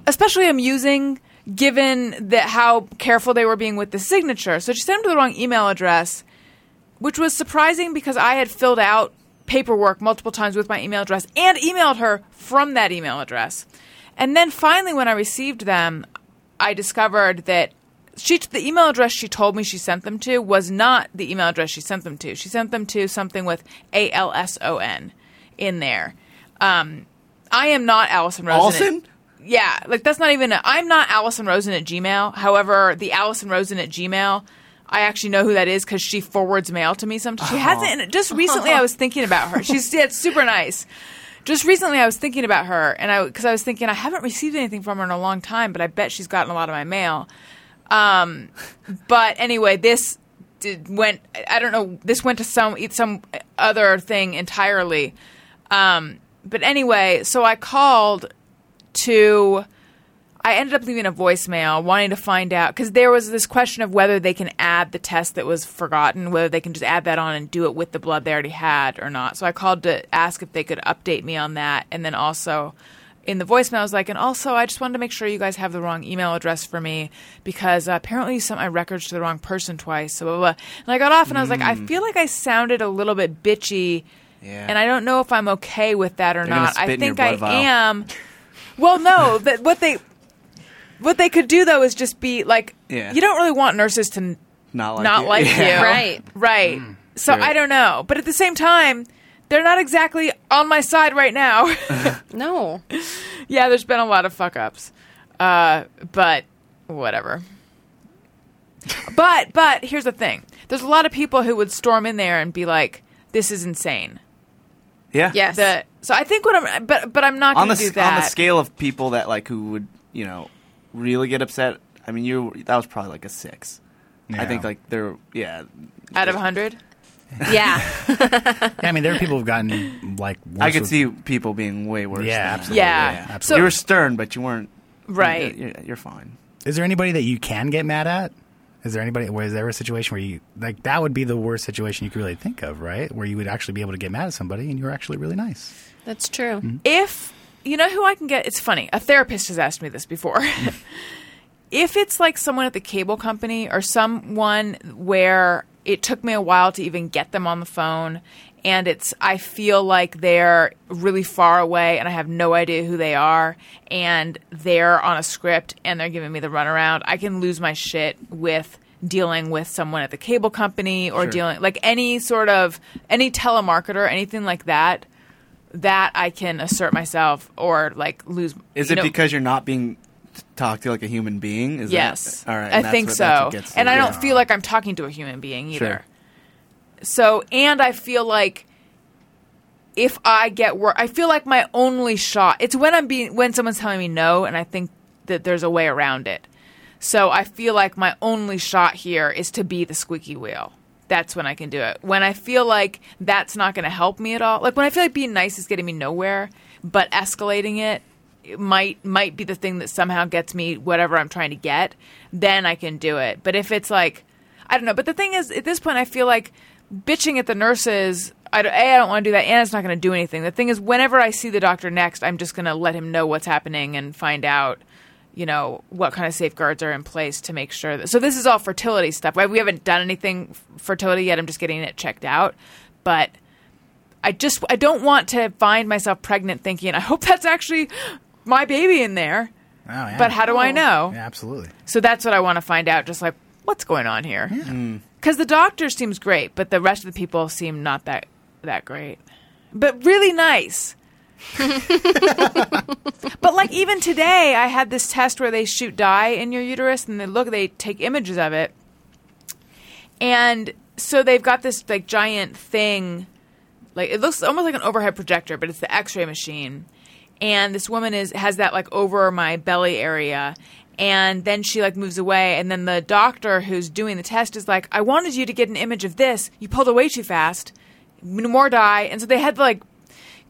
[SPEAKER 3] especially amusing given that how careful they were being with the signature. So she sent them to the wrong email address, which was surprising because I had filled out paperwork multiple times with my email address and emailed her from that email address. And then finally, when I received them, I discovered that she the email address she told me she sent them to was not the email address she sent them to. She sent them to something with A L S O N in there. Um, I am not Allison Rosen.
[SPEAKER 10] Allison?
[SPEAKER 3] Yeah, like that's not even. A, I'm not Allison Rosen at Gmail. However, the Allison Rosen at Gmail, I actually know who that is because she forwards mail to me sometimes. She hasn't. and Just recently, I was thinking about her. She's yeah, it's super nice. Just recently, I was thinking about her, and I because I was thinking I haven't received anything from her in a long time, but I bet she's gotten a lot of my mail. Um, but anyway, this did, went. I- I don't know. This went to some e, some other thing entirely. Um, but anyway, so I called to I ended up leaving a voicemail wanting to find out because there was this question of whether they can add the test that was forgotten, whether they can just add that on and do it with the blood they already had or not. So I called to ask if they could update me on that. And then also in the voicemail, I was like, and also I just wanted to make sure you guys have the wrong email address for me because uh, apparently you sent my records to the wrong person twice. So blah, blah, blah. And I got off and I was like, I
[SPEAKER 10] Mm.
[SPEAKER 3] feel like I sounded a little bit bitchy.
[SPEAKER 10] Yeah.
[SPEAKER 3] And I don't know if I'm okay with that or
[SPEAKER 10] They're gonna
[SPEAKER 3] not.
[SPEAKER 10] spit
[SPEAKER 3] I
[SPEAKER 10] in your
[SPEAKER 3] think I
[SPEAKER 10] blood vial.
[SPEAKER 3] am. Well, no, that what they what they could do though is just be like,
[SPEAKER 10] Yeah.
[SPEAKER 3] you don't really want nurses to n-
[SPEAKER 10] Not like
[SPEAKER 3] not
[SPEAKER 10] you.
[SPEAKER 3] like
[SPEAKER 10] Yeah. Mm.
[SPEAKER 3] you, Right. so
[SPEAKER 10] Right.
[SPEAKER 3] I don't know, but at the same time, they're not exactly on my side right now. no. Yeah, there's been a lot of fuck ups, uh, but whatever. But but here's the thing: there's a lot of people who would storm in there and be like, "This is insane."
[SPEAKER 10] Yeah.
[SPEAKER 3] The- so I think what I'm, but but I'm not
[SPEAKER 10] on
[SPEAKER 3] going
[SPEAKER 10] the
[SPEAKER 3] to do
[SPEAKER 10] s- on the
[SPEAKER 3] that.
[SPEAKER 10] scale of people that like who would you know really get upset. I mean, you that was probably like a six. I think
[SPEAKER 8] Yeah.
[SPEAKER 10] like they're yeah.
[SPEAKER 3] out of hundred.
[SPEAKER 12] Yeah.
[SPEAKER 8] I mean, there are people who've gotten like. Worse
[SPEAKER 10] I could
[SPEAKER 8] with-
[SPEAKER 10] see people being way worse.
[SPEAKER 8] Yeah,
[SPEAKER 10] than that.
[SPEAKER 8] absolutely. Yeah. Absolutely.
[SPEAKER 10] you were stern, but you weren't
[SPEAKER 8] Right.
[SPEAKER 10] You're, you're fine.
[SPEAKER 8] Is there anybody that you can get mad at? Is there anybody? Was there a situation where you like that would be the worst situation you could really think of, right? Where you would actually be able to get mad at somebody and you were actually really nice.
[SPEAKER 3] That's true.
[SPEAKER 12] Mm-hmm.
[SPEAKER 3] If you know who I can get, it's funny. A therapist has asked me this before. if it's like someone at the cable company or someone where it took me a while to even get them on the phone and it's I feel like they're really far away and I have no idea who they are and they're on a script and they're giving me the runaround, I can lose my shit with dealing with someone at the cable company or
[SPEAKER 12] Sure.
[SPEAKER 3] dealing like any sort of any telemarketer, anything like that. That I can assert myself or like lose.
[SPEAKER 10] Is
[SPEAKER 3] you
[SPEAKER 10] it
[SPEAKER 3] know-
[SPEAKER 10] because you're not being talked to like a human being? Is that-
[SPEAKER 3] yes.
[SPEAKER 10] all right.
[SPEAKER 3] I
[SPEAKER 10] and that's
[SPEAKER 3] think
[SPEAKER 10] what- that's
[SPEAKER 3] so.
[SPEAKER 10] what gets
[SPEAKER 3] And
[SPEAKER 10] you.
[SPEAKER 3] I don't
[SPEAKER 10] Yeah.
[SPEAKER 3] feel like I'm talking to a human being either.
[SPEAKER 10] Sure.
[SPEAKER 3] So, and I feel like if I get work, I feel like my only shot. It's when I'm being when someone's telling me no, and I think that there's a way around it. So I feel like my only shot here is to be the squeaky wheel. That's when I can do it. When I feel like that's not going to help me at all, like when I feel like being nice is getting me nowhere, but escalating it it might might be the thing that somehow gets me whatever I'm trying to get, then I can do it. But if it's like I don't know. But the thing is, at this point, I feel like bitching at the nurses. I don't, a, I don't want to do that, and it's not going to do anything. The thing is, whenever I see the doctor next, I'm just going to let him know what's happening and find out, you know, what kind of safeguards are in place to make sure that. So this is all fertility stuff. We haven't done anything f- fertility yet. I'm just getting it checked out, but. I just I don't want to find myself pregnant thinking I hope that's actually my baby in there.
[SPEAKER 8] Oh, yeah.
[SPEAKER 3] But how do I know?
[SPEAKER 8] Yeah, absolutely.
[SPEAKER 3] So that's what I want to find out just like what's going on here. Cuz the doctor seems great, but the rest of the people seem not that that great. But really nice. but like even today I had this test where they shoot dye in your uterus and they look they take images of it. And so they've got this like giant thing like it looks almost like an overhead projector, but it's the X-ray machine. And this woman is has that like over my belly area, and then she like moves away, and then the doctor who's doing the test is like, "I wanted you to get an image of this. You pulled away too fast. More dye." And so they had to like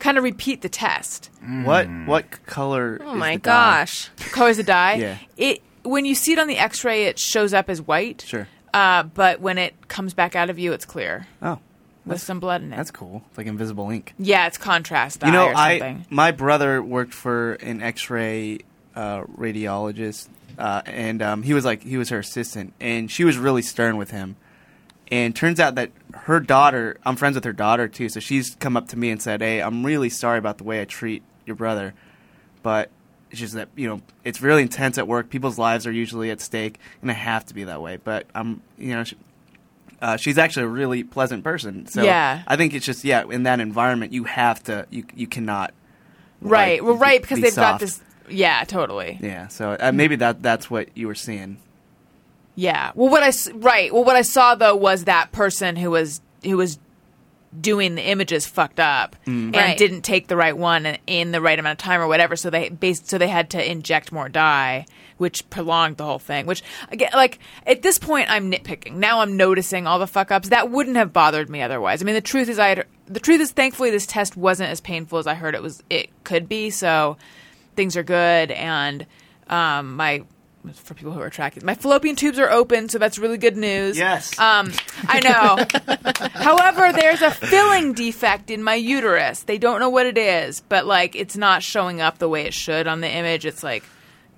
[SPEAKER 3] kind of repeat the test.
[SPEAKER 10] What what color?
[SPEAKER 3] Oh
[SPEAKER 10] is
[SPEAKER 3] my
[SPEAKER 10] the dye?
[SPEAKER 3] gosh. Colors of Oh, dye.
[SPEAKER 10] Yeah.
[SPEAKER 3] It when you see it on the X-ray, it shows up as white.
[SPEAKER 10] Sure.
[SPEAKER 3] Uh, but when it comes back out of you, it's clear
[SPEAKER 10] Oh,
[SPEAKER 3] with some blood in it.
[SPEAKER 10] that's cool. It's like invisible ink.
[SPEAKER 3] Yeah, it's contrast dye
[SPEAKER 10] you know,
[SPEAKER 3] or something.
[SPEAKER 10] I my brother worked for an X-ray uh, radiologist, uh, and um, he was like he was her assistant, and she was really stern with him. And turns out that her daughter, I'm friends with her daughter too, so she's come up to me and said, "Hey, I'm really sorry about the way I treat your brother, but it's just that you know it's really intense at work. People's lives are usually at stake, and I have to be that way. But I'm, you know." She, uh, she's actually a really pleasant person, so
[SPEAKER 3] Yeah.
[SPEAKER 10] I think it's just yeah, in that environment, you have to you you cannot
[SPEAKER 3] Right.
[SPEAKER 10] like,
[SPEAKER 3] well, right because
[SPEAKER 10] be
[SPEAKER 3] they've got
[SPEAKER 10] soft.
[SPEAKER 3] this. Yeah, totally.
[SPEAKER 10] Yeah, so uh, maybe that that's what you were seeing.
[SPEAKER 3] Yeah. Well, what I s- right. Well, what I saw though was that person who was who was doing the images fucked up
[SPEAKER 10] Mm.
[SPEAKER 3] and
[SPEAKER 10] Right.
[SPEAKER 3] didn't take the right one in- in the right amount of time or whatever. So they based so they had to inject more dye, which prolonged the whole thing. Which again, like at this point, I'm nitpicking. Now I'm noticing all the fuck ups that wouldn't have bothered me otherwise. I mean, the truth is, I had, the truth is, thankfully, this test wasn't as painful as I heard it was. It could be so. Things are good and Um, my for people who are tracking, my fallopian tubes are open, so that's really good news.
[SPEAKER 10] Yes.
[SPEAKER 3] Um, I know. However, there's a filling defect in my uterus. They don't know what it is, but like it's not showing up the way it should on the image. It's like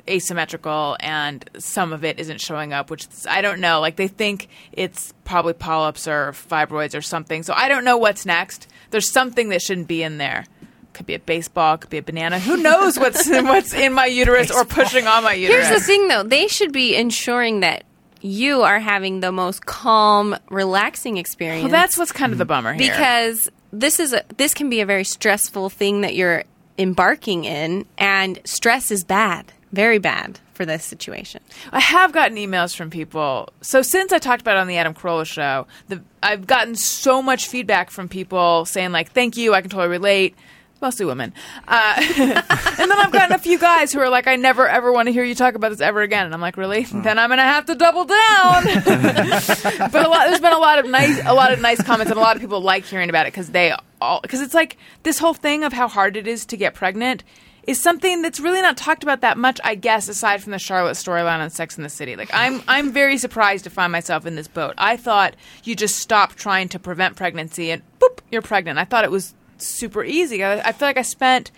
[SPEAKER 3] asymmetrical and some of it isn't showing up which is- I don't know like they think it's probably polyps or fibroids or something so I don't know what's next there's something that shouldn't be in there could be a baseball could be a banana who knows what's what's in my uterus or pushing on my uterus
[SPEAKER 12] Here's the thing, though. They should be ensuring that you are having the most calm, relaxing experience.
[SPEAKER 3] well that's what's kind of the bummer here
[SPEAKER 12] because this is a, this can be a very stressful thing that you're embarking in, and stress is bad, very bad for this situation.
[SPEAKER 3] I have gotten emails from people. So since I talked about it on the Adam Carolla show, the, I've gotten so much feedback from people saying like, "Thank you, I can totally relate." Mostly women, uh, and then I've gotten a few guys who are like, "I never ever want to hear you talk about this ever again." And I'm like, "Really? Then I'm gonna have to double down." but a lot, there's been a lot of nice, a lot of nice comments, and a lot of people like hearing about it because they all because it's like this whole thing of how hard it is to get pregnant is something that's really not talked about that much, I guess, aside from the Charlotte storyline on Sex in the City. Like, I'm I'm very surprised to find myself in this boat. I thought you just stop trying to prevent pregnancy and boop, you're pregnant. I thought it was super easy. I, I feel like I spent,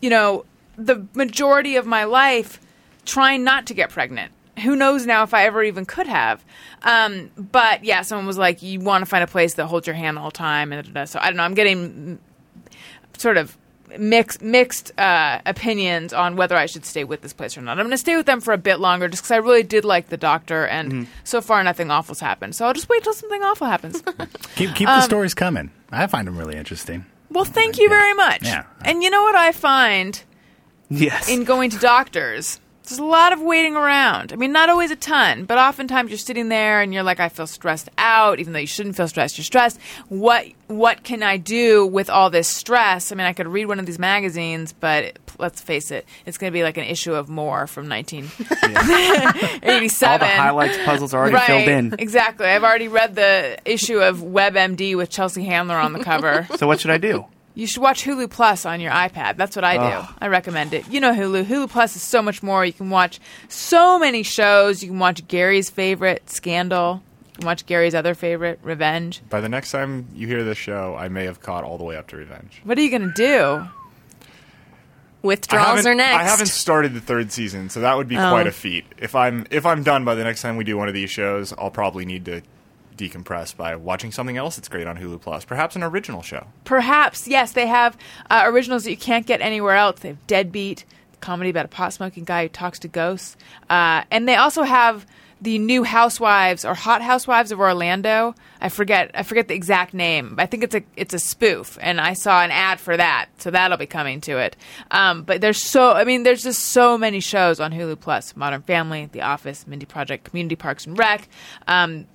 [SPEAKER 3] you know, the majority of my life trying not to get pregnant. Who knows now if I ever even could have? Um, but yeah, someone was like, "You want to find a place that holds your hand the whole time," and da, da, da. so I don't know. I'm getting sort of mixed mixed uh, opinions on whether I should stay with this place or not. I'm going to stay with them for a bit longer just because I really did like the doctor, and
[SPEAKER 8] Mhm.
[SPEAKER 3] so far nothing awful's happened. So I'll just wait till something awful happens.
[SPEAKER 8] Keep keep
[SPEAKER 3] Um,
[SPEAKER 8] the stories coming. I find them really interesting.
[SPEAKER 3] well, thank you very much.
[SPEAKER 8] Yeah.
[SPEAKER 3] And you know what I find
[SPEAKER 8] Yes.
[SPEAKER 3] in going to doctors? There's a lot of waiting around. I mean, not always a ton, but oftentimes you're sitting there and you're like, "I feel stressed out," even though you shouldn't feel stressed. You're stressed. What What can I do with all this stress? I mean, I could read one of these magazines, but let's face it, it's going to be like an issue of more from 1987.
[SPEAKER 10] All the highlights puzzles are already
[SPEAKER 3] right,
[SPEAKER 10] filled in.
[SPEAKER 3] Exactly. I've already read the issue of WebMD with Chelsea Handler on the cover.
[SPEAKER 10] So what should I do?
[SPEAKER 3] You should watch Hulu Plus on your iPad. That's what I do.
[SPEAKER 10] Ugh.
[SPEAKER 3] I recommend it. You know Hulu. Hulu Plus is so much more. You can watch so many shows. You can watch Gary's favorite, Scandal. You can watch Gary's other favorite, Revenge.
[SPEAKER 11] By the next time you hear this show, I may have caught all the way up to Revenge.
[SPEAKER 3] What are you going to do?
[SPEAKER 11] I haven't- I haven't started the third season, so that would be
[SPEAKER 3] Oh.
[SPEAKER 11] quite a feat. If I'm if I'm done by the next time we do one of these shows, I'll probably need to decompress by watching something else that's great on Hulu Plus, perhaps an original show.
[SPEAKER 3] Perhaps, yes, they have uh, originals that you can't get anywhere else. They have Deadbeat, a comedy about a pot smoking guy who talks to ghosts. Uh, and they also have the new housewives or hot housewives of Orlando. I forget I forget the exact name. I think it's a it's a spoof and I saw an ad for that. So that'll be coming to it. Um, but there's so I mean there's just so many shows on Hulu Plus. Modern Family, The Office, Mindy Project, Community Parks and Rec. Um,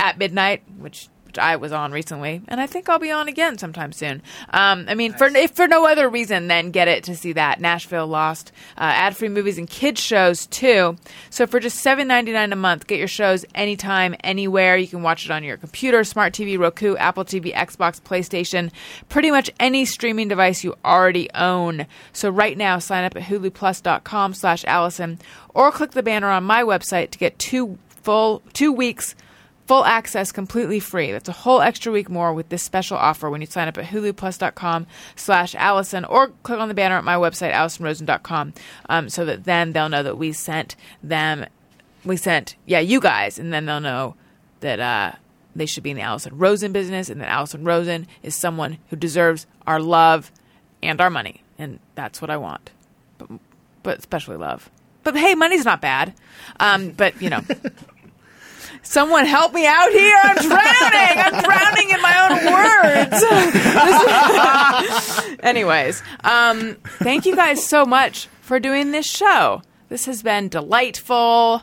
[SPEAKER 3] at midnight, which which I was on recently, and I think I'll be on again sometime soon. Um, I mean, for if for no other reason than get it to see that Nashville Lost uh, ad-free movies and kids shows too. So for just seven ninety nine a month, get your shows anytime, anywhere. You can watch it on your computer, smart TV, Roku, Apple TV, Xbox, PlayStation, pretty much any streaming device you already own. So right now, sign up at HuluPlus.com slash Allison, or click the banner on my website to get two full two weeks Full access completely free. That's a whole extra week more with this special offer when you sign up at huluplus.com slash Allison or click on the banner at my website, AllisonRosen.com, um, so that then they'll know that we sent them, we sent, yeah, you guys, and then they'll know that uh, they should be in the Allison Rosen business and that Allison Rosen is someone who deserves our love and our money. And that's what I want, but, but especially love. But hey, money's not bad. Um, but, you know. Someone help me out here. I'm drowning. I'm drowning in my own words. Anyways, um, thank you guys so much for doing this show. This has been delightful.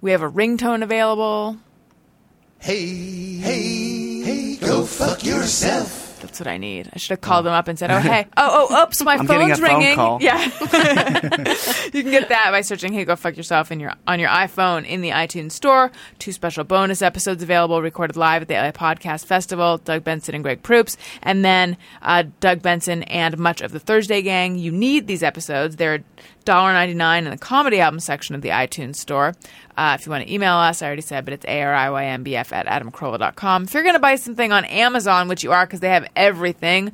[SPEAKER 3] We have a ringtone available. Hey, hey, hey, go fuck yourself. That's what I need. I should have called them up and said, "Oh hey, oh oh, oops, my
[SPEAKER 10] I'm getting
[SPEAKER 3] phone's
[SPEAKER 10] a phone
[SPEAKER 3] ringing."
[SPEAKER 10] call.
[SPEAKER 3] Yeah, you can get that by searching "Hey, go fuck yourself" in your on your iPhone in the iTunes Store. Two special bonus episodes available, recorded live at the LA Podcast Festival. Doug Benson and Greg Proops, and then uh, Doug Benson and much of the Thursday Gang. You need these episodes. They're $1.99 in the comedy album section of the iTunes store. Uh, if you want to email us, I already said, but it's A-R-I-Y-M-B-F at adamcarolla.com. If you're going to buy something on Amazon, which you are because they have everything,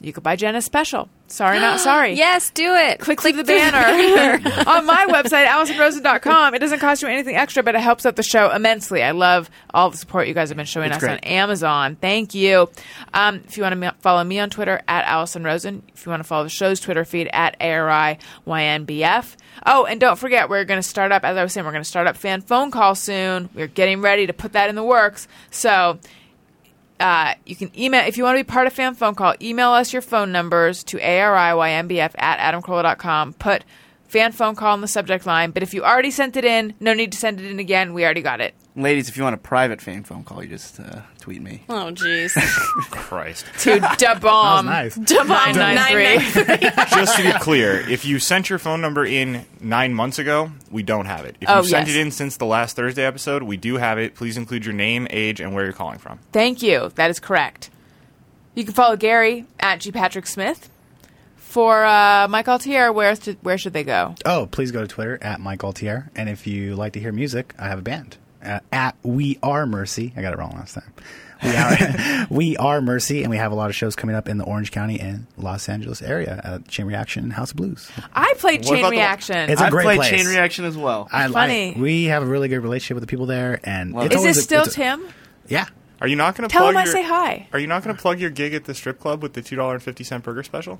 [SPEAKER 3] you could buy Jenna's special. Sorry, not sorry.
[SPEAKER 12] yes, do it.
[SPEAKER 3] Click, through the banner on my website, AllisonRosen.com. It doesn't cost you anything extra, but it helps out the show immensely. I love all the support you guys have been showing
[SPEAKER 12] It's
[SPEAKER 3] us
[SPEAKER 12] great.
[SPEAKER 3] on Amazon. Thank you. Um, if you want to me- follow me on Twitter, at Allison Rosen. If you want to follow the show's Twitter feed, at ARIYNBF. Oh, and don't forget, we're going to start up, as I was saying, we're going to start up fan phone call soon. We're getting ready to put that in the works. So uh, you can email if you want to be part of fan phone call email us your phone numbers to ariynbf at adamcarolla.com put fan phone call in the subject line but if you already sent it in no need to send it in again we already got it
[SPEAKER 10] Ladies, if you want a private fan phone call, you just uh, tweet me.
[SPEAKER 12] Oh, jeez.
[SPEAKER 11] Christ.
[SPEAKER 3] to da bomb
[SPEAKER 11] That was nice. Just to be clear, if you sent your phone number in nine months ago, we don't have it. If
[SPEAKER 3] Oh,
[SPEAKER 11] you sent
[SPEAKER 3] yes.
[SPEAKER 11] it in since the last Thursday episode, we do have it. Please include your name, age, and where you're calling from.
[SPEAKER 3] thank you that is correct you can follow gary at g patrick smith for uh, mike altier where, th- where should they go
[SPEAKER 8] Oh, please go to Twitter at Mike Altier. And if you like to hear music, I have a band uh, at We Are Mercy. I got it wrong last time. We are, we are Mercy, and we have a lot of shows coming up in the Orange County and Los Angeles area at Chain Reaction and House of Blues.
[SPEAKER 3] i played
[SPEAKER 8] What
[SPEAKER 3] chain
[SPEAKER 8] about the-
[SPEAKER 3] reaction
[SPEAKER 8] It's a
[SPEAKER 10] I've
[SPEAKER 8] great
[SPEAKER 10] played
[SPEAKER 8] place.
[SPEAKER 10] Chain Reaction as well.
[SPEAKER 8] I,
[SPEAKER 3] Funny.
[SPEAKER 8] I- we have a really good relationship with the people there, and it's
[SPEAKER 3] is
[SPEAKER 8] always
[SPEAKER 3] this
[SPEAKER 8] a-
[SPEAKER 3] still
[SPEAKER 8] it's a-
[SPEAKER 3] tim
[SPEAKER 8] Yeah.
[SPEAKER 11] Are you not going to
[SPEAKER 3] Tell
[SPEAKER 11] plug
[SPEAKER 3] him I
[SPEAKER 11] your-
[SPEAKER 3] say hi.
[SPEAKER 11] Are you not going to plug your gig at the strip club with the two dollar and fifty cent burger special?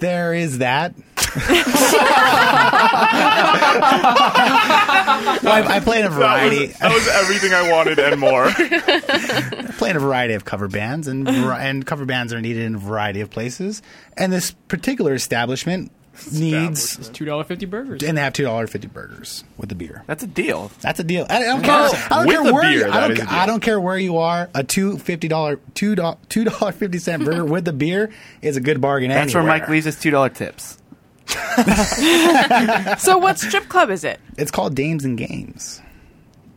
[SPEAKER 8] There is that. Well, I, I play in a variety.
[SPEAKER 11] That was everything I wanted and more.
[SPEAKER 8] I play in a variety of cover bands, and var- and cover bands are needed in a variety of places. And this particular establishment needs
[SPEAKER 9] It's two dollar fifty burgers.
[SPEAKER 8] and they have two dollar fifty burgers with the beer.
[SPEAKER 10] That's a deal.
[SPEAKER 8] That's a deal. I, I don't care.
[SPEAKER 10] Yeah.
[SPEAKER 8] I don't
[SPEAKER 10] With
[SPEAKER 8] care
[SPEAKER 10] the
[SPEAKER 8] where.
[SPEAKER 10] beer,
[SPEAKER 8] you,
[SPEAKER 10] that
[SPEAKER 8] I,
[SPEAKER 10] is a
[SPEAKER 8] don't,
[SPEAKER 10] deal.
[SPEAKER 8] I don't care where you are. A two fifty dollar two dollar two dollar fifty cent burger with the beer is a good bargain.
[SPEAKER 10] That's where
[SPEAKER 8] anywhere.
[SPEAKER 10] Mike leaves his two dollar tips.
[SPEAKER 3] so what strip club is it
[SPEAKER 8] It's called Dames and Games.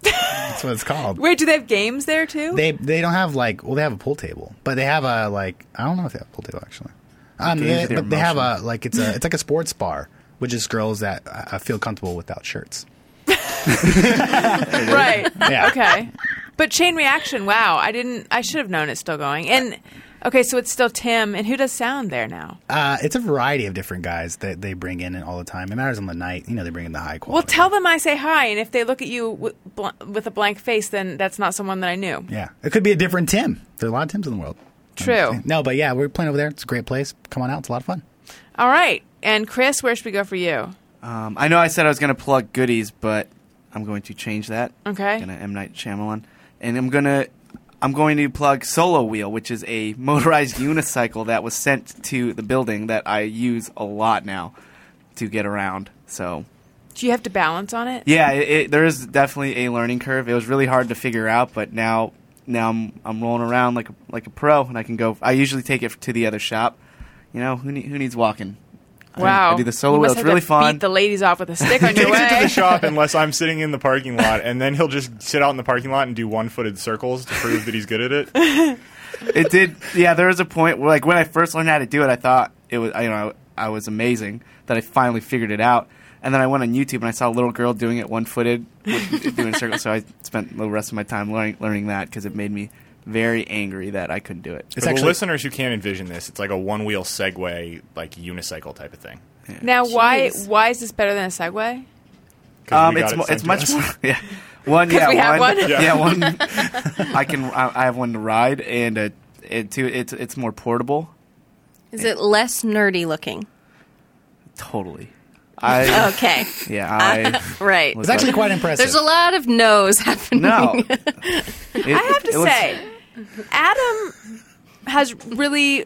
[SPEAKER 8] That's what it's called.
[SPEAKER 3] wait do they have games there too
[SPEAKER 8] They they don't have like well they have a pool table, but they have a like I don't know if they have a pool table actually. Um,
[SPEAKER 10] Games
[SPEAKER 8] they,
[SPEAKER 10] with your
[SPEAKER 8] but they have a like it's a it's like a sports bar with just girls that I I feel comfortable without shirts.
[SPEAKER 3] right.
[SPEAKER 8] Yeah.
[SPEAKER 3] Okay. But chain reaction. Wow. I didn't. I should have known it's still going. And okay, so it's still Tim. And who does sound there now?
[SPEAKER 8] Uh, it's a variety of different guys that they bring in all the time. It matters on the night. You know they bring in the high
[SPEAKER 3] Well,
[SPEAKER 8] quality.
[SPEAKER 3] tell them I say hi, and if they look at you with, bl- with a blank face, then that's not someone that I knew.
[SPEAKER 8] yeah, it could be a different Tim. There's a lot of Tims in the world.
[SPEAKER 3] True.
[SPEAKER 8] No, but yeah, we're playing over there. It's a great place. Come on out. It's a lot of fun.
[SPEAKER 3] All right. And Chris, where should we go for you?
[SPEAKER 10] Um, I know I said I was going to plug goodies, but I'm going to change that.
[SPEAKER 3] Okay.
[SPEAKER 10] Gonna M Night Shyamalan, and I'm gonna I'm going to plug Solo Wheel, which is a motorized unicycle that was sent to the building that I use a lot now to get around. So
[SPEAKER 3] Do you have to balance on it?
[SPEAKER 10] yeah, it, it, there is definitely a learning curve. It was really hard to figure out, but now now I'm I'm rolling around like a, like a pro, and I can go. I usually take it to the other shop. You know who, ne- who needs walking? I-
[SPEAKER 3] Wow.
[SPEAKER 10] I, do the solo
[SPEAKER 3] You
[SPEAKER 10] wheel.
[SPEAKER 3] must
[SPEAKER 10] It's
[SPEAKER 3] have
[SPEAKER 10] really
[SPEAKER 3] to
[SPEAKER 10] fun.
[SPEAKER 3] Beat the ladies off with a stick on
[SPEAKER 11] He
[SPEAKER 3] your
[SPEAKER 11] takes it to
[SPEAKER 3] way.
[SPEAKER 11] the shop unless I'm sitting in the parking lot, and then he'll just sit out in the parking lot and do one-footed circles to prove that he's good at it.
[SPEAKER 10] it did. Yeah, there was a point where, like, when I first learned how to do it, I thought it was, you know, I was amazing that I finally figured it out. And then I went on YouTube and I saw a little girl doing it one footed, doing circles. So I spent the rest of my time learning learning that because it made me very angry that I couldn't do it.
[SPEAKER 11] For the listeners who can't envision this, it's like a one-wheel Segway, like unicycle type of thing.
[SPEAKER 3] Now, why
[SPEAKER 12] Jeez.
[SPEAKER 3] why is this better than a Segway?
[SPEAKER 11] 'Cause
[SPEAKER 10] Um,
[SPEAKER 11] we got
[SPEAKER 10] it's
[SPEAKER 11] it
[SPEAKER 10] mo-
[SPEAKER 11] sent
[SPEAKER 10] it's
[SPEAKER 11] to
[SPEAKER 10] much
[SPEAKER 11] us.
[SPEAKER 10] more. Yeah, one.
[SPEAKER 3] 'Cause
[SPEAKER 10] Yeah,
[SPEAKER 3] we have
[SPEAKER 10] one.
[SPEAKER 3] one?
[SPEAKER 10] Yeah,
[SPEAKER 3] Yeah.
[SPEAKER 10] one. I can. I, I have one to ride, and uh, and two. It's it's more portable.
[SPEAKER 12] Is it less nerdy looking?
[SPEAKER 10] Totally. I
[SPEAKER 12] Okay.
[SPEAKER 10] Yeah, I
[SPEAKER 12] right.
[SPEAKER 10] was It's actually like- quite impressive.
[SPEAKER 12] There's a lot of no's happening.
[SPEAKER 10] No.
[SPEAKER 3] I have to say, Adam has really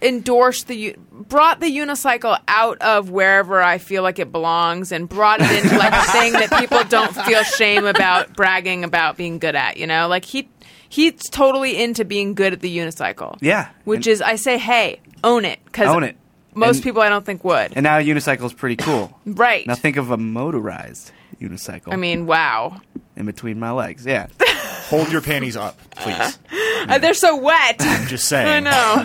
[SPEAKER 3] endorsed the u- brought the unicycle out of wherever I feel like it belongs and brought it into like a thing that people don't feel shame about bragging about being good at. You know, like he he's totally into being good at the unicycle.
[SPEAKER 10] Yeah.
[SPEAKER 3] which is I say, hey, own it because
[SPEAKER 10] Own it.
[SPEAKER 3] Most
[SPEAKER 10] And-
[SPEAKER 3] people I don't think would.
[SPEAKER 10] And now a unicycle is pretty cool.
[SPEAKER 3] Right.
[SPEAKER 10] Now think of a motorized unicycle.
[SPEAKER 3] I mean, wow.
[SPEAKER 10] in between my legs. Yeah.
[SPEAKER 11] Hold your panties up, please.
[SPEAKER 3] Uh, they're so wet.
[SPEAKER 11] I'm just
[SPEAKER 3] I
[SPEAKER 11] saying.
[SPEAKER 3] know.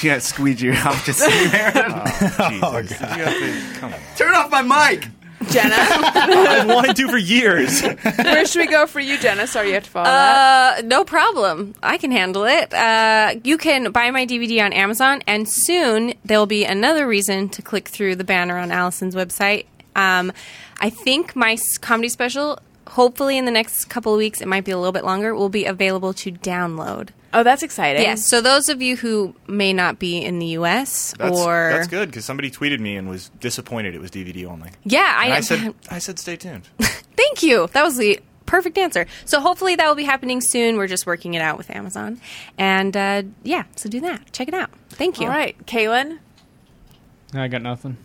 [SPEAKER 10] you got squeegee your mouth just sitting there.
[SPEAKER 11] oh, Jesus. You have to- come on.
[SPEAKER 10] Turn off my mic.
[SPEAKER 11] I've
[SPEAKER 12] Jenna.
[SPEAKER 11] wanted to for years.
[SPEAKER 12] Where should we go for you, Jenna? Sorry, you have to follow uh, No problem. I can handle it. Uh, you can buy my DVD on Amazon, and soon there'll be another reason to click through the banner on Allison's website. Um, I think my s- comedy special, hopefully in the next couple of weeks, it might be a little bit longer, will be available to download.
[SPEAKER 3] Oh, that's exciting.
[SPEAKER 12] Yes. So those of you who may not be in the U.S.
[SPEAKER 11] That's,
[SPEAKER 12] or
[SPEAKER 11] that's good because somebody tweeted me and was disappointed it was DVD only.
[SPEAKER 12] Yeah, I-
[SPEAKER 11] And I said I said stay tuned.
[SPEAKER 12] Thank you. That was the perfect answer. So hopefully that will be happening soon. We're just working it out with Amazon. And uh, yeah, so do that. Check it out. Thank you.
[SPEAKER 3] All right, Kaylin.
[SPEAKER 9] I got nothing.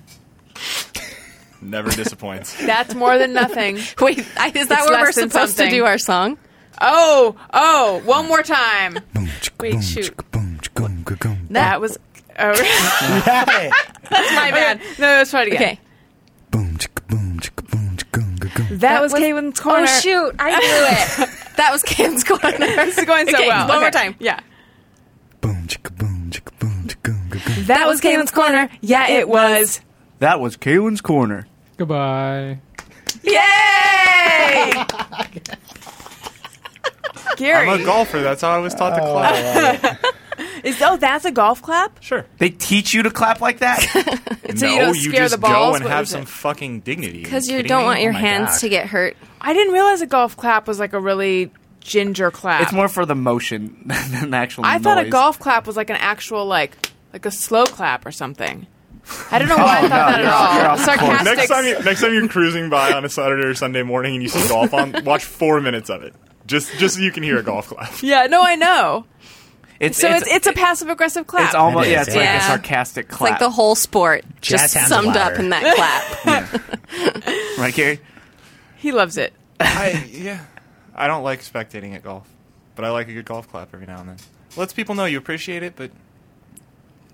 [SPEAKER 11] Never disappoints.
[SPEAKER 3] That's more than nothing.
[SPEAKER 12] Wait, I, is that where we're supposed to do our song?
[SPEAKER 3] Oh, oh, one more time. Wait, shoot. That was. Oh,
[SPEAKER 12] That's my bad.
[SPEAKER 3] No, let's try it again.
[SPEAKER 12] Okay.
[SPEAKER 3] That, was Kaylin's corner.
[SPEAKER 12] Oh shoot! I knew it. that was Cam's corner.
[SPEAKER 3] This is going so
[SPEAKER 12] Okay,
[SPEAKER 3] well.
[SPEAKER 12] One more
[SPEAKER 3] Okay.
[SPEAKER 12] time.
[SPEAKER 3] Yeah.
[SPEAKER 12] That,
[SPEAKER 3] That was Kaylin's corner. Yeah, it was.
[SPEAKER 10] That was Kaylin's corner.
[SPEAKER 9] Goodbye.
[SPEAKER 3] Yay! Gary.
[SPEAKER 11] I'm a golfer. That's how I was taught to clap.
[SPEAKER 3] Is oh that's a golf clap?
[SPEAKER 11] Sure.
[SPEAKER 10] They teach you to clap like that?
[SPEAKER 3] So you don't scare
[SPEAKER 11] just
[SPEAKER 3] the balls?
[SPEAKER 11] go and
[SPEAKER 3] What
[SPEAKER 11] have
[SPEAKER 3] is
[SPEAKER 11] some
[SPEAKER 3] it?
[SPEAKER 11] fucking dignity.
[SPEAKER 12] Because you
[SPEAKER 11] kidding
[SPEAKER 12] don't
[SPEAKER 11] me?
[SPEAKER 12] want your
[SPEAKER 11] Oh my
[SPEAKER 12] hands
[SPEAKER 11] God.
[SPEAKER 12] to get hurt.
[SPEAKER 3] I didn't realize a golf clap was like a really ginger clap.
[SPEAKER 10] It's more for the motion than the actual
[SPEAKER 3] I thought a
[SPEAKER 10] noise.
[SPEAKER 3] golf clap was like an actual like like a slow clap or something. I don't know why I thought
[SPEAKER 10] Oh, no,
[SPEAKER 3] that
[SPEAKER 10] you're off-
[SPEAKER 3] at
[SPEAKER 10] you're
[SPEAKER 3] all.
[SPEAKER 10] off course.
[SPEAKER 3] Sarcastic.
[SPEAKER 11] Next time, you, next time you're cruising by on a Saturday or Sunday morning and you see golf on, watch four minutes of it. Just, just so you can hear a golf clap.
[SPEAKER 3] Yeah, no, I know.
[SPEAKER 10] It's,
[SPEAKER 3] so it's, it's, a passive aggressive clap.
[SPEAKER 10] It's almost yeah, it's like
[SPEAKER 12] Yeah.
[SPEAKER 10] a sarcastic
[SPEAKER 12] It's
[SPEAKER 10] clap.
[SPEAKER 11] Uh,
[SPEAKER 12] like the whole sport
[SPEAKER 10] Jazz
[SPEAKER 12] just
[SPEAKER 10] hands
[SPEAKER 12] summed up
[SPEAKER 10] louder.
[SPEAKER 12] in that clap.
[SPEAKER 10] right, Gary?
[SPEAKER 3] He loves it.
[SPEAKER 11] I, yeah, I don't like spectating at golf, but I like a good golf clap every now and then. Lets people know you appreciate it, but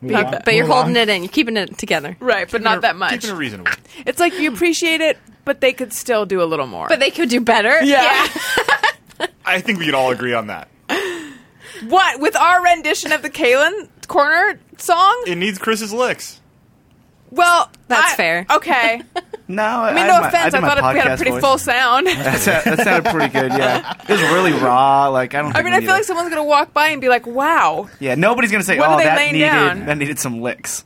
[SPEAKER 3] Not
[SPEAKER 12] but you're holding it in. You're keeping it together.
[SPEAKER 3] Right, but not that much.
[SPEAKER 11] keeping it reasonable.
[SPEAKER 3] It's like you appreciate it, but they could still do a little more.
[SPEAKER 12] But they could do better.
[SPEAKER 3] yeah.
[SPEAKER 11] I think we can all agree on that.
[SPEAKER 3] what with our rendition of the Kalen corner song?
[SPEAKER 11] It needs Chris's licks.
[SPEAKER 3] Well,
[SPEAKER 12] That's
[SPEAKER 3] I-
[SPEAKER 12] fair.
[SPEAKER 3] Okay.
[SPEAKER 10] No,
[SPEAKER 3] I mean, no
[SPEAKER 10] had my-
[SPEAKER 3] offense. I,
[SPEAKER 10] did my
[SPEAKER 3] thought it, we had a
[SPEAKER 10] podcast
[SPEAKER 3] pretty
[SPEAKER 10] voice.
[SPEAKER 3] full sound. I
[SPEAKER 10] That sa- that sounded pretty good, yeah. It was really raw. Like I don't. Think
[SPEAKER 3] mean,
[SPEAKER 10] we
[SPEAKER 3] I feel
[SPEAKER 10] need
[SPEAKER 3] like
[SPEAKER 10] it.
[SPEAKER 3] someone's gonna walk by and be like, "Wow,
[SPEAKER 10] Yeah, nobody's gonna say,
[SPEAKER 3] What are
[SPEAKER 10] "Oh,
[SPEAKER 3] they
[SPEAKER 10] that
[SPEAKER 3] laying
[SPEAKER 10] needed
[SPEAKER 3] down?"
[SPEAKER 10] that needed some licks."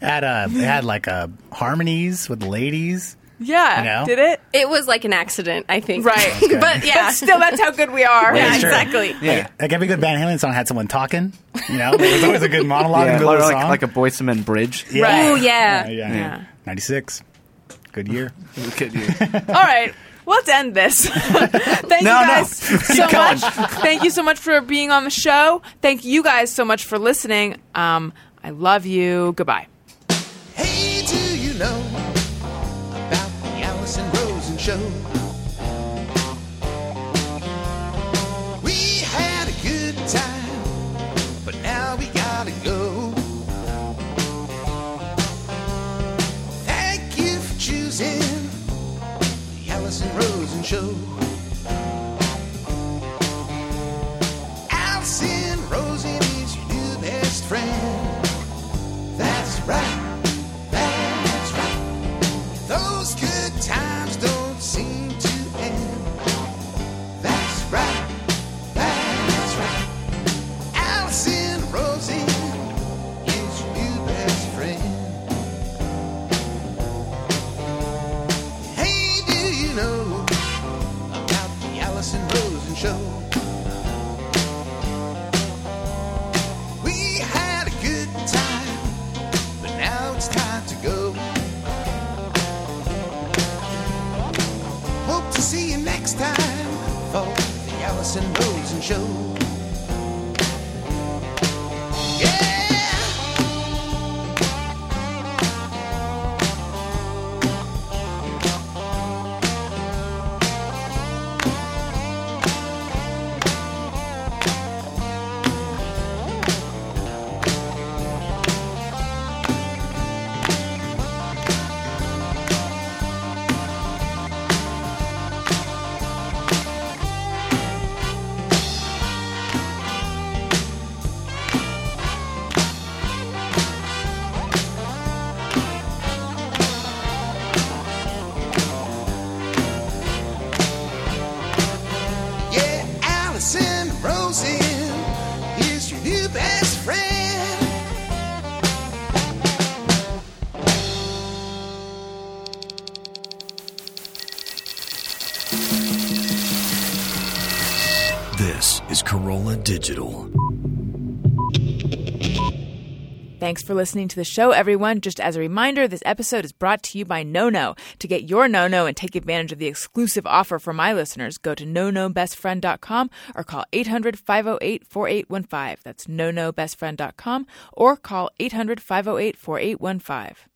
[SPEAKER 8] Had uh, it had like uh, harmonies with ladies.
[SPEAKER 3] yeah,
[SPEAKER 8] You know?
[SPEAKER 3] did it?"
[SPEAKER 12] It was like an accident, I think.
[SPEAKER 3] Right.
[SPEAKER 8] good.
[SPEAKER 12] but yeah,
[SPEAKER 3] But still, that's how good we are.
[SPEAKER 12] Yeah,
[SPEAKER 8] That's true.
[SPEAKER 12] exactly.
[SPEAKER 10] Yeah,
[SPEAKER 8] Like every good Van Halen song had someone talking. You know, there was always a good monologue in
[SPEAKER 10] yeah
[SPEAKER 8] the middle of
[SPEAKER 10] like,
[SPEAKER 8] the
[SPEAKER 10] like,
[SPEAKER 8] song.
[SPEAKER 10] like a Boyz II Men bridge.
[SPEAKER 8] yeah.
[SPEAKER 12] Oh
[SPEAKER 8] Yeah,
[SPEAKER 12] yeah.
[SPEAKER 8] yeah.
[SPEAKER 3] Yeah.
[SPEAKER 8] Ninety six, good year.
[SPEAKER 10] Could you-
[SPEAKER 3] All right. Well, let's end this. Thank
[SPEAKER 10] No,
[SPEAKER 3] you
[SPEAKER 10] no.
[SPEAKER 3] guys so
[SPEAKER 10] Keep
[SPEAKER 3] much.
[SPEAKER 10] going.
[SPEAKER 3] Thank you so much for being on the show. Thank you guys so much for listening. Um, I love you. Goodbye.
[SPEAKER 7] Hey, do you know about the Allison Rosen show? We had a good time, but now we gotta go. Thank you for choosing the Allison Rosen show. Allison Rosen is your new best friend. That's
[SPEAKER 21] Digital.
[SPEAKER 3] Thanks for listening to the show, everyone. Just as a reminder, this episode is brought to you by NoNo. To get your NoNo and take advantage of the exclusive offer for my listeners, go to nonobestfriend.com or call 800 508 4815. That's nonobestfriend.com or call 800 508 4815.